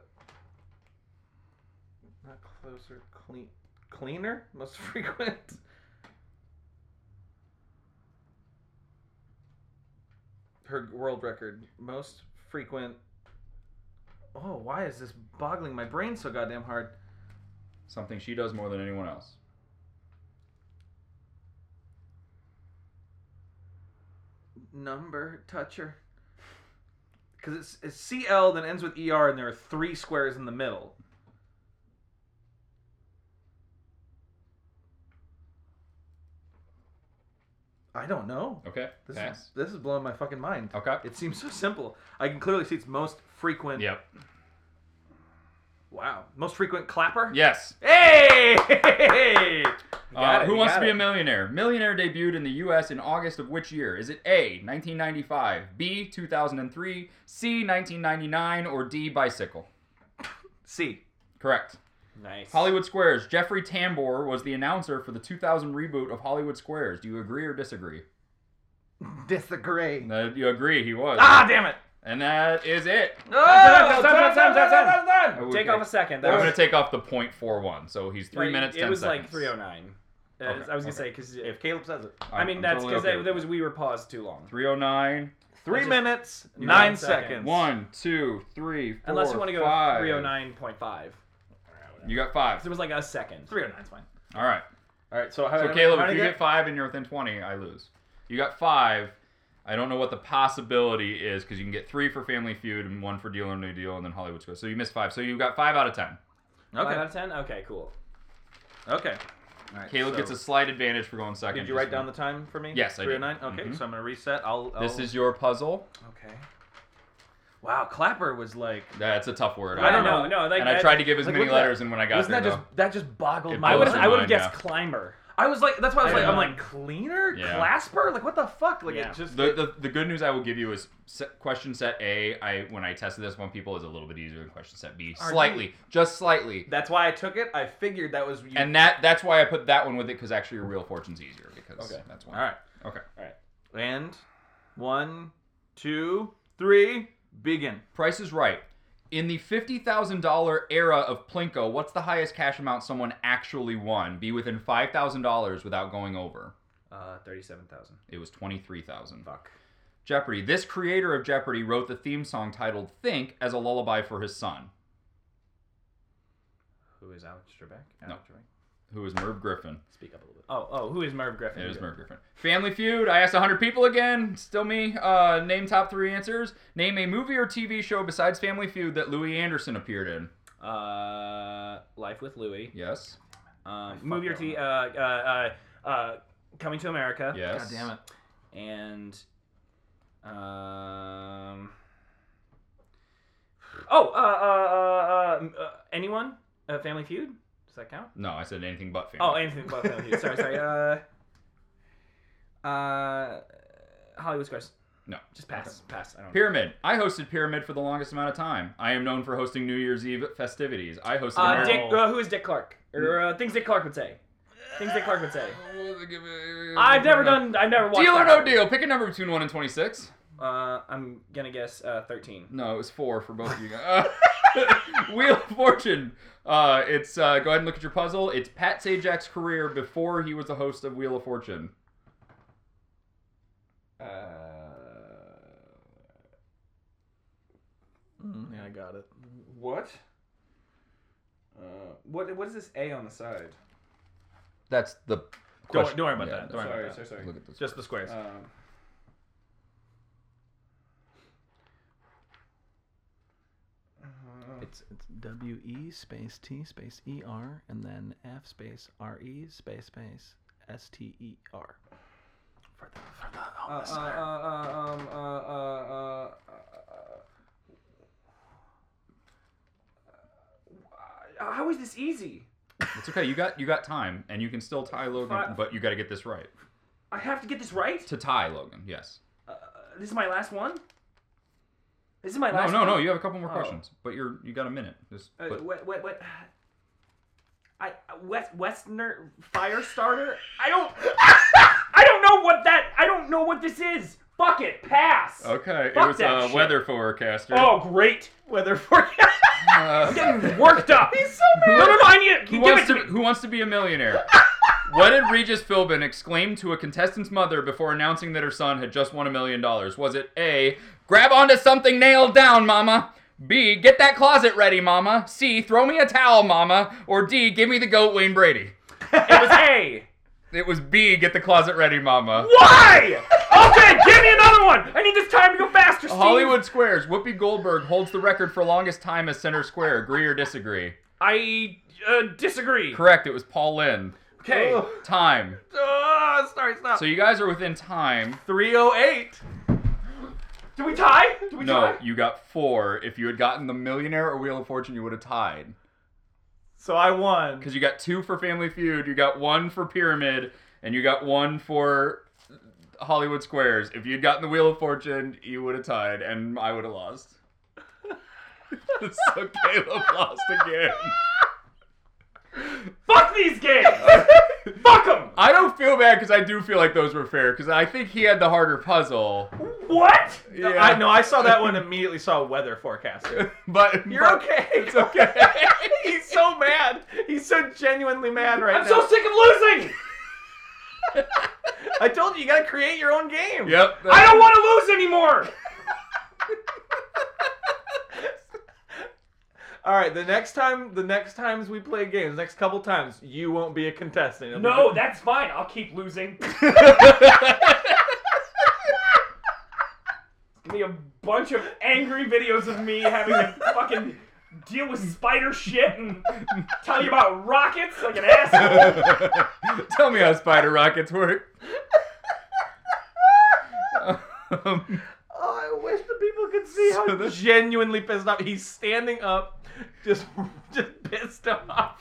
Speaker 1: Not closer. Clean. Cleaner? Most frequent. Her world record. Most frequent. Oh, why is this boggling my brain so goddamn hard?
Speaker 2: Something she does more than anyone else.
Speaker 1: number toucher. Because it's, it's CL, then ends with ER, and there are three squares in the middle. I don't know.
Speaker 2: Okay.
Speaker 1: This
Speaker 2: pass.
Speaker 1: is this is blowing my fucking mind.
Speaker 2: Okay.
Speaker 1: It seems so simple. I can clearly see it's most frequent.
Speaker 2: Yep.
Speaker 1: Wow. Most frequent clapper.
Speaker 2: Yes.
Speaker 1: Hey! Got
Speaker 2: Uh,
Speaker 1: it,
Speaker 2: who wants
Speaker 1: got
Speaker 2: to be
Speaker 1: it.
Speaker 2: a millionaire? Millionaire debuted in the U.S. in August of which year? Is it A. 1995, B. 2003, C. 1999, or D. Bicycle?
Speaker 1: C.
Speaker 2: Correct.
Speaker 3: Nice.
Speaker 2: Hollywood Squares. Jeffrey Tambor was the announcer for the 2000 reboot of Hollywood Squares. Do you agree or disagree?
Speaker 1: Disagree.
Speaker 2: Uh, you agree. He was.
Speaker 1: Ah, damn it!
Speaker 2: And that is it.
Speaker 1: No! Time,
Speaker 3: Oh, time, time, time, time, time.
Speaker 2: I would-
Speaker 3: Take off a second. That
Speaker 2: I'm
Speaker 3: was,
Speaker 2: going to take off the .41, so he's three
Speaker 3: like,
Speaker 2: minutes.
Speaker 3: It
Speaker 2: 10
Speaker 3: was
Speaker 2: seconds.
Speaker 3: like 309. Uh,
Speaker 2: Okay,
Speaker 3: I was gonna
Speaker 2: okay.
Speaker 3: say because
Speaker 1: If Caleb says it.
Speaker 2: I'm-
Speaker 3: I mean
Speaker 2: I'm
Speaker 3: that's
Speaker 2: totally
Speaker 3: because
Speaker 2: okay with
Speaker 3: there was we were paused too long.
Speaker 2: 309.
Speaker 1: Three
Speaker 3: just-
Speaker 1: minutes,
Speaker 3: You
Speaker 1: nine
Speaker 3: got
Speaker 1: seconds.
Speaker 3: seconds.
Speaker 2: One, two, three, four,
Speaker 3: Unless you want to go
Speaker 2: five.
Speaker 3: 309.5. 'Cause
Speaker 2: You got five.
Speaker 3: There was like a second.
Speaker 1: 309's fine.
Speaker 2: All right.
Speaker 1: All right, so how
Speaker 2: So
Speaker 1: how-
Speaker 2: Caleb,
Speaker 1: how
Speaker 2: if
Speaker 1: do
Speaker 2: you
Speaker 1: you
Speaker 2: get five and you're within twenty, I lose. You got five. I don't know what the possibility is because you can get three for Family Feud and one for Deal or No Deal and then Hollywood Squares. So you missed five. So you got five out of ten.
Speaker 3: Five out
Speaker 1: Okay.
Speaker 3: of ten. Okay, cool.
Speaker 1: Okay. All right,
Speaker 2: Caleb
Speaker 1: so-
Speaker 2: gets a slight advantage for going second.
Speaker 1: Did you write
Speaker 2: just-
Speaker 1: down the time for me?
Speaker 2: Yes, I did.
Speaker 1: 309? Okay,
Speaker 2: Mhm.
Speaker 1: so I'm going to reset. I'll, I'll.
Speaker 2: This is your puzzle.
Speaker 1: Okay. Wow, Clapper was like.
Speaker 2: That's a tough word.
Speaker 1: I
Speaker 3: I don't
Speaker 1: don't
Speaker 3: know. No, like
Speaker 2: and I
Speaker 3: that-
Speaker 2: tried to give as
Speaker 1: like,
Speaker 2: many
Speaker 1: look at that.
Speaker 2: letters, and when I got
Speaker 1: Wasn't
Speaker 2: there,
Speaker 1: that just
Speaker 2: though-
Speaker 1: that just boggled
Speaker 2: It
Speaker 1: my
Speaker 3: I would
Speaker 2: blows
Speaker 1: mind?
Speaker 2: your
Speaker 3: I would have
Speaker 2: mind,
Speaker 3: guessed
Speaker 2: yeah.
Speaker 3: climber.
Speaker 1: I was like, that's why I was
Speaker 3: I
Speaker 1: like, I'm
Speaker 3: know.
Speaker 1: like cleaner,
Speaker 2: Yeah.
Speaker 1: clasper, like what the fuck? Like
Speaker 3: Yeah.
Speaker 1: it just.
Speaker 2: the, the, the good news I will give you is set, question set A. I when I tested this one, people is a little bit easier than question set B.
Speaker 3: Are you-
Speaker 2: Slightly, just slightly.
Speaker 1: That's why I took it. I figured that was you.
Speaker 2: And that that's why I put that one with it because actually your real fortune's easier because
Speaker 3: Okay.
Speaker 2: that's
Speaker 1: All
Speaker 2: one.
Speaker 1: right.
Speaker 2: Okay.
Speaker 1: And one, two, three, begin.
Speaker 2: Price is Right. In the $50,000 era of Plinko, what's the highest cash amount someone actually won? Be within $5,000 without going over.
Speaker 4: Uh, thirty-seven thousand.
Speaker 2: It was 23,000.
Speaker 4: Fuck.
Speaker 2: Jeopardy. This creator of Jeopardy wrote the theme song titled Think as a lullaby for his son,
Speaker 4: Who is Alex Trebek?
Speaker 2: No.
Speaker 4: Alex Trebek?
Speaker 2: who is Merv Griffin.
Speaker 4: Speak up a little bit.
Speaker 3: Oh, oh, who is Merv Griffin?
Speaker 2: It is Merv Griffin. Family Feud. I asked 100 people again. Still me. Uh, name top three answers. Name a movie or TV show besides Family Feud that Louis Anderson appeared in.
Speaker 3: Uh, Life with Louie.
Speaker 2: Yes.
Speaker 3: Um, move your
Speaker 4: that
Speaker 3: T. Uh, uh, uh, uh, Coming to America.
Speaker 2: Yes.
Speaker 1: God damn it.
Speaker 3: And, um. Oh, uh, uh, uh, uh, uh anyone? Uh, Family Feud? Does that count?
Speaker 2: No, I said anything but Family.
Speaker 3: Oh, anything but Family Feud. Sorry, sorry. Uh, uh, Hollywood Squares.
Speaker 2: No.
Speaker 3: Just pass. Pass. I don't.
Speaker 2: Pyramid. I hosted Pyramid for the longest amount of time. I am known for hosting New Year's Eve festivities. I hosted.
Speaker 3: Uh,
Speaker 2: Ameri-
Speaker 3: Dick, uh, who is Dick Clark? Or uh, things Dick Clark would say. Things Dick Clark would say. I've never done. I've never watched.
Speaker 2: Deal or
Speaker 3: that
Speaker 2: no
Speaker 3: one.
Speaker 2: deal? Pick a number between one and twenty-six.
Speaker 3: Uh, I'm gonna guess uh, 13.
Speaker 2: No, it was four for both of you. guys. Uh, Wheel of Fortune. Uh, it's uh, go ahead and look at your puzzle. It's Pat Sajak's career before he was the host of Wheel of Fortune.
Speaker 3: Uh,
Speaker 1: Mm, yeah, I got it.
Speaker 4: What? Uh, what? What is this A on the side?
Speaker 2: That's the.
Speaker 1: Don't, don't worry about
Speaker 2: Yeah,
Speaker 1: that. Don't worry
Speaker 4: Sorry,
Speaker 1: about
Speaker 4: sorry,
Speaker 1: that.
Speaker 4: sorry.
Speaker 2: Look at this.
Speaker 1: Just the squares.
Speaker 4: Um,
Speaker 1: It's it's W E space T space E R and then F space R E space space S T E R. For the for the
Speaker 4: uh, uh, uh, uh, um, uh, uh, uh, uh, uh, how is this easy?
Speaker 2: It's okay. You got you got time, and you can still tie Logan,
Speaker 4: Fi-
Speaker 2: but you got to get this right.
Speaker 4: I have to get this right.
Speaker 2: To tie Logan, yes.
Speaker 4: Uh, this is my last one. This is my
Speaker 2: No,
Speaker 4: last.
Speaker 2: no,
Speaker 4: one?
Speaker 2: no. You have a couple more
Speaker 4: Oh.
Speaker 2: questions, but you're you got a minute. Just
Speaker 4: Uh,
Speaker 2: but-
Speaker 4: what, what, what? I West Westerner Firestarter. I don't. I don't know what that. I don't know what this is. Bucket pass.
Speaker 2: okay. It
Speaker 4: Fuck
Speaker 2: was
Speaker 4: that
Speaker 2: a
Speaker 4: shit.
Speaker 2: weather forecaster.
Speaker 4: Oh great!
Speaker 1: Weather forecast.
Speaker 2: Uh,
Speaker 4: Worked up. He's so mad. No, no, no. I need it.
Speaker 2: Who
Speaker 4: Give
Speaker 2: wants
Speaker 4: it
Speaker 2: to,
Speaker 4: to me.
Speaker 2: Who wants to be a millionaire? what did Regis Philbin exclaim to a contestant's mother before announcing that her son had just won a million dollars? Was it A, grab onto something nailed down, mama? B, get that closet ready, mama? C, throw me a towel, mama? Or D, give me the goat, Wayne Brady?
Speaker 4: It was A.
Speaker 2: It was B, get the closet ready, mama.
Speaker 4: Why? Okay, give me another one. I need this time to go faster. Steve.
Speaker 2: Hollywood Squares, Whoopi Goldberg holds the record for longest time as center square. Agree or disagree?
Speaker 4: I uh, disagree.
Speaker 2: Correct, it was Paul Lynn.
Speaker 4: Okay.
Speaker 2: Time.
Speaker 1: Oh, sorry, stop.
Speaker 2: So you guys are within time.
Speaker 1: 308.
Speaker 4: Do we tie? Do we
Speaker 2: No,
Speaker 4: tie?
Speaker 2: you got four. If you had gotten the Millionaire or Wheel of Fortune, you would have tied.
Speaker 1: So I won.
Speaker 2: Because you got two for Family Feud, you got one for Pyramid, and you got one for Hollywood Squares. If you'd gotten the Wheel of Fortune, you would have tied, and I would have lost. so Caleb lost again.
Speaker 4: Fuck these games. Fuck them.
Speaker 2: I don't feel bad because I do feel like those were fair because I think he had the harder puzzle.
Speaker 4: What?
Speaker 2: Yeah,
Speaker 1: I no, I saw that one immediately. Saw weather forecasting.
Speaker 2: but
Speaker 1: You're
Speaker 2: but-
Speaker 1: okay.
Speaker 2: It's okay.
Speaker 1: He's so mad. He's so genuinely mad right
Speaker 4: I'm
Speaker 1: now.
Speaker 4: so sick of losing.
Speaker 1: I told you, you gotta create your own game.
Speaker 2: yep.
Speaker 4: I don't want to lose anymore.
Speaker 1: All right. The next time, the next times we play games, next couple times, you won't be a contestant. It'll be
Speaker 4: No, that's fine. I'll keep losing. Give me a bunch of angry videos of me having to fucking deal with spider shit and tell you about rockets like an asshole.
Speaker 2: Tell me how spider rockets work. Um,
Speaker 1: Oh, I wish the people could see
Speaker 2: So
Speaker 1: how
Speaker 2: this-
Speaker 1: genuinely pissed off he's standing up, just just pissed off.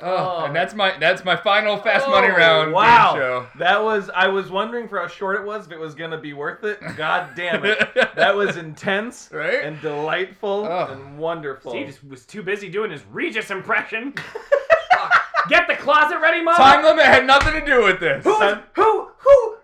Speaker 2: oh, and that's my that's my final fast money
Speaker 1: Oh,
Speaker 2: round game
Speaker 1: Wow,
Speaker 2: show.
Speaker 1: that was. I was wondering for how short it was, if it was gonna be worth it. God damn it, that was intense,
Speaker 2: Right?
Speaker 1: And delightful
Speaker 2: Ugh.
Speaker 1: and wonderful.
Speaker 4: Steve just was too busy doing his Regis impression. Get the closet ready, mom.
Speaker 2: Time limit had nothing to do with this.
Speaker 4: Who, who, who,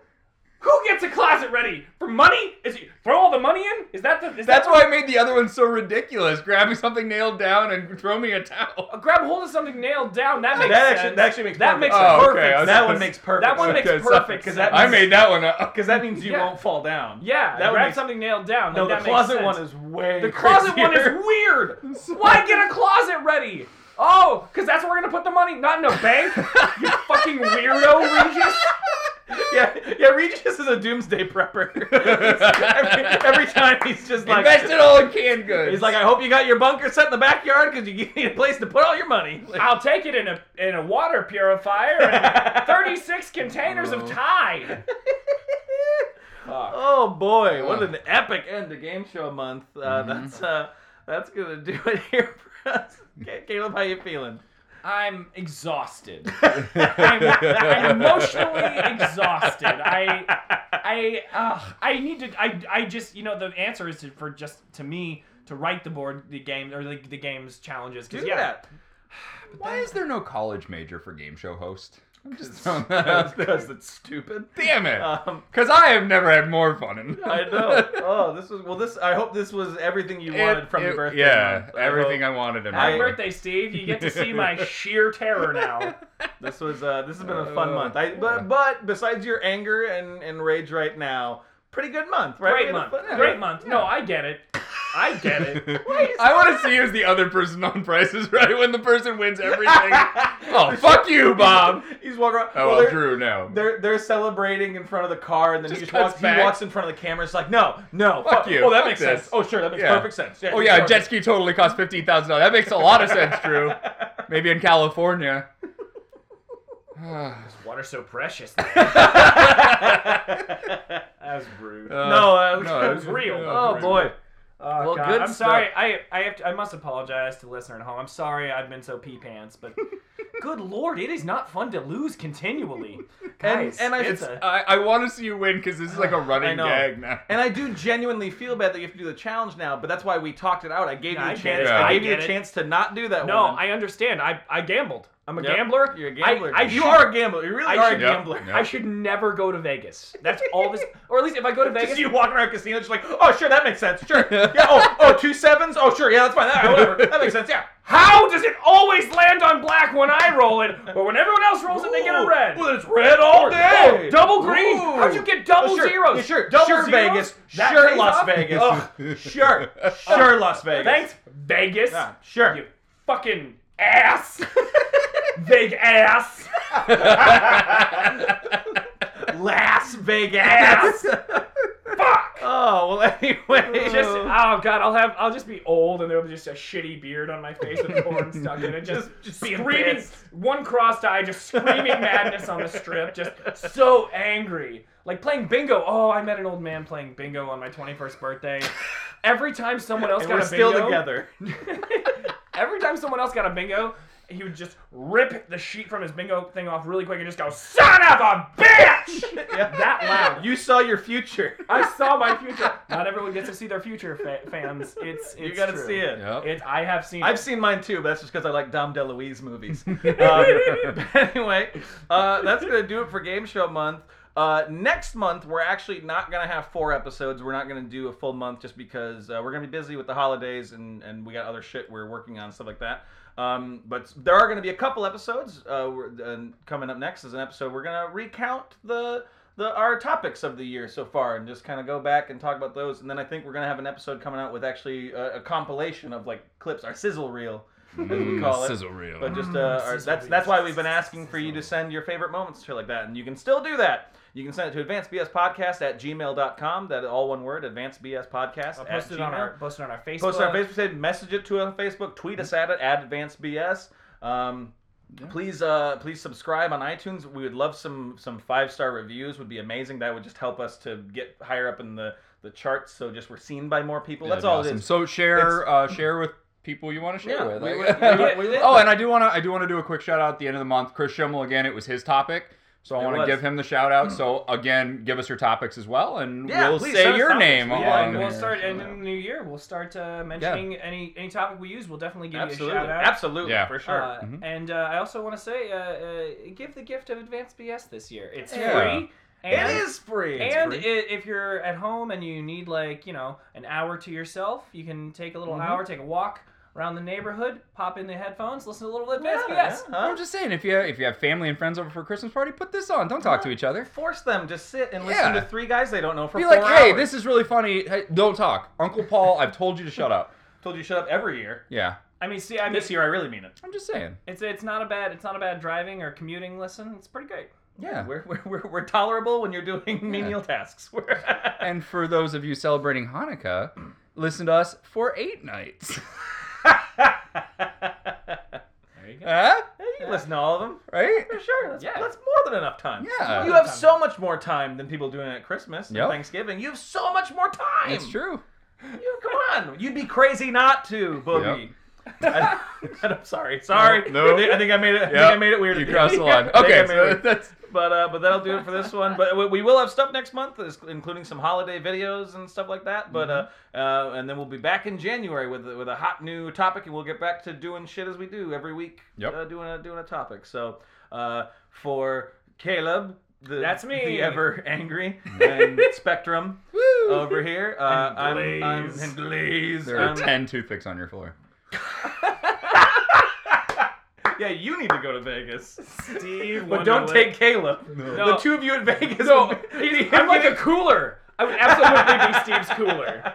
Speaker 4: who gets
Speaker 3: gets a closet ready for money? Is it throw all the money in? Is that the? Is
Speaker 2: That's
Speaker 3: that
Speaker 2: why I made the other one so ridiculous. Grabbing something nailed down and throw me a towel.
Speaker 3: Uh, grab hold of something nailed down. That makes
Speaker 1: that
Speaker 3: sense.
Speaker 1: actually that actually makes
Speaker 3: That
Speaker 1: perfect
Speaker 3: makes
Speaker 1: sense.
Speaker 2: Oh, okay,
Speaker 3: perfect.
Speaker 2: I was-
Speaker 1: that one makes perfect.
Speaker 3: That one
Speaker 1: sense.
Speaker 3: makes
Speaker 2: Okay, so-
Speaker 3: perfect.
Speaker 1: 'cause that
Speaker 2: I
Speaker 1: means-
Speaker 2: made that one up.
Speaker 1: because that means you
Speaker 3: Yeah.
Speaker 1: won't fall down.
Speaker 3: yeah,
Speaker 1: that
Speaker 3: grab
Speaker 1: would make,
Speaker 3: something nailed down.
Speaker 1: no.
Speaker 3: like,
Speaker 1: the
Speaker 3: that makes
Speaker 1: closet
Speaker 3: sense.
Speaker 1: one is way.
Speaker 3: The closet one is
Speaker 1: crazier.
Speaker 3: weird. Why get a closet ready? Oh, because that's where we're gonna put the money, not in a bank. you fucking weirdo, Regis.
Speaker 1: yeah, yeah. Regis is a doomsday prepper. every, every time he's just like,
Speaker 2: Invest it all in canned goods.
Speaker 1: he's like, I hope you got your bunker set in the backyard because you need a place to put all your money.
Speaker 3: I'll take it in a in a water purifier and 36 containers of Tide. Fuck.
Speaker 1: oh boy, what an epic end to game show month. Uh,
Speaker 2: Mm-hmm.
Speaker 1: That's uh, that's gonna do it here for us. Ca- Caleb, how you feeling?
Speaker 3: I'm exhausted. I'm, I'm emotionally exhausted. I I uh, I need to. I I just you know the answer is to, for just to me to write the board the game or the, the games challenges
Speaker 1: Do
Speaker 3: because yeah
Speaker 1: that.
Speaker 2: why is there no college major for game show host? I'm just throwing that out there.
Speaker 1: Because it's stupid.
Speaker 2: Damn it.
Speaker 1: Um,
Speaker 2: Because I have never had more fun. In
Speaker 1: I know. Oh, this was well. This I hope this was everything you wanted from your
Speaker 2: It-
Speaker 1: birthday.
Speaker 2: Yeah,
Speaker 1: month. I
Speaker 2: everything
Speaker 1: hope
Speaker 2: I wanted in
Speaker 1: I-
Speaker 2: my
Speaker 3: Happy
Speaker 2: birthday.
Speaker 3: birthday, Steve! You get to see my sheer terror now.
Speaker 1: This was. Uh, this has been a fun
Speaker 2: Uh,
Speaker 1: month. I,
Speaker 2: yeah.
Speaker 1: but but besides your anger and and rage right now, pretty good month, right? We
Speaker 3: Great
Speaker 1: had a
Speaker 3: month,
Speaker 1: fun-
Speaker 3: great month. No, I get it. I get it.
Speaker 2: I want to see who's the other person on prices right when the person wins everything. oh, fuck you, Bob.
Speaker 1: He's walking around.
Speaker 2: Oh,
Speaker 1: well,
Speaker 2: well,
Speaker 1: they're-
Speaker 2: Drew, no.
Speaker 1: They're they're celebrating in front of the car, and then he
Speaker 2: Just
Speaker 1: just walks.
Speaker 2: cuts back.
Speaker 1: He walks in front of the camera. It's like, no, no,
Speaker 2: Fuck you,
Speaker 1: Oh, that
Speaker 2: fuck
Speaker 1: makes
Speaker 2: this.
Speaker 1: sense. Oh, sure, that makes
Speaker 2: Yeah.
Speaker 1: perfect sense.
Speaker 2: Oh, yeah, a
Speaker 1: sure.
Speaker 2: jet ski totally cost $15,000. That makes a lot of sense, Drew. Maybe in California.
Speaker 3: This water's so precious. man. that was rude.
Speaker 1: No, uh,
Speaker 2: no,
Speaker 3: it's real.
Speaker 1: Oh boy.
Speaker 3: Oh,
Speaker 6: Well,
Speaker 3: God.
Speaker 6: good
Speaker 3: I'm
Speaker 6: stuff.
Speaker 3: sorry. I I have to, I must apologize to the listener at home. I'm sorry I've been so pee pants, but good lord, it is not fun to lose continually. Guys,
Speaker 1: and I-
Speaker 3: it's
Speaker 1: it's-
Speaker 3: a,
Speaker 2: I, I want to see you win because this is like a running
Speaker 1: know.
Speaker 2: gag now.
Speaker 1: And I do genuinely feel bad that you have to do the challenge now, but that's why we talked it out. I gave
Speaker 3: Yeah,
Speaker 1: you
Speaker 3: I
Speaker 1: a
Speaker 3: get
Speaker 1: chance.
Speaker 2: it.
Speaker 1: I
Speaker 2: I
Speaker 1: gave you
Speaker 3: get
Speaker 1: a
Speaker 3: it.
Speaker 1: chance to not do that.
Speaker 3: no,
Speaker 1: one.
Speaker 3: I understand. I I gambled. I'm a
Speaker 1: Yep.
Speaker 3: gambler.
Speaker 1: You're a gambler.
Speaker 3: I, I
Speaker 1: you
Speaker 3: should-
Speaker 1: are a gambler. You really
Speaker 3: I
Speaker 1: are a
Speaker 3: should-
Speaker 2: Yep.
Speaker 1: gambler.
Speaker 2: Yep.
Speaker 3: I should never go to Vegas. That's all this, or at least if I go to
Speaker 1: I
Speaker 3: Vegas,
Speaker 1: just see you walking around casino, just like, oh, sure, that makes sense. Sure. Yeah. Oh, oh, two sevens. Oh, sure. Yeah, that's fine. That, whatever. That makes sense. Yeah.
Speaker 3: How does it always land on black when I roll it, but when everyone else rolls it, they get a
Speaker 1: Ooh,
Speaker 3: red?
Speaker 1: Well, it's red all
Speaker 3: Or-
Speaker 1: day.
Speaker 3: oh, double green?
Speaker 1: Ooh.
Speaker 3: How'd you get double
Speaker 1: Oh, sure.
Speaker 3: zeros?
Speaker 1: Yeah, sure.
Speaker 3: Double
Speaker 1: sure,
Speaker 3: zeros?
Speaker 1: Vegas.
Speaker 3: That
Speaker 1: sure,
Speaker 3: pays
Speaker 1: Las
Speaker 3: off?
Speaker 1: Vegas.
Speaker 3: Ugh.
Speaker 1: Oh, Sure. Sure, Las Vegas.
Speaker 3: Thanks, Vegas.
Speaker 1: Yeah, sure.
Speaker 3: You fucking ass. Big ass.
Speaker 1: Las Vegas.
Speaker 3: Ass. Fuck.
Speaker 1: oh, well, anyway.
Speaker 3: Just oh god, I'll have I'll just be old and there'll be just a shitty beard on my face with horn stuck in it, just,
Speaker 1: Just- just be
Speaker 3: screaming,
Speaker 1: embarrassed.
Speaker 3: one crossed eye, just screaming madness on the strip, just so angry, like playing bingo. Oh, I met an old man playing bingo on my 21st birthday. Every time someone else
Speaker 1: And
Speaker 3: got
Speaker 1: we're
Speaker 3: a
Speaker 1: still
Speaker 3: bingo,
Speaker 1: together.
Speaker 3: Every time someone else got a bingo, he would just rip the sheet from his bingo thing off really quick and just go, "Son of a bitch!" That loud.
Speaker 1: You saw your future.
Speaker 3: I saw my future. Not everyone gets to see their future, fa- fans. It's, it's
Speaker 1: you got to
Speaker 3: true.
Speaker 1: see it.
Speaker 2: Yep.
Speaker 3: It. I have seen.
Speaker 1: I've
Speaker 3: it.
Speaker 1: seen mine too, but that's just because I like Dom DeLuise movies. um, but anyway, uh, that's gonna do it for Game Show Month. Uh, next month, we're actually not gonna have four episodes. We're not gonna do a full month just because uh, we're gonna be busy with the holidays and and we got other shit we're working on stuff like that. Um, but there are gonna be a couple episodes. Uh, we're, and coming up next is an episode we're gonna recount the. The, our topics of the year so far, and just kind of go back and talk about those, and then I think we're gonna have an episode coming out with actually a, a compilation of like clips, our sizzle reel, as
Speaker 2: Mm,
Speaker 1: we call it.
Speaker 2: Sizzle reel.
Speaker 1: But
Speaker 3: Mm,
Speaker 1: just uh, our, that's that's why we've been asking for you to send your favorite moments to like that, and you can still do that. You can send it to advancedbspodcast at gmail.com. That all one word, advancedbspodcast
Speaker 3: I'll
Speaker 1: at
Speaker 3: post it
Speaker 1: gmail.
Speaker 3: on our post it on our Facebook.
Speaker 1: Post it on our Facebook page, message it to us on Facebook, tweet us at it at advancedbs. Um, Please, uh, please subscribe on iTunes. We would love some some five star reviews. Would be amazing. That would just help us to get higher up in the the charts. So just we're seen by more people. That's all it is.
Speaker 2: So share, uh, share with people you want to share
Speaker 1: Yeah,
Speaker 2: with.
Speaker 1: we-
Speaker 2: Like-
Speaker 1: we- we- we-
Speaker 2: oh, and I do want to, I do want to do a quick shout out at the end of the month. Chris Schimmel again. It was his topic, so I
Speaker 1: It
Speaker 2: want to
Speaker 1: was. Hmm.
Speaker 2: give him the shout out. So again, give us your topics as well, and
Speaker 1: Yeah,
Speaker 2: we'll
Speaker 1: please send
Speaker 2: say
Speaker 1: us
Speaker 2: your
Speaker 1: topics.
Speaker 2: name
Speaker 1: We
Speaker 2: on.
Speaker 1: like-
Speaker 3: And
Speaker 2: here.
Speaker 3: we'll start and in the new year. We'll start uh, mentioning any any topic we use. We'll definitely give
Speaker 1: Absolutely,
Speaker 3: you a shout out.
Speaker 1: absolutely,
Speaker 2: Yeah.
Speaker 1: for sure.
Speaker 3: Uh,
Speaker 2: Mm-hmm.
Speaker 3: And uh, I also want to say, uh, uh, give the gift of advanced BS this year. It's
Speaker 2: Yeah.
Speaker 3: free.
Speaker 1: it is free.
Speaker 4: It's
Speaker 3: and
Speaker 4: free.
Speaker 3: i if you're at home and you need like you know an hour to yourself, you can take a little
Speaker 1: Mm-hmm.
Speaker 3: hour, take a walk around the neighborhood, pop in the headphones, listen to a little bit of
Speaker 1: Yeah,
Speaker 3: SBS.
Speaker 1: yeah, huh?
Speaker 2: I'm just saying, if you if you have family and friends over for a Christmas party, put this on. Don't talk to each other.
Speaker 1: Force them to sit and listen
Speaker 2: Yeah.
Speaker 1: to three guys they don't know for
Speaker 2: Be
Speaker 1: four
Speaker 2: like, hey,
Speaker 1: hours.
Speaker 2: this is really funny. Hey, don't talk, Uncle Paul. I've told you to shut up.
Speaker 1: Told you shut up every year.
Speaker 2: Yeah,
Speaker 3: I mean, see, I mean,
Speaker 1: This year, I really mean it.
Speaker 2: I'm just saying.
Speaker 3: it's it's not a bad it's not a bad driving or commuting listen. It's pretty great.
Speaker 2: Yeah.
Speaker 1: We're, we're, we're, we're tolerable when you're doing menial tasks. We're
Speaker 2: And for those of you celebrating Hanukkah, listen to us for eight nights.
Speaker 4: There you go.
Speaker 2: huh?
Speaker 1: you listen to all of them.
Speaker 2: Right?
Speaker 1: For sure. That's,
Speaker 4: Yeah.
Speaker 1: that's more than enough time.
Speaker 2: Yeah.
Speaker 1: You have so much more time than people doing it at Christmas and
Speaker 2: Yep.
Speaker 1: Thanksgiving. You have so much more time.
Speaker 2: It's true.
Speaker 1: You, come on. You'd be crazy not to, Boogie. I, am sorry. Sorry.
Speaker 2: No.
Speaker 1: I think, I think I made it. I think
Speaker 2: Yep.
Speaker 1: I made it weird.
Speaker 2: You
Speaker 1: at the
Speaker 2: crossed
Speaker 1: end.
Speaker 2: the line.
Speaker 1: I think I
Speaker 2: Okay,
Speaker 1: made it
Speaker 2: so
Speaker 1: weird.
Speaker 2: that's
Speaker 1: But uh, but that'll do it for this one. But we, we will have stuff next month, is- including some holiday videos and stuff like that. But uh, uh, and then we'll be back in January with with a hot new topic, and we'll get back to doing shit as we do every week.
Speaker 2: Yep.
Speaker 1: Uh, doing a doing a topic. So uh, for Caleb. The,
Speaker 3: That's me.
Speaker 1: The ever angry and Spectrum
Speaker 2: Woo.
Speaker 1: over here. Uh,
Speaker 4: And
Speaker 1: I'm, I'm
Speaker 4: Glaze.
Speaker 1: and Glaze. Um,
Speaker 2: There are
Speaker 1: I'm-
Speaker 2: ten toothpicks on your floor.
Speaker 1: yeah, you need to go to Vegas,
Speaker 4: Steve
Speaker 1: but don't
Speaker 4: Wonderlick.
Speaker 1: take Caleb.
Speaker 4: No.
Speaker 1: The two of you at Vegas.
Speaker 4: No,
Speaker 1: would be-
Speaker 4: he's, I'm like a cooler. I would absolutely be Steve's cooler.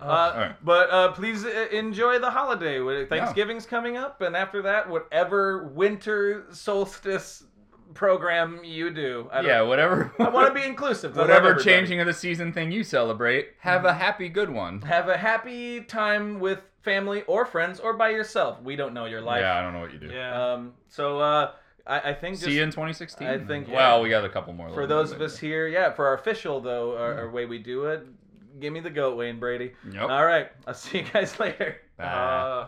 Speaker 1: Uh,
Speaker 2: Alright.
Speaker 1: But uh, please uh, enjoy the holiday. Wh- Thanksgiving's coming up, and after that, whatever winter solstice program you do, I, don't-
Speaker 2: Yeah, whatever.
Speaker 1: I want to be inclusive. to love
Speaker 2: whatever
Speaker 1: everybody.
Speaker 2: changing of the season thing you celebrate. Have
Speaker 1: Mm-hmm.
Speaker 2: a happy good one.
Speaker 1: Have a happy time with family or friends or by yourself. We don't know your life.
Speaker 2: Yeah, I don't know what you do.
Speaker 4: Yeah.
Speaker 1: Um, so uh, I, I think just
Speaker 2: See you in 2016.
Speaker 1: I think-
Speaker 2: Wow, we got a couple more.
Speaker 1: for
Speaker 2: left.
Speaker 1: those of us here, yeah, for our official though, our, our way we do it. Give me the goat, Wayne Brady.
Speaker 2: Mm. Yep.
Speaker 1: All right, I'll see you guys later.
Speaker 2: Bye.
Speaker 4: Uh,